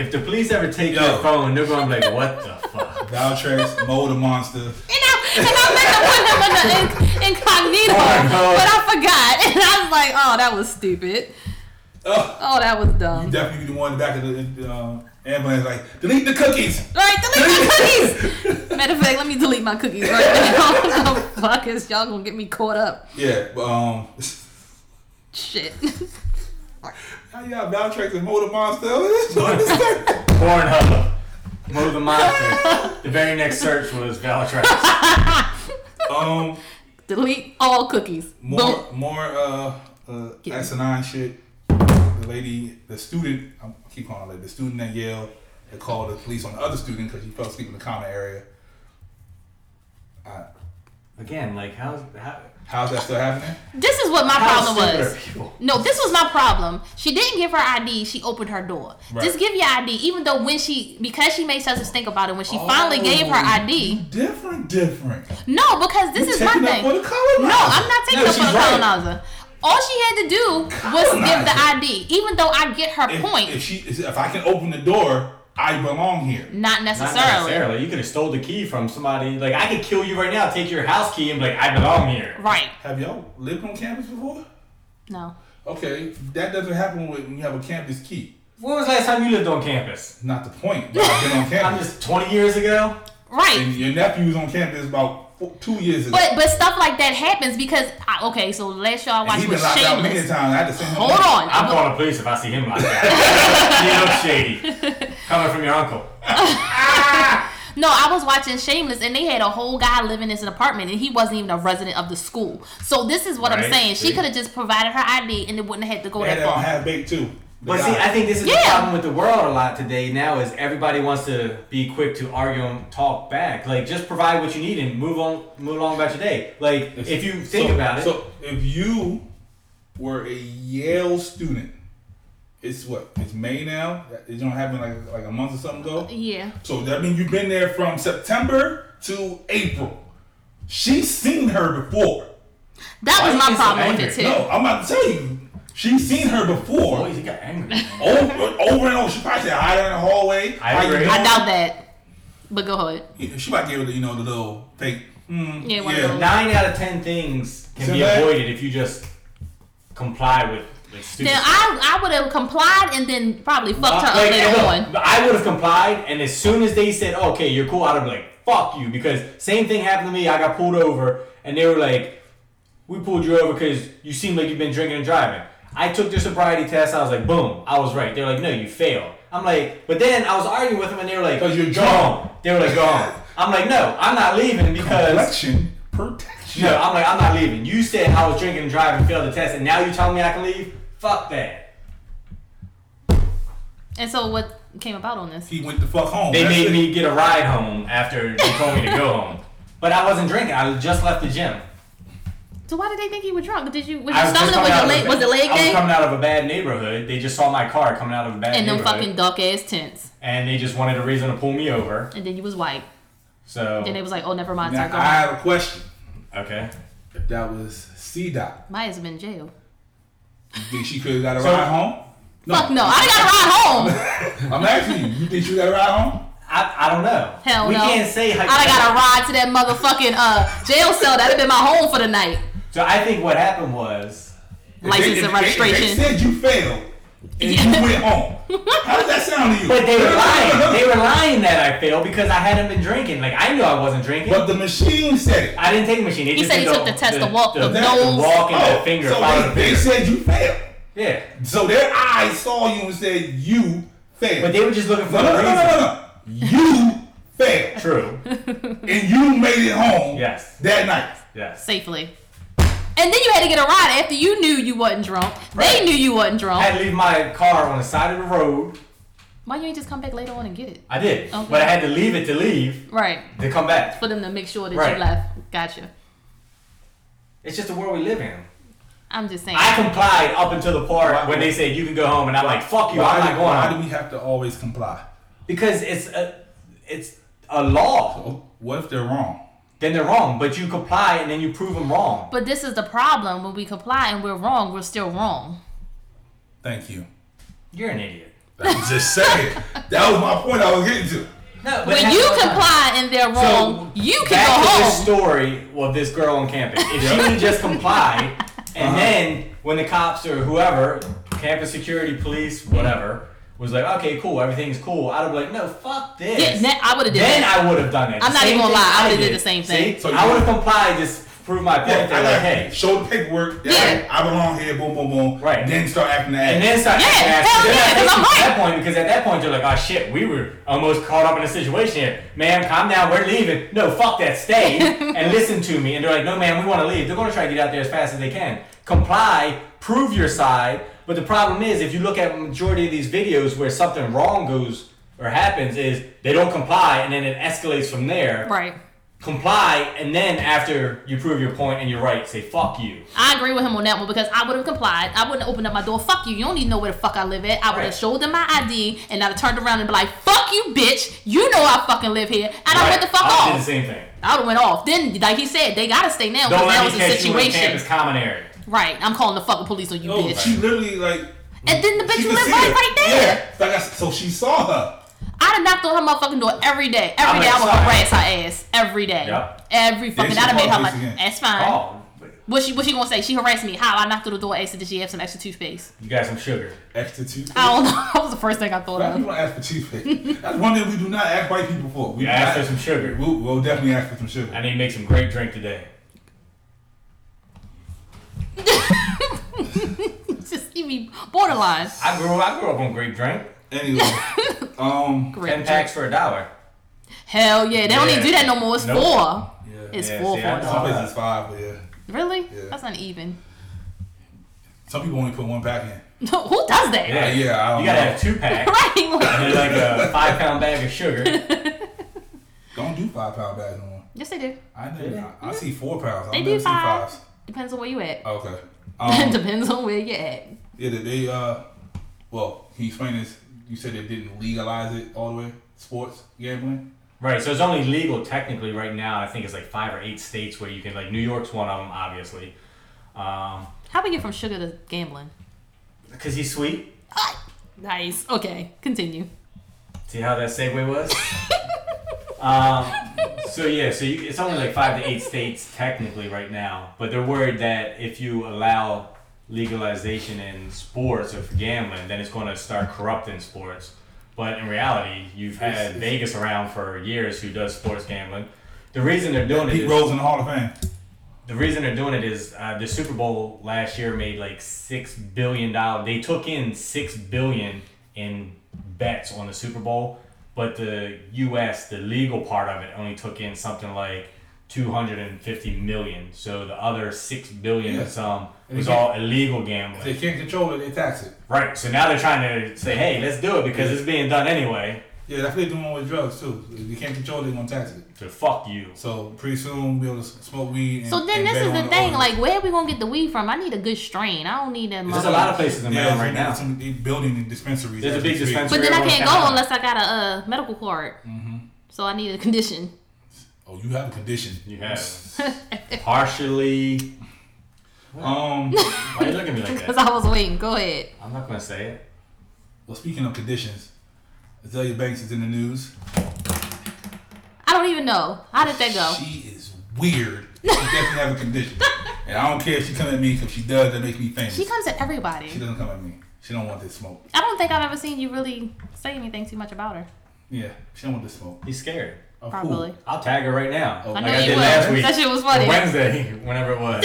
Speaker 4: if the police ever take
Speaker 3: Yo.
Speaker 4: your phone, they're going to be like, what the fuck?
Speaker 3: Valtrex, Mo the monster.
Speaker 2: And I, and I meant to put them in the inc- incognito,
Speaker 4: Oh, no.
Speaker 2: but I forgot. And I was like, oh, that was stupid.
Speaker 3: Ugh.
Speaker 2: Oh, that was dumb.
Speaker 3: Definitely be the one in the back of the uh, ambulance like delete the cookies.
Speaker 2: Like, delete my cookies! Matter of fact, let me delete my cookies right now. the fuck is y'all gonna get me caught up?
Speaker 3: Yeah, but, um,
Speaker 2: Shit.
Speaker 3: how y'all Valtrex and Mo the monster? This joint is crazy.
Speaker 4: Pornhub. Mo the monster. The very next search was Valtrex.
Speaker 3: um,
Speaker 2: delete all cookies. Boom.
Speaker 3: more more uh, uh
Speaker 2: Get it.
Speaker 3: asinine shit. The lady, the student, I keep calling her lady, the student at Yale, had called the police on the other student because she fell asleep in the common area. I,
Speaker 4: Again, like how's how?
Speaker 3: How's that still happening?
Speaker 2: This is what my
Speaker 4: How
Speaker 2: problem
Speaker 4: stupid
Speaker 2: was.
Speaker 4: are people?
Speaker 2: No, this was my problem. She didn't give her ID. She opened her door.
Speaker 3: Right.
Speaker 2: Just give your ID, even though when she because she made such a stink about it. When she finally gave her ID,
Speaker 3: Oh. Different, different.
Speaker 2: no, because this is my
Speaker 3: Taking up
Speaker 2: thing.
Speaker 3: for the
Speaker 2: No,
Speaker 3: colonizer.
Speaker 2: I'm not taking
Speaker 4: No,
Speaker 2: up for
Speaker 4: she's
Speaker 2: the
Speaker 4: right.
Speaker 2: colonizer. All she had to do was give the ID, even though I get her
Speaker 3: If,
Speaker 2: point.
Speaker 3: if she, if I can open the door, I belong here.
Speaker 2: not
Speaker 4: Not
Speaker 2: necessarily.
Speaker 4: necessarily. You could have stole the key from somebody. Like I could kill you right now, take your house key, and be like I belong here.
Speaker 2: Right.
Speaker 3: Have y'all lived on campus before?
Speaker 2: No.
Speaker 3: Okay, that doesn't happen when you have a campus key.
Speaker 4: When was the last time you lived on campus?
Speaker 3: Not the point. But I've been on
Speaker 4: I'm
Speaker 3: campus.
Speaker 4: just 20 years ago.
Speaker 2: Right.
Speaker 3: And your nephew was on campus about four, two years ago.
Speaker 2: But but stuff like that happens because I, okay. So last show I
Speaker 3: and
Speaker 2: watched
Speaker 3: he
Speaker 2: was
Speaker 3: been locked out many
Speaker 2: Shameless.
Speaker 3: times. I had to send him.
Speaker 2: Hold on.
Speaker 4: I'm calling the police if I see him like that. you know, shady. Coming from your uncle.
Speaker 2: No, I was watching Shameless, and they had a whole guy living in an apartment, and he wasn't even a resident of the school. So this is what I'm
Speaker 4: Right,
Speaker 2: saying. She
Speaker 4: see?
Speaker 2: could have just provided her ID, and it wouldn't have had to go
Speaker 3: They had
Speaker 2: that
Speaker 3: that on
Speaker 2: far.
Speaker 3: half baked too.
Speaker 4: But see, I think this is
Speaker 2: Yeah.
Speaker 4: the problem with the world a lot today now is everybody wants to be quick to argue and talk back. Like just provide what you need and move on move along about your day. Like if you think
Speaker 3: so,
Speaker 4: about it,
Speaker 3: So if you were a Yale student, it's what? It's May now. It don't happen like like a month or something ago.
Speaker 2: Yeah.
Speaker 3: So that means you've been there from September to April. She's seen her before.
Speaker 2: That
Speaker 4: Why
Speaker 2: was
Speaker 4: you
Speaker 2: my
Speaker 4: get so
Speaker 2: problem with it
Speaker 4: angry?
Speaker 2: too.
Speaker 3: No, I'm about to tell you. She's seen her
Speaker 4: oh,
Speaker 3: before.
Speaker 4: he got angry. man.
Speaker 3: Over, over and over. She probably said hi to her in the hallway.
Speaker 4: I
Speaker 3: How you
Speaker 4: agree.
Speaker 3: doing?
Speaker 2: I doubt that. But go ahead.
Speaker 3: Yeah, she might give her, the, you know, the little fake. Mm,
Speaker 2: Yeah,
Speaker 3: yeah,
Speaker 2: one of those.
Speaker 4: Nine out of ten things can
Speaker 3: So
Speaker 4: be
Speaker 3: that-
Speaker 4: avoided if you just comply with like stupid.
Speaker 2: Then I I would have complied and then probably fucked her up
Speaker 4: Like,
Speaker 2: later
Speaker 4: look,
Speaker 2: on.
Speaker 4: I would have complied, and as soon as they said, "Okay, you're cool," I'd have been like, "Fuck you," because same thing happened to me. I got pulled over, and they were like, "We pulled you over because you seem like you've been drinking and driving." I took their sobriety test. I was like, "Boom," I was right. They're like, "No, you failed." I'm like, but then I was arguing with them, and they were like,
Speaker 3: 'Cause you're
Speaker 4: "Go
Speaker 3: drunk."
Speaker 4: home." They were like, "Go home." I'm like, "No, I'm not leaving because."
Speaker 3: Election protection.
Speaker 4: No, I'm like, I'm not leaving. You said I was drinking and driving, failed the test, and now you're telling me I can leave? Fuck that.
Speaker 2: And so what came about on this?
Speaker 3: He went the fuck home.
Speaker 4: They
Speaker 3: That's
Speaker 4: made
Speaker 3: it.
Speaker 4: me get a ride home after they told me to go home. But I wasn't drinking. I just left the gym.
Speaker 2: So why did they think you were drunk? Did you was
Speaker 4: I
Speaker 2: you
Speaker 4: was just
Speaker 2: stumbling?
Speaker 4: coming
Speaker 2: Was your leg was
Speaker 4: out of a-
Speaker 2: it leg
Speaker 4: I was
Speaker 2: game?
Speaker 4: coming out of a bad neighborhood. They just saw my car coming out of a bad
Speaker 2: And them
Speaker 4: neighborhood.
Speaker 2: fucking dark ass tents.
Speaker 4: and they just wanted a reason to pull me over.
Speaker 2: And then you was white.
Speaker 4: So
Speaker 2: Then they was like, oh, never mind.
Speaker 3: Now,
Speaker 2: Sorry, go
Speaker 3: I
Speaker 2: home.
Speaker 3: have a question.
Speaker 4: okay.
Speaker 3: If that was C dot,
Speaker 2: Might have been in jail.
Speaker 3: you think she could have got a
Speaker 4: So-
Speaker 3: ride home?
Speaker 2: Fuck no, I got a ride home.
Speaker 3: I'm asking you. You think she got a ride home?
Speaker 4: I, I don't know.
Speaker 2: Hell
Speaker 4: we
Speaker 2: no.
Speaker 4: can't say how.
Speaker 2: I got a ride to that motherfucking uh, jail cell. That'd have been my home for the night.
Speaker 4: So I think what happened was
Speaker 3: If
Speaker 2: License
Speaker 3: they-
Speaker 2: and
Speaker 3: if They, if
Speaker 2: registration.
Speaker 3: they said you failed and you went home. How does that sound to you?
Speaker 4: But they
Speaker 3: No, no, no,
Speaker 4: were
Speaker 3: no,
Speaker 4: lying.
Speaker 3: no.
Speaker 4: They were lying that I failed because I hadn't been drinking. Like I knew I wasn't drinking.
Speaker 3: But the machine said it.
Speaker 4: I didn't take a machine. They
Speaker 2: He
Speaker 4: just
Speaker 2: said
Speaker 4: did
Speaker 2: he took the test, the walk, the nose.
Speaker 4: The walk and the finger.
Speaker 3: Oh, so
Speaker 4: follow
Speaker 3: they,
Speaker 4: the
Speaker 3: they
Speaker 4: finger.
Speaker 3: said you failed.
Speaker 4: Yeah.
Speaker 3: So their eyes saw you and said you failed.
Speaker 4: But they were just looking for
Speaker 3: no,
Speaker 4: a
Speaker 3: no, no,
Speaker 4: reason.
Speaker 3: no, no, no. You failed,
Speaker 4: True.
Speaker 3: and you made it home.
Speaker 4: Yes.
Speaker 3: That night.
Speaker 4: Yes.
Speaker 2: safely. And then you had to get a ride after you knew you wasn't drunk. They
Speaker 4: Right.
Speaker 2: knew you wasn't
Speaker 4: I
Speaker 2: drunk.
Speaker 4: had to leave my car on the side of the road.
Speaker 2: Why you ain't just come back later on and get it?
Speaker 4: I did.
Speaker 2: Okay.
Speaker 4: But I had to leave it to leave
Speaker 2: Right.
Speaker 4: to come back.
Speaker 2: For them to make sure that
Speaker 4: Right.
Speaker 2: you left. Gotcha.
Speaker 4: It's just the world we live in.
Speaker 2: I'm just saying.
Speaker 4: I complied up until the
Speaker 3: Why-
Speaker 4: part when they said you can go home, and I'm like, "Fuck you, I'm not going
Speaker 3: why do
Speaker 4: home."
Speaker 3: we have to always comply?
Speaker 4: Because it's a, it's a law.
Speaker 3: Oh, What if they're wrong?
Speaker 4: Then they're wrong, but you comply and then you prove them wrong.
Speaker 2: but this is the problem. When we comply and we're wrong, we're still wrong.
Speaker 3: Thank you.
Speaker 4: You're an idiot.
Speaker 3: I was just saying. that was my point I was getting to.
Speaker 4: No, but
Speaker 2: When
Speaker 4: that's
Speaker 2: you
Speaker 4: what I'm-
Speaker 2: comply and they're wrong, you can
Speaker 4: back
Speaker 2: go
Speaker 4: to
Speaker 2: home.
Speaker 4: this story of this girl on campus. If she would just comply, and
Speaker 2: Uh-huh.
Speaker 4: then when the cops or whoever, campus security, police, whatever, was like, okay, cool, everything's cool, I'd have been like, no, fuck this.
Speaker 2: Yeah, ne- I would've did
Speaker 4: Then
Speaker 2: that.
Speaker 4: I would have done it.
Speaker 2: I'm
Speaker 4: The
Speaker 2: not
Speaker 4: same
Speaker 2: even gonna
Speaker 4: thing
Speaker 2: lie, I would've did
Speaker 4: did.
Speaker 2: the same thing.
Speaker 4: See?
Speaker 3: So
Speaker 4: I
Speaker 3: you-
Speaker 4: would have complied just to prove my point.
Speaker 3: Yeah,
Speaker 4: that, like, hey.
Speaker 3: show the paperwork. Yeah,
Speaker 2: Yeah.
Speaker 3: I belong here. Boom, boom, boom.
Speaker 4: Right.
Speaker 3: Then start acting the ass.
Speaker 4: And then start
Speaker 2: Yeah,
Speaker 4: kicking ass.
Speaker 2: hell
Speaker 4: They're
Speaker 2: yeah,
Speaker 4: not
Speaker 2: 'cause I'm
Speaker 4: fixing
Speaker 2: right.
Speaker 4: At that point, because at that point you're like, oh shit, we were almost caught up in a situation here. Ma'am, calm down, we're leaving. No, fuck that, stay and listen to me. And they're like, no, ma'am, we want to leave. They're going to try to get out there as fast as they can. Comply, prove your side. But the problem is, if you look at majority of these videos where something wrong goes or happens, is they don't comply, and then it escalates from there.
Speaker 2: right.
Speaker 4: comply, and then after you prove your point and you're right, say fuck you.
Speaker 2: I agree with him on that one because I would have complied. I wouldn't have opened up my door. Fuck you. You don't even know where the fuck I live at. I would have
Speaker 4: Right.
Speaker 2: showed them my ID and I'd have turned around and be like, fuck you, bitch. You know I fucking live here. And I
Speaker 4: Right.
Speaker 2: went the fuck
Speaker 4: I did the
Speaker 2: off.
Speaker 4: same thing.
Speaker 2: I would have went off. Then, like he said, they got to stay now
Speaker 4: Don't
Speaker 2: because that
Speaker 4: let
Speaker 2: was
Speaker 4: me
Speaker 2: the
Speaker 4: catch you in a
Speaker 2: situation.
Speaker 4: campus Oh, common area.
Speaker 2: Right. I'm calling the fucking police on you,
Speaker 3: No,
Speaker 2: bitch.
Speaker 3: she literally like.
Speaker 2: And then the bitch
Speaker 3: she could
Speaker 2: lived
Speaker 3: see
Speaker 2: right-
Speaker 3: it.
Speaker 2: right there.
Speaker 3: Yeah. Like I, said, so she saw her.
Speaker 2: I'd have knocked on her motherfucking door every day. Every
Speaker 4: I'm
Speaker 2: day I would
Speaker 4: excited.
Speaker 2: harass her ass. Every day.
Speaker 4: Yep.
Speaker 2: Every fucking.
Speaker 3: she
Speaker 2: I'd have made her
Speaker 3: called
Speaker 2: like,
Speaker 3: police again.
Speaker 2: that's fine.
Speaker 4: Oh,
Speaker 2: What she what she gonna say? She harassed me. How? I knocked on the door, asked her, did she have some extra toothpaste?
Speaker 4: you got some sugar.
Speaker 3: Extra toothpaste.
Speaker 2: I don't know. That was the first thing I thought
Speaker 3: Black
Speaker 2: of.
Speaker 3: people don't ask for toothpaste. That's one thing we do not ask white people for. We
Speaker 4: You asked
Speaker 3: not-
Speaker 4: for some sugar.
Speaker 3: We'll, we'll definitely ask for some sugar.
Speaker 4: I need to make some grape drink today.
Speaker 2: just you be borderline.
Speaker 4: I grew I grew up on grape drink.
Speaker 3: Anyway, um,
Speaker 4: Ten
Speaker 2: Great.
Speaker 4: packs for a dollar.
Speaker 2: Hell yeah, they don't even
Speaker 4: Yeah.
Speaker 2: do that no more. It's
Speaker 4: Nope.
Speaker 2: four.
Speaker 3: yeah.
Speaker 2: It's
Speaker 4: Yeah,
Speaker 2: four
Speaker 4: see,
Speaker 2: for
Speaker 4: I
Speaker 2: us.
Speaker 4: know.
Speaker 3: Some places five, but yeah.
Speaker 2: Really?
Speaker 3: Yeah.
Speaker 2: That's uneven.
Speaker 3: Some people only put one pack in.
Speaker 2: No, who does that?
Speaker 4: Yeah,
Speaker 3: yeah, I don't
Speaker 4: you gotta
Speaker 3: know.
Speaker 4: have two packs.
Speaker 2: Right? Like,
Speaker 4: and like a five pound bag of sugar.
Speaker 3: Don't do five pound bags no more.
Speaker 2: yes, they do.
Speaker 3: I never, I, I see four pounds. I
Speaker 2: They
Speaker 3: don't
Speaker 2: do
Speaker 3: never see
Speaker 2: five.
Speaker 3: fives.
Speaker 2: Depends on where you at.
Speaker 3: Okay. Um,
Speaker 2: Depends on where you at.
Speaker 3: yeah, that they uh, well, he explained this. You said they didn't legalize it all the way. Sports gambling.
Speaker 4: Right, so it's only legal technically right now. I think it's like five or eight states where you can like New York's one of them, obviously. Um,
Speaker 2: How we get from sugar to gambling?
Speaker 4: because he's sweet.
Speaker 2: Nice. Okay, continue.
Speaker 4: See how that segue was? um, so yeah, so you, it's only like five to eight states technically right now, but they're worried that if you allow legalization in sports or for gambling, then it's going to start corrupting sports. But in reality, you've had Vegas around for years who does sports gambling. The reason they're doing it
Speaker 3: Pete
Speaker 4: is-
Speaker 3: Rose in the Hall of Fame.
Speaker 4: the reason they're doing it is uh, the Super Bowl last year made like six billion dollars. They took in six billion in bets on the Super Bowl, but the U.S. the legal part of it only took in something like two hundred and fifty million. So the other six billion
Speaker 3: Yeah.
Speaker 4: and some
Speaker 3: And
Speaker 4: was
Speaker 3: again-
Speaker 4: all illegal
Speaker 3: If they
Speaker 4: gambling.
Speaker 3: can't control it, they tax it.
Speaker 4: Right. So now they're trying to say, hey, let's do it because it's being done anyway.
Speaker 3: Yeah, that's what they're doing with drugs too. If they can't control it, they're gonna tax it.
Speaker 4: So fuck you.
Speaker 3: So pretty soon we'll just smoke weed. And,
Speaker 2: So then
Speaker 3: and
Speaker 2: this
Speaker 3: bet
Speaker 2: is
Speaker 3: on
Speaker 2: the thing.
Speaker 3: oil.
Speaker 2: Like, where are we gonna get the weed from? I need a good strain. I don't need that much.
Speaker 4: There's a lot of places in
Speaker 3: yeah,
Speaker 4: Maryland right now.
Speaker 3: Some, they building the dispensaries.
Speaker 4: There's a
Speaker 3: as
Speaker 4: big
Speaker 3: we speak.
Speaker 4: dispensary.
Speaker 2: But then I
Speaker 4: Everyone
Speaker 2: can't
Speaker 4: can
Speaker 2: go
Speaker 4: have-
Speaker 2: unless I got a uh, medical card.
Speaker 4: Mm-hmm.
Speaker 2: So I need a condition.
Speaker 3: Oh, you have a condition.
Speaker 4: You have partially.
Speaker 3: Um,
Speaker 4: Why are you looking at me like that?
Speaker 2: Because I was waiting. Go ahead.
Speaker 4: I'm not gonna say it.
Speaker 3: well, speaking of conditions, Azalea Banks is in the news.
Speaker 2: I don't even know. How did that go?
Speaker 3: She is weird. She definitely have a condition, and I don't care if she come at me because she does. That makes me famous.
Speaker 2: She
Speaker 3: She,
Speaker 2: comes at everybody.
Speaker 3: doesn't come at me. She don't want this smoke.
Speaker 2: I don't think I've ever seen you really say anything too much about her.
Speaker 3: Yeah, she don't want this smoke.
Speaker 4: He's scared.
Speaker 3: Of who?
Speaker 2: Probably.
Speaker 4: I'll tag her right now.
Speaker 3: Oh,
Speaker 2: I
Speaker 3: Like
Speaker 2: know
Speaker 4: I
Speaker 2: you
Speaker 4: did
Speaker 2: will.
Speaker 4: last week.
Speaker 2: That shit was funny. And
Speaker 4: Wednesday, whenever it was.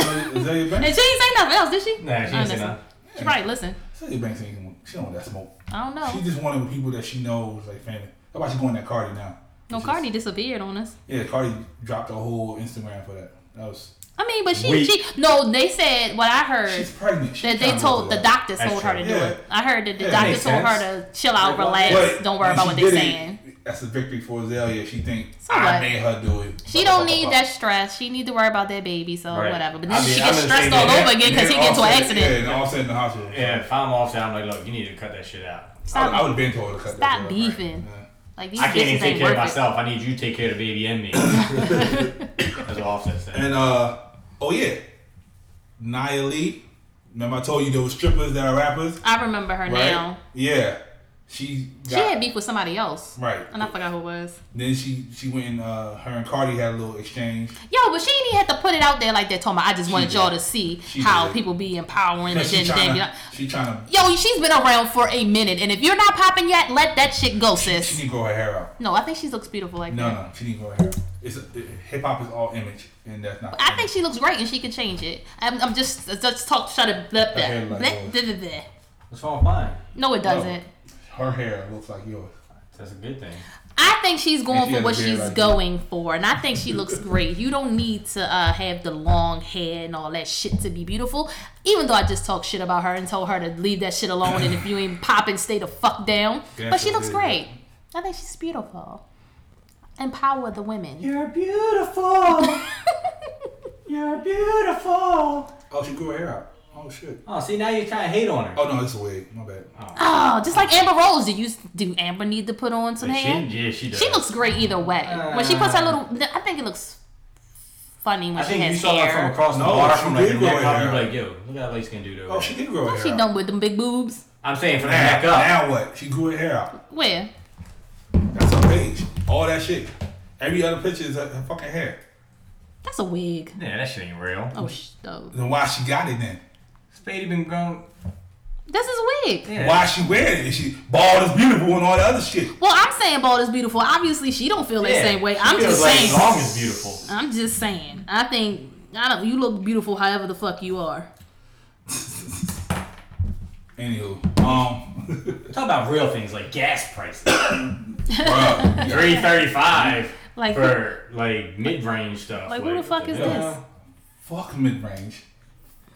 Speaker 3: Azalea Banks.
Speaker 2: she ain't say nothing else, did she?
Speaker 4: Nah, she
Speaker 2: Oh,
Speaker 4: didn't say
Speaker 2: listen.
Speaker 4: nothing.
Speaker 2: She probably listen.
Speaker 3: Azalea Banks ain't. want- She don't want that smoke.
Speaker 2: I don't
Speaker 3: She
Speaker 2: know.
Speaker 3: just wanted with people that she knows like famous. That's why she going at Cardi now.
Speaker 2: No,
Speaker 3: It's just-
Speaker 2: Cardi disappeared on us.
Speaker 3: Yeah, Cardi dropped a whole Instagram for that. That was
Speaker 2: I mean, but she,
Speaker 4: Weak.
Speaker 2: she, no, they said what I heard
Speaker 3: she's pregnant. She
Speaker 2: that they
Speaker 3: kinda
Speaker 2: told
Speaker 3: knows
Speaker 2: the
Speaker 3: that.
Speaker 2: doctor
Speaker 4: That's
Speaker 2: told her to
Speaker 4: true.
Speaker 2: do
Speaker 3: Yeah.
Speaker 2: it. I heard that the
Speaker 3: Yeah, that
Speaker 2: doctor
Speaker 4: makes
Speaker 2: told her to
Speaker 4: sense.
Speaker 2: chill out,
Speaker 4: Like, why-
Speaker 2: relax,
Speaker 3: But
Speaker 2: don't worry
Speaker 3: when
Speaker 2: about
Speaker 3: she
Speaker 2: what they're
Speaker 3: did it,
Speaker 2: saying.
Speaker 3: that's a victory for Azalea. She think
Speaker 2: So
Speaker 3: I
Speaker 2: what?
Speaker 3: made her do it.
Speaker 2: She don't need that stress. She need to worry about that baby, so
Speaker 4: Right.
Speaker 2: whatever. But
Speaker 4: I
Speaker 2: then
Speaker 4: mean,
Speaker 2: she
Speaker 4: I'm
Speaker 2: gets
Speaker 4: in the same
Speaker 2: stressed all
Speaker 4: boat.
Speaker 2: over again because he
Speaker 3: And
Speaker 2: gets into an
Speaker 3: all said-
Speaker 2: accident.
Speaker 3: Yeah, and all said in the hospital.
Speaker 4: Yeah, if I'm off that, I'm like, look, you need to cut that shit
Speaker 3: I,
Speaker 4: out.
Speaker 3: would- I
Speaker 2: Stop.
Speaker 3: would have been told to cut
Speaker 2: Stop
Speaker 3: that shit out,
Speaker 2: beefing.
Speaker 3: Right?
Speaker 2: Like these
Speaker 4: I can't even
Speaker 2: bitches
Speaker 4: take
Speaker 2: ain't
Speaker 4: care of
Speaker 2: worth it.
Speaker 4: myself. I need you to take care of the baby and me. That's what Offset
Speaker 3: Yeah.
Speaker 4: said.
Speaker 3: And uh, oh yeah, Nia Lee. Remember I told you there were strippers that are rappers,
Speaker 2: I remember her
Speaker 3: right?
Speaker 2: now.
Speaker 3: Yeah, she
Speaker 2: She
Speaker 3: got
Speaker 2: had beef with somebody else,
Speaker 3: right.
Speaker 2: and I forgot who it was.
Speaker 3: Then she she went and uh, her and Cardi had a little exchange.
Speaker 2: Yo, but she ain't even had to put it out there like that, Toma. I just wanted
Speaker 3: did.
Speaker 2: y'all to see
Speaker 3: She
Speaker 2: how
Speaker 3: did.
Speaker 2: people be empowering and
Speaker 3: She
Speaker 2: then they be
Speaker 3: trying
Speaker 2: like,
Speaker 3: to she trying to
Speaker 2: Yo, she's been around for a minute, and if you're not popping yet, let that shit go,
Speaker 3: she
Speaker 2: sis.
Speaker 3: didn't grow her hair out.
Speaker 2: No, I think she looks beautiful like
Speaker 3: No,
Speaker 2: that.
Speaker 3: no, she didn't grow her hair. out. It's hip hop is all image, and that's not.
Speaker 2: I think she looks great, and she can change it. I'm, I'm just just talk. Shut up. Bleh,
Speaker 3: hair
Speaker 2: bleh,
Speaker 3: like
Speaker 2: bleh,
Speaker 3: yours.
Speaker 2: bleh, bleh.
Speaker 4: What's wrong with mine?
Speaker 2: No, it doesn't.
Speaker 3: her hair looks like yours.
Speaker 4: That's a good thing.
Speaker 2: I think she's
Speaker 3: And
Speaker 2: going
Speaker 3: she
Speaker 2: for
Speaker 3: has
Speaker 2: what
Speaker 3: a beard
Speaker 2: she's
Speaker 3: like
Speaker 2: going for, and I think she looks great. You don't need to uh, have the long hair and all that shit to be beautiful. Even though I just talked shit about her and told her to leave that shit alone, and if you ain't popping, stay the fuck down.
Speaker 3: Yeah,
Speaker 2: but she
Speaker 3: she
Speaker 2: looks
Speaker 3: did.
Speaker 2: great. I think she's beautiful. Empower the women.
Speaker 4: You're beautiful. You're beautiful.
Speaker 3: Oh, she grew her hair out. Oh shit.
Speaker 4: Oh, see now you kind of hate on her.
Speaker 3: Oh no, it's a wig. My bad.
Speaker 2: Oh, just like Amber Rose. Do you do Amber need to put on some
Speaker 4: But
Speaker 2: hair?
Speaker 4: She, yeah, she does.
Speaker 2: She looks great either way. when she puts her little, I think it looks funny when
Speaker 4: Uh. I
Speaker 2: she
Speaker 4: think
Speaker 2: has
Speaker 4: you saw that
Speaker 2: hair.
Speaker 4: from across the
Speaker 3: No,
Speaker 4: water
Speaker 3: she
Speaker 4: from like the
Speaker 3: did grow
Speaker 4: neck up.
Speaker 3: hair.
Speaker 4: You're like, yo, look how light skinned dude over
Speaker 3: Oh,
Speaker 4: there.
Speaker 3: she did grow her hair.
Speaker 2: she
Speaker 3: out.
Speaker 2: done with them big boobs.
Speaker 4: I'm saying from the
Speaker 3: Now,
Speaker 4: neck up.
Speaker 3: now what? She grew her hair out.
Speaker 2: Where?
Speaker 3: That's her page. All that shit. Every other picture is her, her fucking hair.
Speaker 2: That's a wig.
Speaker 4: Yeah, that shit ain't real.
Speaker 2: Oh, sh- oh.
Speaker 3: Then why she got it then?
Speaker 4: Spady been grown.
Speaker 2: This is a wig.
Speaker 4: Yeah.
Speaker 3: Why she wearing it? She bald is beautiful and all that other shit.
Speaker 2: Well, I'm saying bald is beautiful. Obviously, she don't feel that
Speaker 4: Yeah.
Speaker 2: same way.
Speaker 4: She
Speaker 2: I'm
Speaker 4: feels
Speaker 2: just
Speaker 4: like
Speaker 2: saying.
Speaker 4: As long as beautiful.
Speaker 2: I'm just saying. I think I don't. You look beautiful, however the fuck you are.
Speaker 3: Anywho, um,
Speaker 4: Talk about real things like gas prices.
Speaker 3: bruh,
Speaker 4: Three thirty-five
Speaker 2: Like
Speaker 4: for like mid-range stuff.
Speaker 2: Like, who the fuck is
Speaker 4: hell?
Speaker 2: this?
Speaker 3: fuck mid range,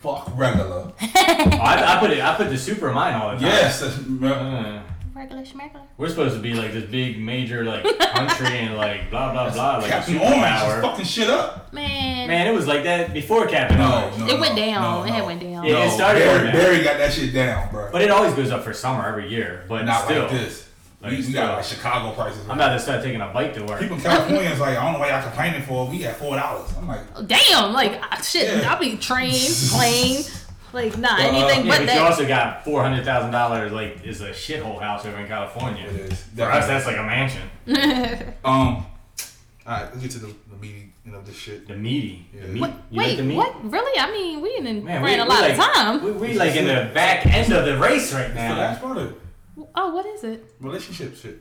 Speaker 3: fuck regular.
Speaker 4: Oh, I, I put it. I put the super in mine all the time.
Speaker 3: Yes, that's, bruh,
Speaker 4: Uh,
Speaker 2: regular schmegular.
Speaker 4: we're supposed to be like this big major like country and like blah blah blah like
Speaker 3: Captain
Speaker 4: a
Speaker 3: Orange
Speaker 4: superpower.
Speaker 3: is fucking shit up.
Speaker 2: Man,
Speaker 4: Man, it was like that before Captain
Speaker 3: No,
Speaker 4: Orange.
Speaker 3: no,
Speaker 2: it went
Speaker 3: no,
Speaker 2: down.
Speaker 3: no,
Speaker 2: It had
Speaker 3: no.
Speaker 2: went down.
Speaker 4: Yeah. it started
Speaker 3: Barry,
Speaker 4: down.
Speaker 3: Barry got that shit down, bro.
Speaker 4: But it always goes up for summer every year. But
Speaker 3: Not
Speaker 4: still,
Speaker 3: like this.
Speaker 4: Like,
Speaker 3: we, we
Speaker 4: still.
Speaker 3: got like Chicago prices.
Speaker 4: I'm about to start taking a bike to work.
Speaker 3: People in California is like, I don't know why y'all complaining for. We got four dollars. I'm like,
Speaker 2: Damn, like I- shit.
Speaker 3: Yeah.
Speaker 2: I'll be trained, plane, like nah,
Speaker 3: Uh,
Speaker 2: anything
Speaker 4: yeah,
Speaker 2: but
Speaker 4: but, you
Speaker 2: that.
Speaker 4: also got four hundred thousand dollars. Like, is a shithole house over in California.
Speaker 3: it is.
Speaker 4: For us, that's like a mansion.
Speaker 3: um. All right, let's get to the, the meeting and of this shit.
Speaker 4: The meaty.
Speaker 3: Yeah.
Speaker 4: The meat.
Speaker 3: What-
Speaker 4: You like
Speaker 2: Wait,
Speaker 4: the meat?
Speaker 2: what? Really? I mean, we didn't
Speaker 4: Man, we-
Speaker 2: ran a
Speaker 4: we
Speaker 2: lot of
Speaker 4: like-
Speaker 2: time.
Speaker 4: We, we like in the back end of the race right
Speaker 3: It's the
Speaker 4: now.
Speaker 3: last part of it.
Speaker 2: oh, what is it?
Speaker 3: relationship shit.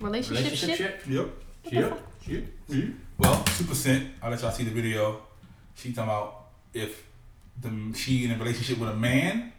Speaker 2: Relationship, shit.
Speaker 3: Yep.
Speaker 4: Yep.
Speaker 3: Yeah. Well, Super Scent, I'll let y'all see the video. She talking about if the she in a relationship with a man,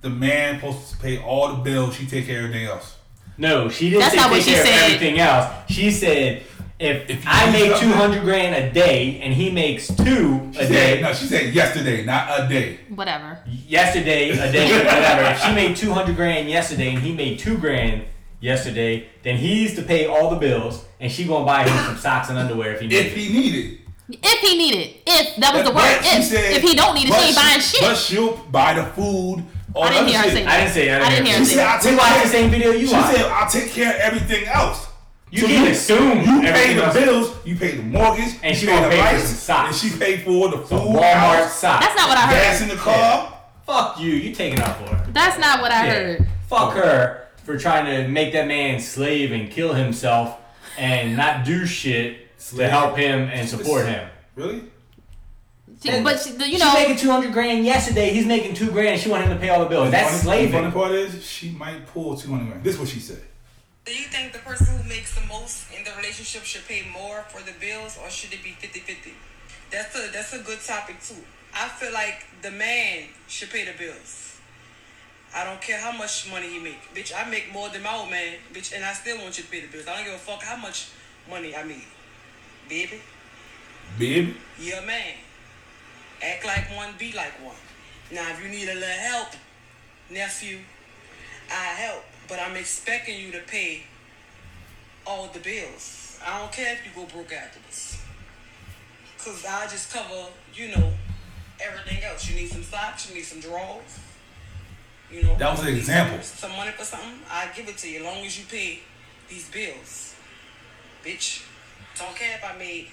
Speaker 3: the man supposed to pay all the bills, she take care of everything else.
Speaker 4: No, she didn't
Speaker 2: That's
Speaker 4: say
Speaker 2: not what
Speaker 4: take
Speaker 2: she
Speaker 4: care of
Speaker 2: said.
Speaker 4: everything else. She said, if,
Speaker 3: If you
Speaker 4: I
Speaker 3: do
Speaker 4: make
Speaker 3: something-
Speaker 4: two hundred grand a day and he makes two
Speaker 3: She
Speaker 4: a
Speaker 3: said,
Speaker 4: day,
Speaker 3: no, she said yesterday, not a day.
Speaker 2: Whatever.
Speaker 4: yesterday a day whatever. If she made two hundred grand yesterday and he made two grand yesterday, then he's to pay all the bills and she gonna buy him some socks and underwear if he needs
Speaker 3: If
Speaker 4: it.
Speaker 3: he needed.
Speaker 2: If he needed, if that was the word,
Speaker 3: But she
Speaker 2: if
Speaker 3: said-
Speaker 2: if he don't need it,
Speaker 3: but
Speaker 2: she ain't buying
Speaker 3: But
Speaker 2: shit.
Speaker 3: she'll buy the food, all
Speaker 2: I
Speaker 3: the
Speaker 2: didn't
Speaker 3: other
Speaker 2: hear her
Speaker 3: shit.
Speaker 2: say
Speaker 4: I didn't say that.
Speaker 2: I didn't hear
Speaker 3: She said,
Speaker 2: that.
Speaker 3: I'll take
Speaker 4: We watched
Speaker 3: care-
Speaker 4: the same video you
Speaker 3: She
Speaker 4: watched.
Speaker 3: said, I'll take care of everything else.
Speaker 4: You can't assume
Speaker 3: You pay
Speaker 4: everything
Speaker 3: the
Speaker 4: else.
Speaker 3: bills, you pay the mortgage,
Speaker 4: And she
Speaker 3: you
Speaker 4: gonna
Speaker 3: the
Speaker 4: pay for
Speaker 3: lights,
Speaker 4: some socks.
Speaker 3: And she paid for the food,
Speaker 4: Walmart
Speaker 3: house,
Speaker 4: socks.
Speaker 2: That's not what I
Speaker 3: gas
Speaker 2: heard.
Speaker 3: in the car.
Speaker 4: Fuck you. You taking up for her.
Speaker 2: That's not what I
Speaker 4: Yeah.
Speaker 2: heard.
Speaker 4: Fuck her for trying to make that man slave and kill himself and not do shit to
Speaker 3: Slave.
Speaker 4: help him and support him.
Speaker 3: Really?
Speaker 2: She-
Speaker 4: And
Speaker 2: but she, you
Speaker 4: She's
Speaker 2: know,
Speaker 4: making two hundred grand yesterday. He's making two grand. She want him to pay all the bills.
Speaker 3: funny,
Speaker 4: That's
Speaker 3: The funny
Speaker 4: slaving.
Speaker 3: part is, she might pull 200 grand. This is what she said.
Speaker 5: Do you think the person who makes the most in the relationship should pay more for the bills or should it be 50-50? That's a that's a good topic too. I feel like the man should pay the bills. I don't care how much money he make. Bitch, I make more than my old man, bitch, and I still want you to pay the bills. I don't give a fuck how much money I make. Baby,
Speaker 3: Babe,
Speaker 5: you're a man. Act like one, be like one. Now if you need a little help, nephew, I help, but I'm expecting you to pay all the bills. I don't care if you go broke afterwards. Cause I just cover, you know, everything else. You need some socks, you need some drawers. You know.
Speaker 3: That was an
Speaker 5: you need
Speaker 3: example.
Speaker 5: Some, some money for something, I give it to you as long as you pay these bills. Bitch. Don't care if I made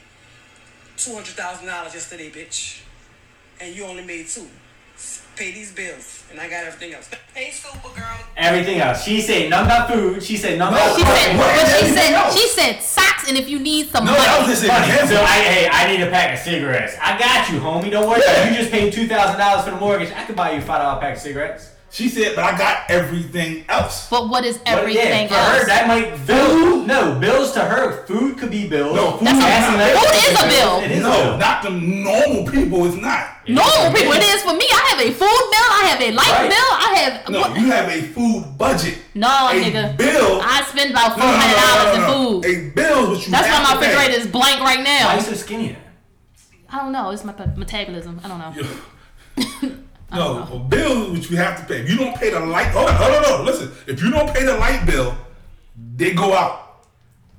Speaker 5: two hundred thousand dollars yesterday, bitch. And you only made two. S- Pay these bills, and I got everything else. Hey, super girl.
Speaker 4: Everything else. She said nothing about food. She said nothing
Speaker 3: No,
Speaker 4: about
Speaker 2: she said,
Speaker 3: What
Speaker 2: but
Speaker 3: is
Speaker 2: she
Speaker 3: everything
Speaker 2: said,
Speaker 3: else?
Speaker 2: she said socks, and if you need some
Speaker 3: No,
Speaker 2: money,
Speaker 3: that was just an
Speaker 4: Money. So
Speaker 3: example.
Speaker 4: I, hey, I need a pack of cigarettes. I got you, homie. Don't worry. about it. You just paid two thousand dollars for the mortgage. I could buy you a five dollar pack of cigarettes.
Speaker 3: She said, but I got everything else.
Speaker 2: but what is
Speaker 4: But
Speaker 2: everything
Speaker 4: yeah, for
Speaker 2: else?
Speaker 4: her, that might bill. No, bills to her. Food could be bills.
Speaker 3: No, food
Speaker 4: Gas
Speaker 3: That's
Speaker 4: and
Speaker 3: not-
Speaker 2: food
Speaker 4: electric
Speaker 2: is
Speaker 4: could be
Speaker 2: a
Speaker 4: bills.
Speaker 2: bill.
Speaker 4: It is a
Speaker 3: No,
Speaker 4: bill.
Speaker 3: not the normal people. It's not.
Speaker 2: Normal people, it is for me. I have a food bill, I have a light
Speaker 4: Right.
Speaker 2: bill, I have
Speaker 3: No,
Speaker 2: what-
Speaker 3: you have a food budget.
Speaker 2: No,
Speaker 3: a
Speaker 2: nigga.
Speaker 3: bill.
Speaker 2: I spend about
Speaker 3: No,
Speaker 2: four
Speaker 3: no,
Speaker 2: hundred dollars
Speaker 3: no, no, no, no.
Speaker 2: in food.
Speaker 3: A bill is what you.
Speaker 2: That's why
Speaker 3: have
Speaker 2: my
Speaker 3: to pay.
Speaker 2: refrigerator is blank right
Speaker 4: Why you
Speaker 2: now.
Speaker 4: so skinny? then?
Speaker 2: I don't know. It's my pe- metabolism. I don't know.
Speaker 3: no, a bill which you have to pay. If you don't pay the light, hold on, hold on, hold on. Listen, if you don't pay the light bill, they go out.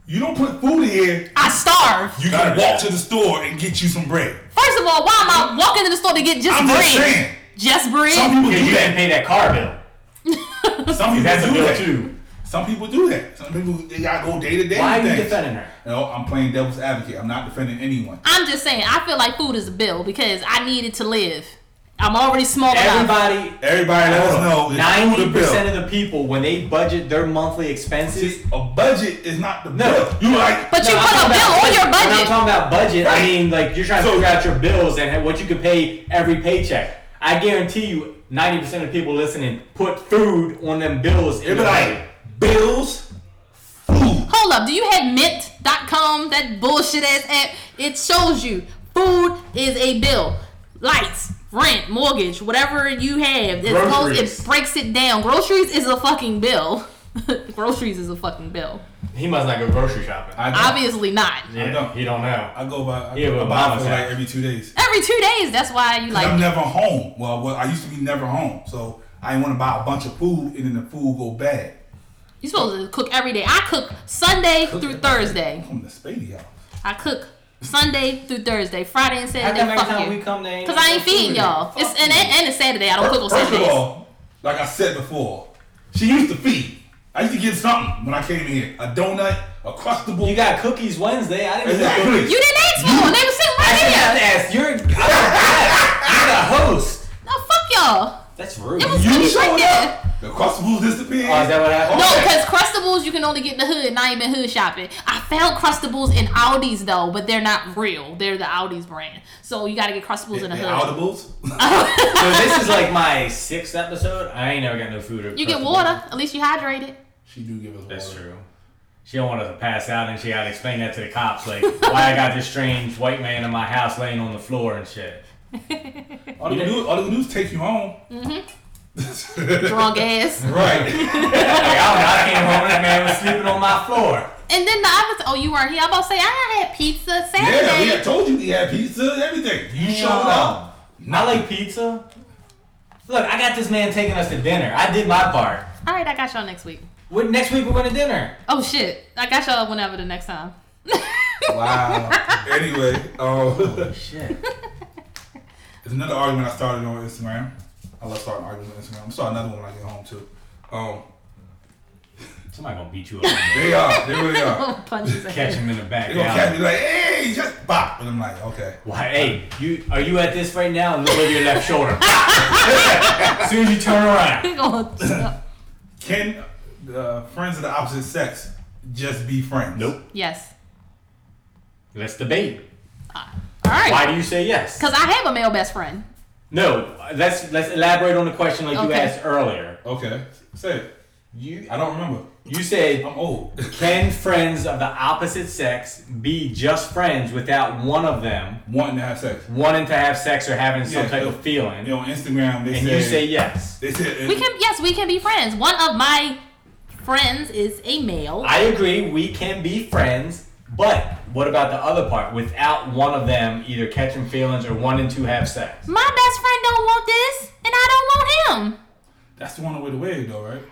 Speaker 3: You don't put food in here.
Speaker 2: I starve.
Speaker 3: You gotta walk to the store and get you some bread.
Speaker 2: First of all, why am I walking in the store to get just
Speaker 3: I'm
Speaker 2: bread?
Speaker 3: just saying.
Speaker 2: Just bread.
Speaker 3: Some people
Speaker 4: Because
Speaker 3: do
Speaker 4: you didn't
Speaker 3: that.
Speaker 4: pay that car bill.
Speaker 3: Some people
Speaker 4: That's a
Speaker 3: do
Speaker 4: bill
Speaker 3: that.
Speaker 4: too.
Speaker 3: Some people do that. Some people they gotta go day to day.
Speaker 4: Why are
Speaker 3: with
Speaker 4: you
Speaker 3: things.
Speaker 4: defending her?
Speaker 3: No, I'm playing devil's advocate. I'm not defending anyone.
Speaker 2: I'm just saying, I feel like food is a bill because I need it to live. I'm already small enough.
Speaker 4: Everybody.
Speaker 3: Everybody let us know. it's
Speaker 4: Ninety
Speaker 3: food or bill.
Speaker 4: percent of the people, when they budget their monthly
Speaker 3: See,
Speaker 4: expenses,
Speaker 3: a budget is not the
Speaker 4: No.
Speaker 3: bill. You like
Speaker 2: But you
Speaker 4: No, I'm
Speaker 2: put a
Speaker 4: talking
Speaker 2: bill
Speaker 4: about-
Speaker 2: on your
Speaker 4: When I'm
Speaker 2: budget.
Speaker 4: talking about budget, I mean like you're trying to
Speaker 3: So-
Speaker 4: figure out your bills and what you could pay every paycheck. I guarantee you, ninety percent of people listening put food on them bills.
Speaker 3: it
Speaker 4: in
Speaker 3: be
Speaker 4: their
Speaker 3: like
Speaker 4: budget.
Speaker 3: bills, food.
Speaker 2: Hold up, do you have mint.com, that bullshit ass app? It shows you food is a bill. Lights, rent, mortgage, whatever you have, it, goes,
Speaker 4: Groceries.
Speaker 2: it breaks it down. Groceries is a fucking bill. Groceries is a fucking bill.
Speaker 4: he must not go grocery shopping.
Speaker 3: I don't-
Speaker 2: Obviously not.
Speaker 4: yeah,
Speaker 3: don't.
Speaker 4: He don't know.
Speaker 3: I go by. I,
Speaker 4: Yeah,
Speaker 3: go
Speaker 4: but
Speaker 3: by
Speaker 4: mama's
Speaker 3: for like
Speaker 4: house.
Speaker 3: every two days.
Speaker 2: Every two days, that's why you
Speaker 3: I'm
Speaker 2: like.
Speaker 3: never home. Well, well, I used to be never home, so I didn't want to buy a bunch of food and then the food go bad.
Speaker 2: You're supposed to cook every day. I cook Sunday through Thursday.
Speaker 3: From the Spady house.
Speaker 2: I cook Sunday through Thursday, Friday and
Speaker 4: How
Speaker 2: Saturday.
Speaker 4: come every
Speaker 2: Fuck
Speaker 4: time we
Speaker 2: you.
Speaker 4: come, there
Speaker 2: Cause I ain't feeding y'all. It's and, and it's Saturday. I don't cook on
Speaker 3: First of
Speaker 2: Saturdays.
Speaker 3: all, like I said before, she used to feed. I used to get something when I came in here. A donut, a crustable.
Speaker 4: You got cookies Wednesday. I didn't get
Speaker 3: exactly.
Speaker 4: cookies.
Speaker 2: You didn't ask for them. They were sitting
Speaker 4: I didn't
Speaker 2: right
Speaker 4: have to
Speaker 2: here.
Speaker 4: ask. You're, I'm a guest. You're the host.
Speaker 2: No, fuck y'all.
Speaker 4: That's rude.
Speaker 2: It was
Speaker 3: You
Speaker 2: cookies right
Speaker 3: showed
Speaker 2: there.
Speaker 3: up. The crustables disappeared.
Speaker 4: Oh, is Oh, that what happened?
Speaker 2: No,
Speaker 3: Okay.
Speaker 2: because Crustables you can only get in the hood, and I ain't been hood shopping. I found Crustables in Aldi's though, but they're not real. They're the Aldi's brand. So you gotta get Crustables in the
Speaker 3: The
Speaker 2: hood.
Speaker 3: audibles.
Speaker 4: so this is like my sixth episode. I ain't never got no food. Or
Speaker 2: You get
Speaker 4: crustables.
Speaker 2: water. At least you hydrated.
Speaker 3: she do give us.
Speaker 4: That's
Speaker 3: water.
Speaker 4: true. She don't want us to pass out, and she got to explain that to the cops, like why I got this strange white man in my house laying on the floor and shit.
Speaker 3: All they do, all they do is take you home.
Speaker 2: Drunk ass.
Speaker 3: Right.
Speaker 4: Like, I, don't know, I came home and that man was sleeping on my floor.
Speaker 2: And then the other. Oh, you weren't here. I'm about to say I had pizza Saturday.
Speaker 3: yeah, we had told you we had pizza, and everything. You showed up.
Speaker 4: Not like pizza. Look, I got this man taking us to dinner. I did my part.
Speaker 2: All right, I got y'all next week.
Speaker 4: What next week we're going to dinner?
Speaker 2: Oh shit, I got y'all whenever the next time.
Speaker 3: Wow. anyway, um,
Speaker 4: Shit.
Speaker 3: there's another argument I started on Instagram. I love starting arguments on Instagram. I'm starting another one when I get home too. Um,
Speaker 4: Somebody gonna beat you up. and
Speaker 3: they are. They really are.
Speaker 2: Punches in
Speaker 4: Catch
Speaker 2: here.
Speaker 4: him in the back.
Speaker 3: They gonna catch
Speaker 4: alley.
Speaker 3: me like, hey, just bop, and I'm like, okay.
Speaker 4: Why? Hey, you are you at this right now? Look over your left shoulder. as soon as you turn around.
Speaker 2: He gonna-
Speaker 3: Can uh, friends of the opposite sex just be friends?
Speaker 2: yes.
Speaker 4: Let's debate.
Speaker 2: All right.
Speaker 4: Why do you say yes?
Speaker 2: Cause I have a male best friend.
Speaker 4: No, let's let's elaborate on the question like you
Speaker 2: Okay.
Speaker 4: asked earlier.
Speaker 3: Okay. Say it.
Speaker 4: You
Speaker 3: I don't remember.
Speaker 4: you said
Speaker 3: I'm old.
Speaker 4: can friends of the opposite sex be just friends without one of them
Speaker 3: Wanting to have sex.
Speaker 4: wanting to have sex or having some
Speaker 3: Yeah,
Speaker 4: type
Speaker 3: yeah.
Speaker 4: of feeling?
Speaker 3: You know, on Instagram they
Speaker 4: and
Speaker 3: said,
Speaker 4: you say yes.
Speaker 3: they said
Speaker 2: We can yes, we can be friends. One of my friends is a male.
Speaker 4: I agree. We can be friends, but what about the other part? Without one of them either catching feelings or wanting to have sex.
Speaker 2: My best friend don't want this, and I don't want him.
Speaker 3: that's the one way to wave though, right?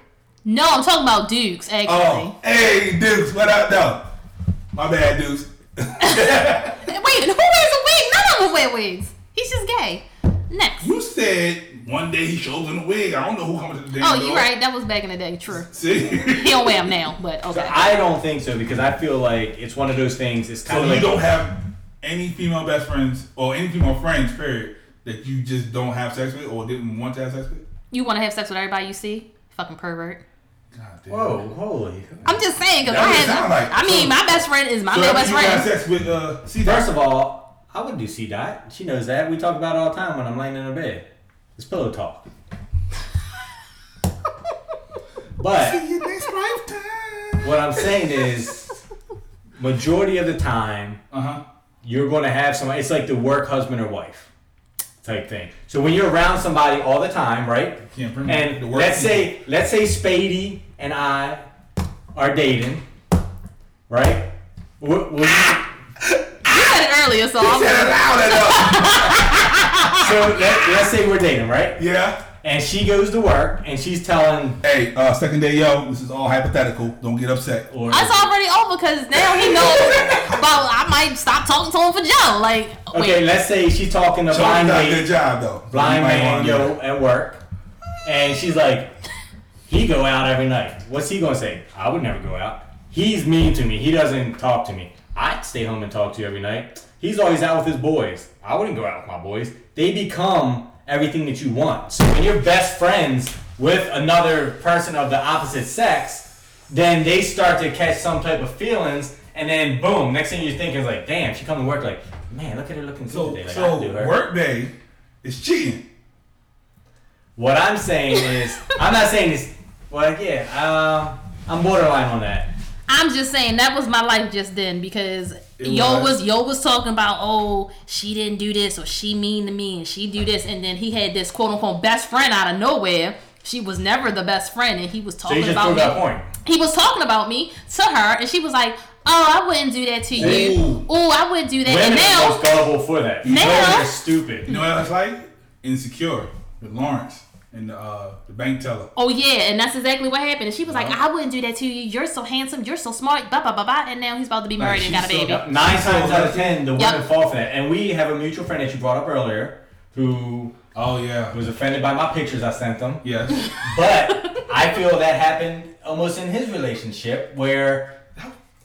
Speaker 2: No, I'm talking about Dukes actually.
Speaker 3: Oh, hey, Dukes, what up, though? My bad, Dukes.
Speaker 2: Wait, who wears a wig? None of us wear wigs. He's just gay. Next.
Speaker 3: You said one day he shows in a wig. I don't know who comes to the damn
Speaker 2: Oh,
Speaker 3: door.
Speaker 2: you're right. That was back in the day. True.
Speaker 3: See,
Speaker 2: He don't wear them now, but okay.
Speaker 4: I don't think so because I feel like it's one of those things. It's kind
Speaker 3: so
Speaker 4: of
Speaker 3: you
Speaker 4: like
Speaker 3: don't have any female best friends or any female friends, period, that you just don't have sex with or didn't want to have sex with.
Speaker 2: You want to have sex with everybody you see? Fucking pervert.
Speaker 3: God damn.
Speaker 4: whoa, Oh, holy.
Speaker 2: I'm just saying because
Speaker 3: That
Speaker 2: I
Speaker 3: would
Speaker 2: had.
Speaker 3: sound like-
Speaker 2: I mean,
Speaker 3: so-
Speaker 2: my best friend is my
Speaker 3: So
Speaker 2: male
Speaker 3: after
Speaker 2: best
Speaker 3: you had
Speaker 2: friend.
Speaker 3: sex with uh, see
Speaker 4: First of all, I would do C dot. She knows that. We talk about it all the time when I'm laying in her bed. It's pillow talk. but
Speaker 3: your next lifetime.
Speaker 4: what I'm saying is, majority of the time,
Speaker 3: Uh huh.
Speaker 4: you're going to have somebody. It's like the work husband or wife type thing. So when you're around somebody all the time, right?
Speaker 3: Can't bring the
Speaker 4: and
Speaker 3: work
Speaker 4: let's
Speaker 3: people.
Speaker 4: say let's say Spady and I are dating, right? Will- will you-
Speaker 2: You said it earlier, so I'm
Speaker 3: Loud enough.
Speaker 4: so let, let's say we're dating, right?
Speaker 3: yeah.
Speaker 4: and she goes to work and she's telling
Speaker 3: Hey, uh, second day, yo, this is all hypothetical. Don't get upset.
Speaker 4: or
Speaker 2: That's already over because now he knows about. I might stop talking to him for Joe. Like,
Speaker 4: okay,
Speaker 2: wait,
Speaker 4: let's say she's talking to
Speaker 3: So you
Speaker 4: blind
Speaker 3: got a good
Speaker 4: lady,
Speaker 3: job though. So
Speaker 4: blind
Speaker 3: you might
Speaker 4: man,
Speaker 3: wanna do
Speaker 4: yo,
Speaker 3: that.
Speaker 4: at work, and she's like, he go out every night. What's he gonna say? I would never go out. He's mean to me. He doesn't talk to me. I'd stay home and talk to you every night. He's always out with his boys. I wouldn't go out with my boys. They become everything that you want. So when you're best friends with another person of the opposite sex, then they start to catch some type of feelings, and then boom, next thing you're thinking is like, damn, she come to work like, man, look at her looking good today.
Speaker 3: So,
Speaker 4: Like, I
Speaker 3: so
Speaker 4: could do her.
Speaker 3: work day is cheating.
Speaker 4: What I'm saying is, I'm not saying this. Well, yeah, uh, I'm borderline on that.
Speaker 2: I'm just saying that was my life just then because
Speaker 3: It
Speaker 2: yo
Speaker 3: was.
Speaker 2: was yo was talking about oh she didn't do this or she mean to me and she do this and then he had this quote unquote best friend out of nowhere. She was never the best friend and he was
Speaker 4: So
Speaker 2: talking
Speaker 4: you just
Speaker 2: about
Speaker 4: proved
Speaker 2: me.
Speaker 4: that point.
Speaker 2: he was talking about me to her, and she was like, "Oh, I wouldn't do that to you. Oh, I wouldn't do that." and
Speaker 4: Women are
Speaker 2: now,
Speaker 4: most gullible for that.
Speaker 2: Now-
Speaker 4: Women are stupid.
Speaker 3: You know what that's like? Insecure with Lawrence and uh, the bank teller.
Speaker 2: oh yeah, and that's exactly what happened. And she was like,
Speaker 4: Uh-huh.
Speaker 2: "I wouldn't do that to you. You're so handsome. You're so smart." Blah blah blah blah. And now he's about to be married and
Speaker 3: she's
Speaker 2: got a
Speaker 3: so-
Speaker 2: baby.
Speaker 3: yep.
Speaker 4: Nine times out of ten, the women
Speaker 2: Yep.
Speaker 4: fall for that. And we have a mutual friend that you brought up earlier who
Speaker 3: Oh yeah.
Speaker 4: was offended by my pictures I sent them.
Speaker 3: Yes.
Speaker 4: But I feel that happened almost in his relationship where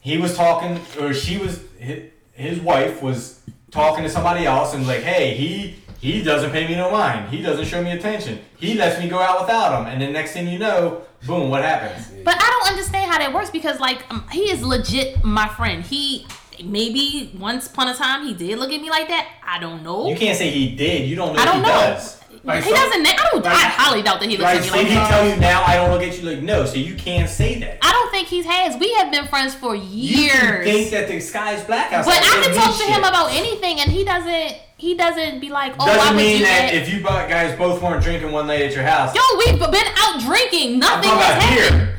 Speaker 4: he was talking, or she was, hi- his wife was talking to somebody else and like, hey, he he doesn't pay me no mind. He doesn't show me attention. He lets me go out without him. And the next thing you know, boom, what happens?
Speaker 2: But I don't understand how that works because like um, he is legit my friend. He maybe once upon a time he did look at me like that. I don't know.
Speaker 4: You can't say he did. You don't know
Speaker 2: I don't
Speaker 4: if
Speaker 2: know.
Speaker 4: he does.
Speaker 3: Like,
Speaker 2: he
Speaker 3: so-
Speaker 2: doesn't. na- I don't. I
Speaker 3: like-
Speaker 2: highly doubt that he looks
Speaker 3: like,
Speaker 2: at me
Speaker 3: so
Speaker 2: like
Speaker 4: Did he
Speaker 2: that.
Speaker 4: tell you now I don't look at you like no? So you can't say that.
Speaker 2: I don't think he has. We have been friends for
Speaker 4: You can
Speaker 2: years.
Speaker 4: think that the sky is black outside.
Speaker 2: But I
Speaker 4: It
Speaker 2: can
Speaker 4: means
Speaker 2: talk to him
Speaker 4: shit.
Speaker 2: about anything, and he doesn't. He doesn't be like, "Oh, I would
Speaker 4: Doesn't mean
Speaker 2: do that."
Speaker 4: that, if you bu- guys both weren't drinking one night at your house,
Speaker 2: Yo, we've been out drinking.
Speaker 4: I'm
Speaker 2: Nothing
Speaker 4: talking
Speaker 2: has
Speaker 4: about
Speaker 2: happened.
Speaker 4: here.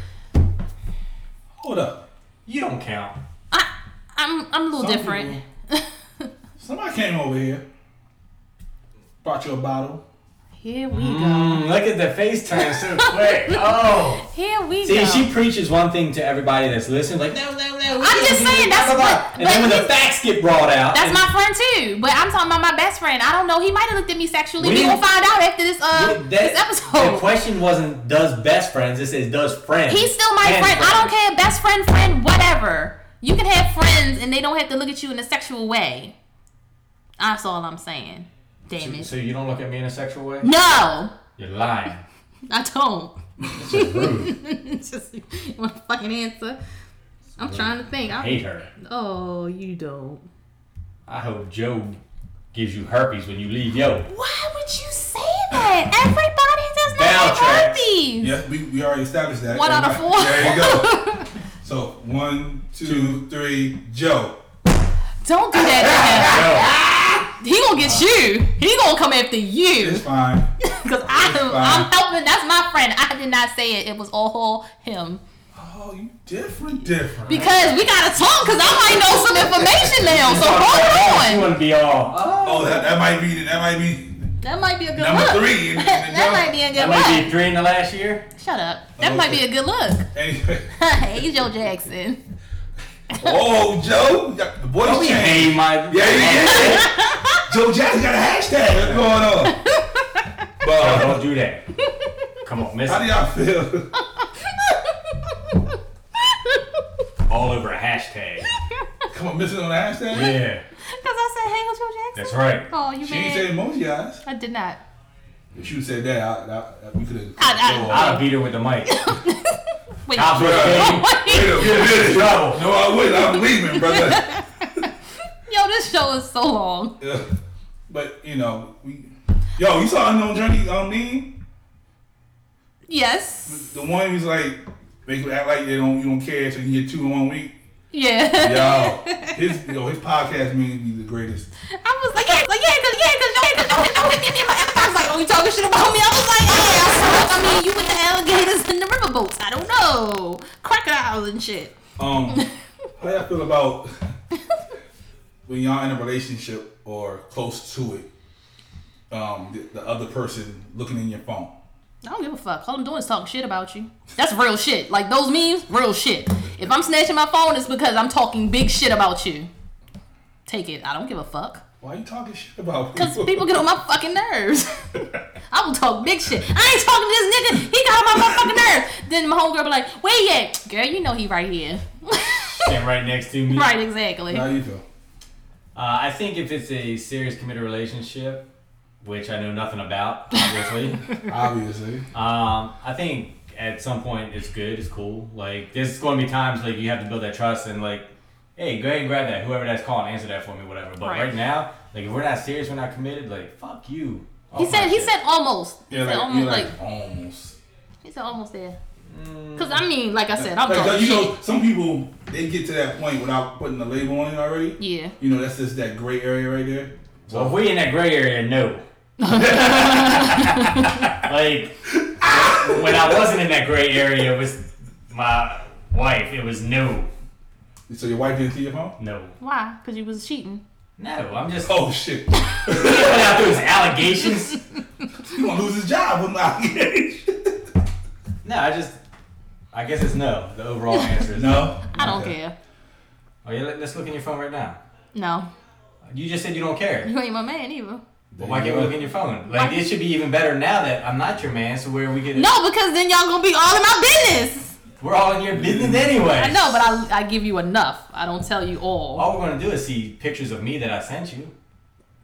Speaker 3: Hold up.
Speaker 4: You don't count.
Speaker 2: I, I'm, I'm a little
Speaker 3: Some
Speaker 2: different.
Speaker 3: Somebody came over here. Brought you a bottle.
Speaker 2: here we go.
Speaker 4: Mm, look at the face turn so quick. Oh.
Speaker 2: Here we
Speaker 4: See,
Speaker 2: go.
Speaker 4: she preaches one thing to everybody that's listening, like, no, no, no. we
Speaker 2: I'm
Speaker 4: didn't
Speaker 2: just
Speaker 4: do
Speaker 2: saying,
Speaker 4: this,
Speaker 2: that's
Speaker 4: blah, blah, blah.
Speaker 2: what-
Speaker 4: And then
Speaker 2: but
Speaker 4: when the
Speaker 2: he's-
Speaker 4: facts get brought out.
Speaker 2: That's
Speaker 4: and-
Speaker 2: my friend too, but I'm talking about my best friend. I don't know. He might have looked at me sexually. We
Speaker 4: We-
Speaker 2: gonna find out after this uh
Speaker 4: that-
Speaker 2: this
Speaker 4: The
Speaker 2: episode.
Speaker 4: question wasn't does best friends, it says does friends.
Speaker 2: He's still my
Speaker 4: And
Speaker 2: friend. I don't care. Best friend, friend, whatever. You can have friends, and they don't have to look at you in a sexual way. That's all I'm saying. Damn it.
Speaker 4: So you don't look at me in a sexual way?
Speaker 2: No,
Speaker 4: You're lying.
Speaker 2: I don't.
Speaker 4: rude.
Speaker 2: Just you want a fucking answer. I'm trying to think.
Speaker 4: I
Speaker 2: I,
Speaker 4: hate her.
Speaker 2: oh, you don't.
Speaker 4: I hope Joe gives you herpes when you leave yo.
Speaker 2: Why would you say that? Everybody does not
Speaker 4: Vowel
Speaker 2: have
Speaker 4: tracks.
Speaker 2: herpes.
Speaker 3: Yes, we, we already established that.
Speaker 2: One out of
Speaker 3: Everybody-
Speaker 2: four.
Speaker 3: There you go. So one, two, three, Joe.
Speaker 2: Don't do that
Speaker 4: Yo.
Speaker 2: to him. He gonna get you. He gonna come after you.
Speaker 3: It's fine.
Speaker 2: Cause I am, I'm helping. That's my friend. I did not say it. It was all him.
Speaker 3: Oh, you different, different.
Speaker 2: Because we gotta talk. Cause I might know some information now. So
Speaker 4: You
Speaker 2: hold on.
Speaker 4: want to be all.
Speaker 3: oh, that, that might be that might be
Speaker 2: That might be a good
Speaker 3: Number
Speaker 2: look.
Speaker 3: three in- in the
Speaker 2: that
Speaker 3: job.
Speaker 2: might be a good
Speaker 4: That might
Speaker 2: look.
Speaker 4: be three in the last year.
Speaker 2: Shut up. That might be a good look.
Speaker 3: anyway.
Speaker 2: hey, Joe Jackson.
Speaker 3: Oh, Joe, the boys
Speaker 4: Don't be
Speaker 3: changed.
Speaker 4: hating my.
Speaker 3: Yeah, yeah, yeah. Joe Jackson got a hashtag. What's going on?
Speaker 4: No,
Speaker 3: But uh,
Speaker 4: Oh, don't do that. Come on, miss.
Speaker 3: how do
Speaker 4: it.
Speaker 3: y'all feel?
Speaker 4: All over a hashtag.
Speaker 3: Come on, missing on the hashtag.
Speaker 4: Yeah,
Speaker 2: Because I said, hey, what's your Jackson?
Speaker 4: that's right.
Speaker 2: Oh, you
Speaker 3: She ain't
Speaker 2: mad?
Speaker 3: say emoji eyes.
Speaker 2: I did not.
Speaker 3: If she would said that, I, I, I, we could have.
Speaker 2: I- I-
Speaker 4: I'll beat her with the mic.
Speaker 2: Wait.
Speaker 4: I'll
Speaker 2: Yo,
Speaker 4: be game.
Speaker 3: Wait a
Speaker 4: Get in
Speaker 3: minute.
Speaker 4: trouble.
Speaker 3: No, I would. I'm leaving, brother.
Speaker 2: this show is so long.
Speaker 3: Yeah. But you know, we. Yo, you saw Unknown Journey on meme?
Speaker 2: Yes.
Speaker 3: The one who's like, make you act like you don't you don't care, so you can get two in one week.
Speaker 2: Yeah.
Speaker 3: Yo, his yo, his podcast meme be the greatest.
Speaker 2: I was like, yeah, like, yeah, cause, yeah, cause, yeah, cause, yeah, cause, yeah, cause, yeah, cause, like, oh, you talking shit about me? I was like, yeah, I saw- I mean, you with the alligators and the riverboats. I don't know. Crocodiles and shit.
Speaker 3: Um, how y'all feel about when y'all in a relationship or close to it? Um, the, the other person looking in your phone.
Speaker 2: I don't give a fuck. All I'm doing is talking shit about you. That's real shit. Like those memes, real shit. If I'm snatching my phone, it's because I'm talking big shit about you. Take it. I don't give a fuck.
Speaker 3: Why you talking shit about
Speaker 2: Cause people get on my fucking nerves. I will talk big shit. I ain't talking to this nigga. He got on my motherfucking nerves. Then my homegirl be like, "Wait yet, girl? You know he right here."
Speaker 4: Stand right next to me.
Speaker 2: right, exactly.
Speaker 3: How you feel?
Speaker 4: Uh, I think if it's a serious committed relationship, which I know nothing about, obviously.
Speaker 3: Obviously.
Speaker 4: Um, I think at some point it's good, it's cool. Like there's going to be times like you have to build that trust and like, hey, go ahead and grab that. Whoever that's calling, answer that for me, whatever. But
Speaker 2: Right.
Speaker 4: right, now, like if we're not serious, we're not committed. Like fuck you.
Speaker 2: He
Speaker 4: Off my
Speaker 2: said. He
Speaker 4: shit.
Speaker 2: said almost. He said almost
Speaker 3: you're
Speaker 2: like,
Speaker 3: almost.
Speaker 2: he said almost there. Cause I mean, like I said, I'm
Speaker 3: Like,
Speaker 2: talking
Speaker 3: you know,
Speaker 2: shit.
Speaker 3: some people they get to that point without putting the label on it already.
Speaker 2: Yeah.
Speaker 3: You know, that's just that gray area right there.
Speaker 4: So if we in that gray area, no. like when I wasn't in that gray area with my wife, it was no,
Speaker 3: So your wife didn't see your phone?
Speaker 4: no,
Speaker 2: Why? Cause you was cheating.
Speaker 4: no. I'm just
Speaker 3: Oh shit!
Speaker 4: putting out those allegations.
Speaker 3: You gonna lose his job with my
Speaker 4: No, I just. I guess it's no. The overall answer is no.
Speaker 3: No,
Speaker 2: I don't
Speaker 3: Okay.
Speaker 2: care.
Speaker 4: Oh, yeah, let- let's look in your phone right now.
Speaker 2: No,
Speaker 4: You just said you don't care.
Speaker 2: you ain't my man either.
Speaker 4: Well, why can't we look in your phone? Like,
Speaker 2: Why-
Speaker 4: it should be even better now that I'm not your man, so where we get
Speaker 2: No, because then y'all gonna be all in my business.
Speaker 4: We're all in your business anyway.
Speaker 2: I know, but I I give you enough. I don't tell you all.
Speaker 4: All we're gonna do is see pictures of me that I sent you.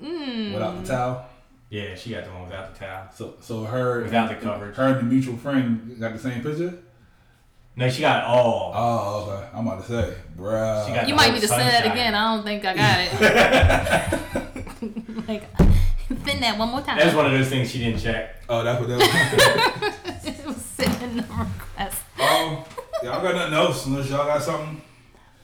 Speaker 3: Without the towel,
Speaker 4: Yeah, she got the one without the towel.
Speaker 3: so so her
Speaker 4: Without the coverage.
Speaker 3: her and the mutual friend got the same picture.
Speaker 4: No, she got it all.
Speaker 3: Oh, okay. I'm about to say, bruh.
Speaker 4: She got-
Speaker 2: You
Speaker 4: the
Speaker 2: might
Speaker 4: whole
Speaker 2: be to say that
Speaker 4: sunshine.
Speaker 2: again. I don't think I got it. like, spin that one more time.
Speaker 4: that was one of those things she didn't check.
Speaker 3: oh, that's what that
Speaker 2: it was sitting in the request.
Speaker 3: was. um, y'all got nothing else unless y'all got something.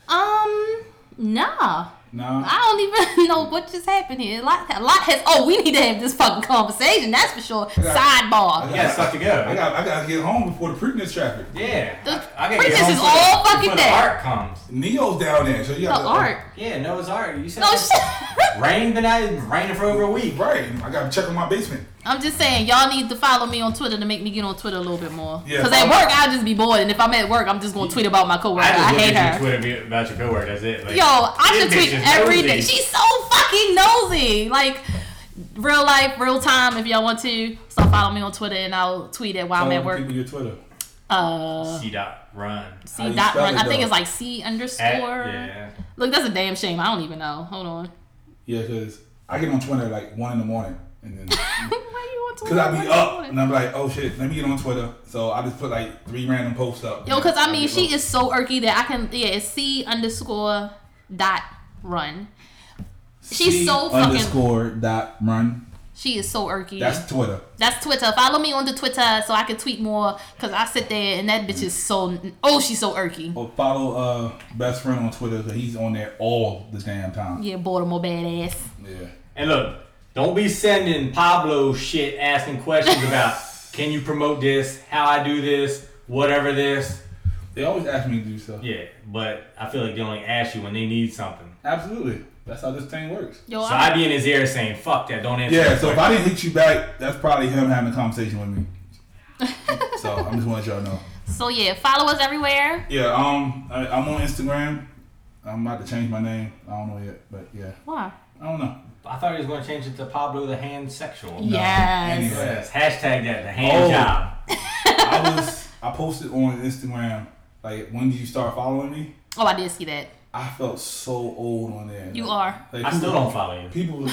Speaker 2: Um, nah.
Speaker 3: Nah.
Speaker 2: I don't even know what just happened here. A lot, a lot has. Oh, we need to have this fucking conversation. That's for sure. Sidebar.
Speaker 4: You got stuff to go.
Speaker 3: I got I gotta get home before the preakness traffic.
Speaker 4: yeah.
Speaker 2: The
Speaker 4: I, I gotta
Speaker 2: princess
Speaker 4: get home
Speaker 2: is
Speaker 4: before the-
Speaker 2: all fucking
Speaker 4: before
Speaker 2: dead.
Speaker 4: The art comes.
Speaker 3: Neo's down there, so you
Speaker 2: The
Speaker 3: got
Speaker 2: art.
Speaker 4: Yeah, Noah's art. You said
Speaker 2: No
Speaker 4: that-
Speaker 2: shit.
Speaker 4: rained been out raining for over a week.
Speaker 3: Right. I gotta check on my basement.
Speaker 2: I'm just saying, y'all need to follow me on Twitter to make me get on Twitter a little bit more.
Speaker 3: Yeah,
Speaker 2: Because at
Speaker 3: follow-
Speaker 2: work, I'll just be bored, and if I'm at work, I'm just gonna tweet about my coworker. I,
Speaker 4: I just look
Speaker 2: hate
Speaker 4: at
Speaker 2: her.
Speaker 4: your Twitter be- about your coworker. That's it. Like,
Speaker 2: Yo, I should tweet
Speaker 4: this bitch is
Speaker 2: every
Speaker 4: nosy.
Speaker 2: day. She's so fucking nosy. Like real life, real time. If y'all want to, stop following me on Twitter, and I'll tweet it while I'm at work.
Speaker 3: People your Twitter.
Speaker 2: Uh,
Speaker 4: C dot run.
Speaker 2: C
Speaker 3: you
Speaker 2: dot
Speaker 3: spell
Speaker 2: run.
Speaker 3: it,
Speaker 2: I think
Speaker 3: though?
Speaker 2: it's like C underscore.
Speaker 4: At- yeah.
Speaker 2: Look, that's a damn shame. I don't even know. Hold on.
Speaker 3: Yeah, cause I get on Twitter like one in the morning, and then
Speaker 2: Why you on Twitter?
Speaker 3: cause I be
Speaker 2: What you
Speaker 3: up
Speaker 2: doing?
Speaker 3: and I'm like, oh shit, let me get on Twitter. So I just put like three random posts up.
Speaker 2: Yo, cause I mean, she is so irky that I can. Yeah, it's C underscore dot run. She's so fucking.
Speaker 3: underscore dot run.
Speaker 2: She is so irky.
Speaker 3: That's Twitter.
Speaker 2: That's Twitter. Follow me on the Twitter so I can tweet more. Cause I sit there and that bitch is so. Oh, she's so irky.
Speaker 3: Or follow uh best friend on Twitter, cause he's on there all the damn time.
Speaker 2: Yeah, Baltimore badass.
Speaker 3: Yeah.
Speaker 4: And look, don't be sending Pablo shit asking questions about can you promote this, how I do this, whatever this.
Speaker 3: They always ask me to do stuff.
Speaker 4: Yeah, but I feel like they only ask you when they need something.
Speaker 3: Absolutely. That's how this thing works.
Speaker 2: Yo,
Speaker 4: So
Speaker 2: I'm-
Speaker 4: I'd be in his ear saying, "Fuck that, don't answer."
Speaker 3: Yeah,
Speaker 4: that
Speaker 3: so if
Speaker 4: question."
Speaker 3: I didn't hit you back, that's probably him having a conversation with me. so I'm just want to let y'all know.
Speaker 2: so yeah, follow us everywhere.
Speaker 3: Yeah, um, I, I'm on Instagram. I'm about to change my name. I don't know yet, but yeah,
Speaker 2: Why?
Speaker 3: I don't know.
Speaker 4: I thought he was going to change it to Pablo the Hand Sexual.
Speaker 2: yes.
Speaker 3: anyway.
Speaker 4: Yes. Hashtag that the hand
Speaker 3: Oh.
Speaker 4: job.
Speaker 3: I was I posted on Instagram like when did you start following me?
Speaker 2: Oh, I did see that.
Speaker 3: I felt so old on there.
Speaker 2: You
Speaker 3: Like-
Speaker 2: are.
Speaker 3: Like,
Speaker 4: I still don't follow you.
Speaker 3: People, people,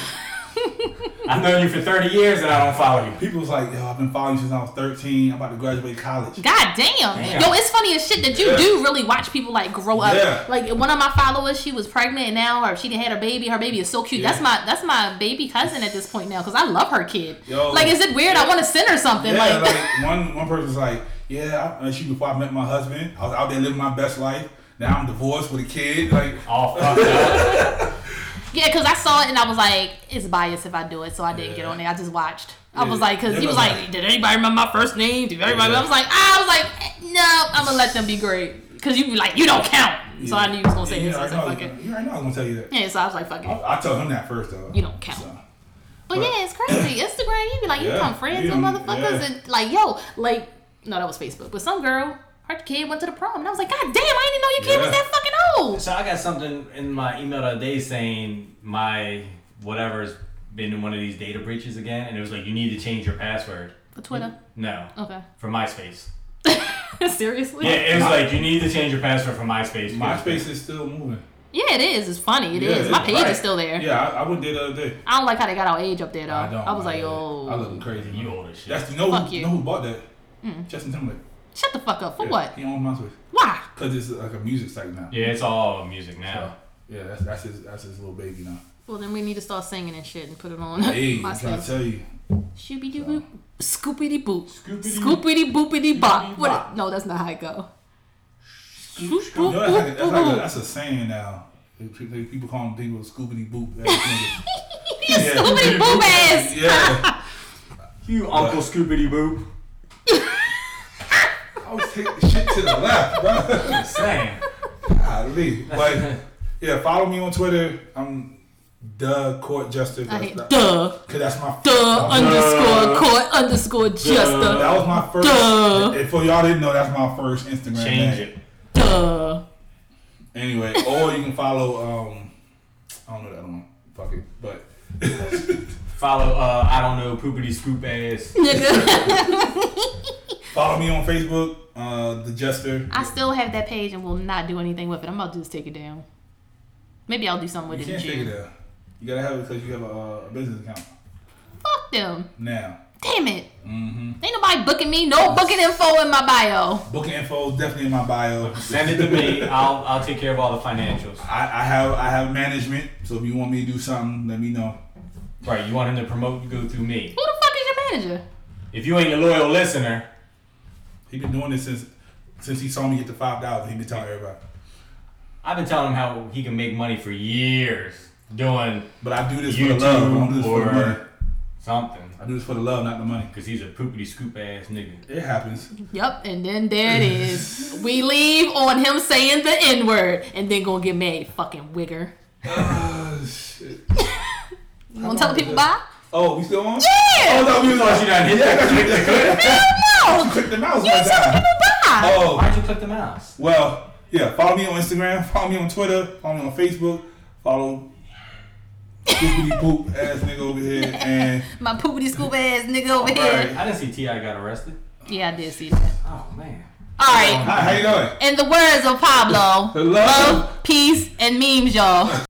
Speaker 4: I've known you for 30 years and I don't follow you.
Speaker 3: people was like, yo, I've been following you since I was 13. I'm about to graduate college.
Speaker 2: God damn.
Speaker 4: Damn.
Speaker 2: Yo, it's funny as shit that you
Speaker 3: Yeah.
Speaker 2: do really watch people like grow up.
Speaker 3: Yeah.
Speaker 2: Like one of my followers, she was pregnant and now her she done had her baby. Her baby is so cute.
Speaker 3: Yeah.
Speaker 2: That's my that's my baby cousin at this point now because I love her kid.
Speaker 3: Yo.
Speaker 2: Like, is it weird? I want to send her something.
Speaker 3: Yeah,
Speaker 2: like,
Speaker 3: like, one one person's like, yeah, I met you before I met my husband. I was out there living my best life. Now I'm divorced with a kid. Like,
Speaker 2: Oh,
Speaker 4: All fucked up.
Speaker 2: yeah, because I saw it and I was like, it's biased if I do it, so I didn't
Speaker 3: Yeah.
Speaker 2: get on there. I just watched. I
Speaker 3: Yeah.
Speaker 2: was like, because
Speaker 3: Yeah,
Speaker 2: he was
Speaker 3: but-
Speaker 2: like, did anybody remember my first name? Did everybody?
Speaker 3: Yeah.
Speaker 2: I was like, ah, I was like, eh, no, I'm gonna let them be great because you be like, you don't count. So I knew you was gonna say
Speaker 3: yeah,
Speaker 2: this. so I was
Speaker 3: I
Speaker 2: like,
Speaker 3: know,
Speaker 2: fuck it.
Speaker 3: You already know I was gonna tell you that.
Speaker 2: Yeah, so I was like, fuck it.
Speaker 3: I, I told him that first though.
Speaker 2: You don't count. But
Speaker 3: But-
Speaker 2: yeah, it's crazy. Instagram, you be like, you
Speaker 3: Yeah,
Speaker 2: become friends
Speaker 3: yeah,
Speaker 2: with motherfuckers,
Speaker 3: yeah.
Speaker 2: and like, yo, like, no, that was Facebook. But some girl, her kid went to the prom, and I was like, God damn, I didn't know your kid was
Speaker 3: Yeah.
Speaker 2: that fucking old.
Speaker 4: So I got something in my email the other day saying my whatever's been in one of these data breaches again, and it was like you need to change your password.
Speaker 2: For Twitter,
Speaker 4: No,
Speaker 2: okay.
Speaker 4: for MySpace.
Speaker 2: Seriously?
Speaker 4: Yeah, it was like you need to change your password for MySpace.
Speaker 3: MySpace is still moving.
Speaker 2: Yeah, it is. It's funny. It is.
Speaker 3: Yeah,
Speaker 2: My
Speaker 3: it's
Speaker 2: page
Speaker 3: right.
Speaker 2: is still there.
Speaker 3: Yeah, I, I went there the other day.
Speaker 2: I don't like how they got our age up there though.
Speaker 3: I don't.
Speaker 2: I was like,
Speaker 3: man.
Speaker 2: yo,
Speaker 3: I look crazy.
Speaker 4: You
Speaker 3: man.
Speaker 4: old as shit.
Speaker 3: That's you know
Speaker 2: Fuck
Speaker 3: who,
Speaker 2: you.
Speaker 3: you know who bought that? Justin Timberlake.
Speaker 2: shut the fuck up. For
Speaker 3: Yeah,
Speaker 2: what?
Speaker 3: He owns MySpace
Speaker 2: Why?
Speaker 3: because it's like a music site now.
Speaker 4: yeah, it's all music now.
Speaker 3: So, yeah, that's that's his that's his little baby now.
Speaker 2: Well, then we need to start singing and shit and put it on.
Speaker 3: Hey,
Speaker 2: my
Speaker 3: I'm trying to
Speaker 2: stuff.
Speaker 3: tell you.
Speaker 2: Shooby doo boop. Scoopity boop.
Speaker 3: Scoopity-
Speaker 2: Scoopity boopity bop.
Speaker 3: Scoopity
Speaker 2: What?
Speaker 3: bop.
Speaker 2: No, that's not how it go.
Speaker 3: You know, that's, like a, that's, like a, that's a saying now. They- they- People call them people scoopity boop. ass niggas. Yeah.
Speaker 2: Scoopity boop ass.
Speaker 3: Yeah.
Speaker 4: You Uncle Scoopity Boop.
Speaker 3: I always take the shit to the left, bro.
Speaker 4: Same.
Speaker 3: Golly. Like, yeah, follow me on Twitter. I'm the court jester.
Speaker 2: I hate
Speaker 3: That's-
Speaker 2: duh,
Speaker 3: Cause that's my
Speaker 2: duh,
Speaker 3: that was-
Speaker 2: underscore court underscore jester,
Speaker 3: That was my first.
Speaker 2: Duh.
Speaker 3: If for y'all didn't know, that's my first Instagram.
Speaker 4: Change
Speaker 3: name.
Speaker 4: it.
Speaker 2: duh.
Speaker 3: Anyway, or you can follow. um I don't know that one. Fuck it. But
Speaker 4: Follow. Uh, I don't know. Poopity Scoop Ass.
Speaker 2: Nigga.
Speaker 3: follow me on Facebook. Uh, the Jester.
Speaker 2: I still have that page and will not do anything with it. I'm about to just take it down. Maybe I'll do something with
Speaker 3: You
Speaker 2: it in
Speaker 3: can't take
Speaker 2: June.
Speaker 3: it out. You gotta have it because you have a, uh, a business account
Speaker 2: Fuck them.
Speaker 3: now.
Speaker 4: Uh-huh.
Speaker 2: Damn it. Ain't nobody booking me. No booking info in my bio.
Speaker 3: Booking info is definitely in my bio.
Speaker 4: Send it to me. I'll I'll take care of all the financials.
Speaker 3: I, I have I have management, so if you want me to do something, let me know.
Speaker 4: Right. You want him to promote? You go through me.
Speaker 2: Who the fuck is your manager?
Speaker 4: If you ain't a loyal listener,
Speaker 3: He been doing this since since he saw me get the five dollars. He been telling everybody.
Speaker 4: I've been telling him how he can make money for years doing
Speaker 3: But I do this for the love. I don't do
Speaker 4: YouTube
Speaker 3: this for the money.
Speaker 4: or something.
Speaker 3: I do this for the love, not the money.
Speaker 4: Cause he's a poopity scoop ass nigga.
Speaker 3: It happens.
Speaker 2: Yep, and then there it is. We leave on him saying the N word and then gonna get mad, fucking wigger.
Speaker 3: Oh, shit.
Speaker 2: You wanna tell the people bye?
Speaker 3: Oh, we still on?
Speaker 2: Yeah!
Speaker 3: Oh, no, we was
Speaker 4: Thought you
Speaker 3: on.
Speaker 4: done hit that.
Speaker 2: No!
Speaker 3: Click the mouse
Speaker 2: You
Speaker 3: one
Speaker 2: ain't telling
Speaker 3: time.
Speaker 2: people bye!
Speaker 3: Oh,
Speaker 4: Why'd you click the mouse?
Speaker 3: well, yeah. Follow me on Instagram. Follow me on Twitter. Follow me on Facebook. Follow Googly Poop ass nigga over here. And
Speaker 2: My poopity scoop ass nigga over
Speaker 3: Alright.
Speaker 2: here.
Speaker 4: I didn't see Ti got arrested.
Speaker 2: Yeah, I did see that.
Speaker 4: Oh man.
Speaker 2: Alright,
Speaker 3: hi, how you doing?
Speaker 2: in the words of Pablo,
Speaker 3: Hello?
Speaker 2: love, peace, and memes, y'all.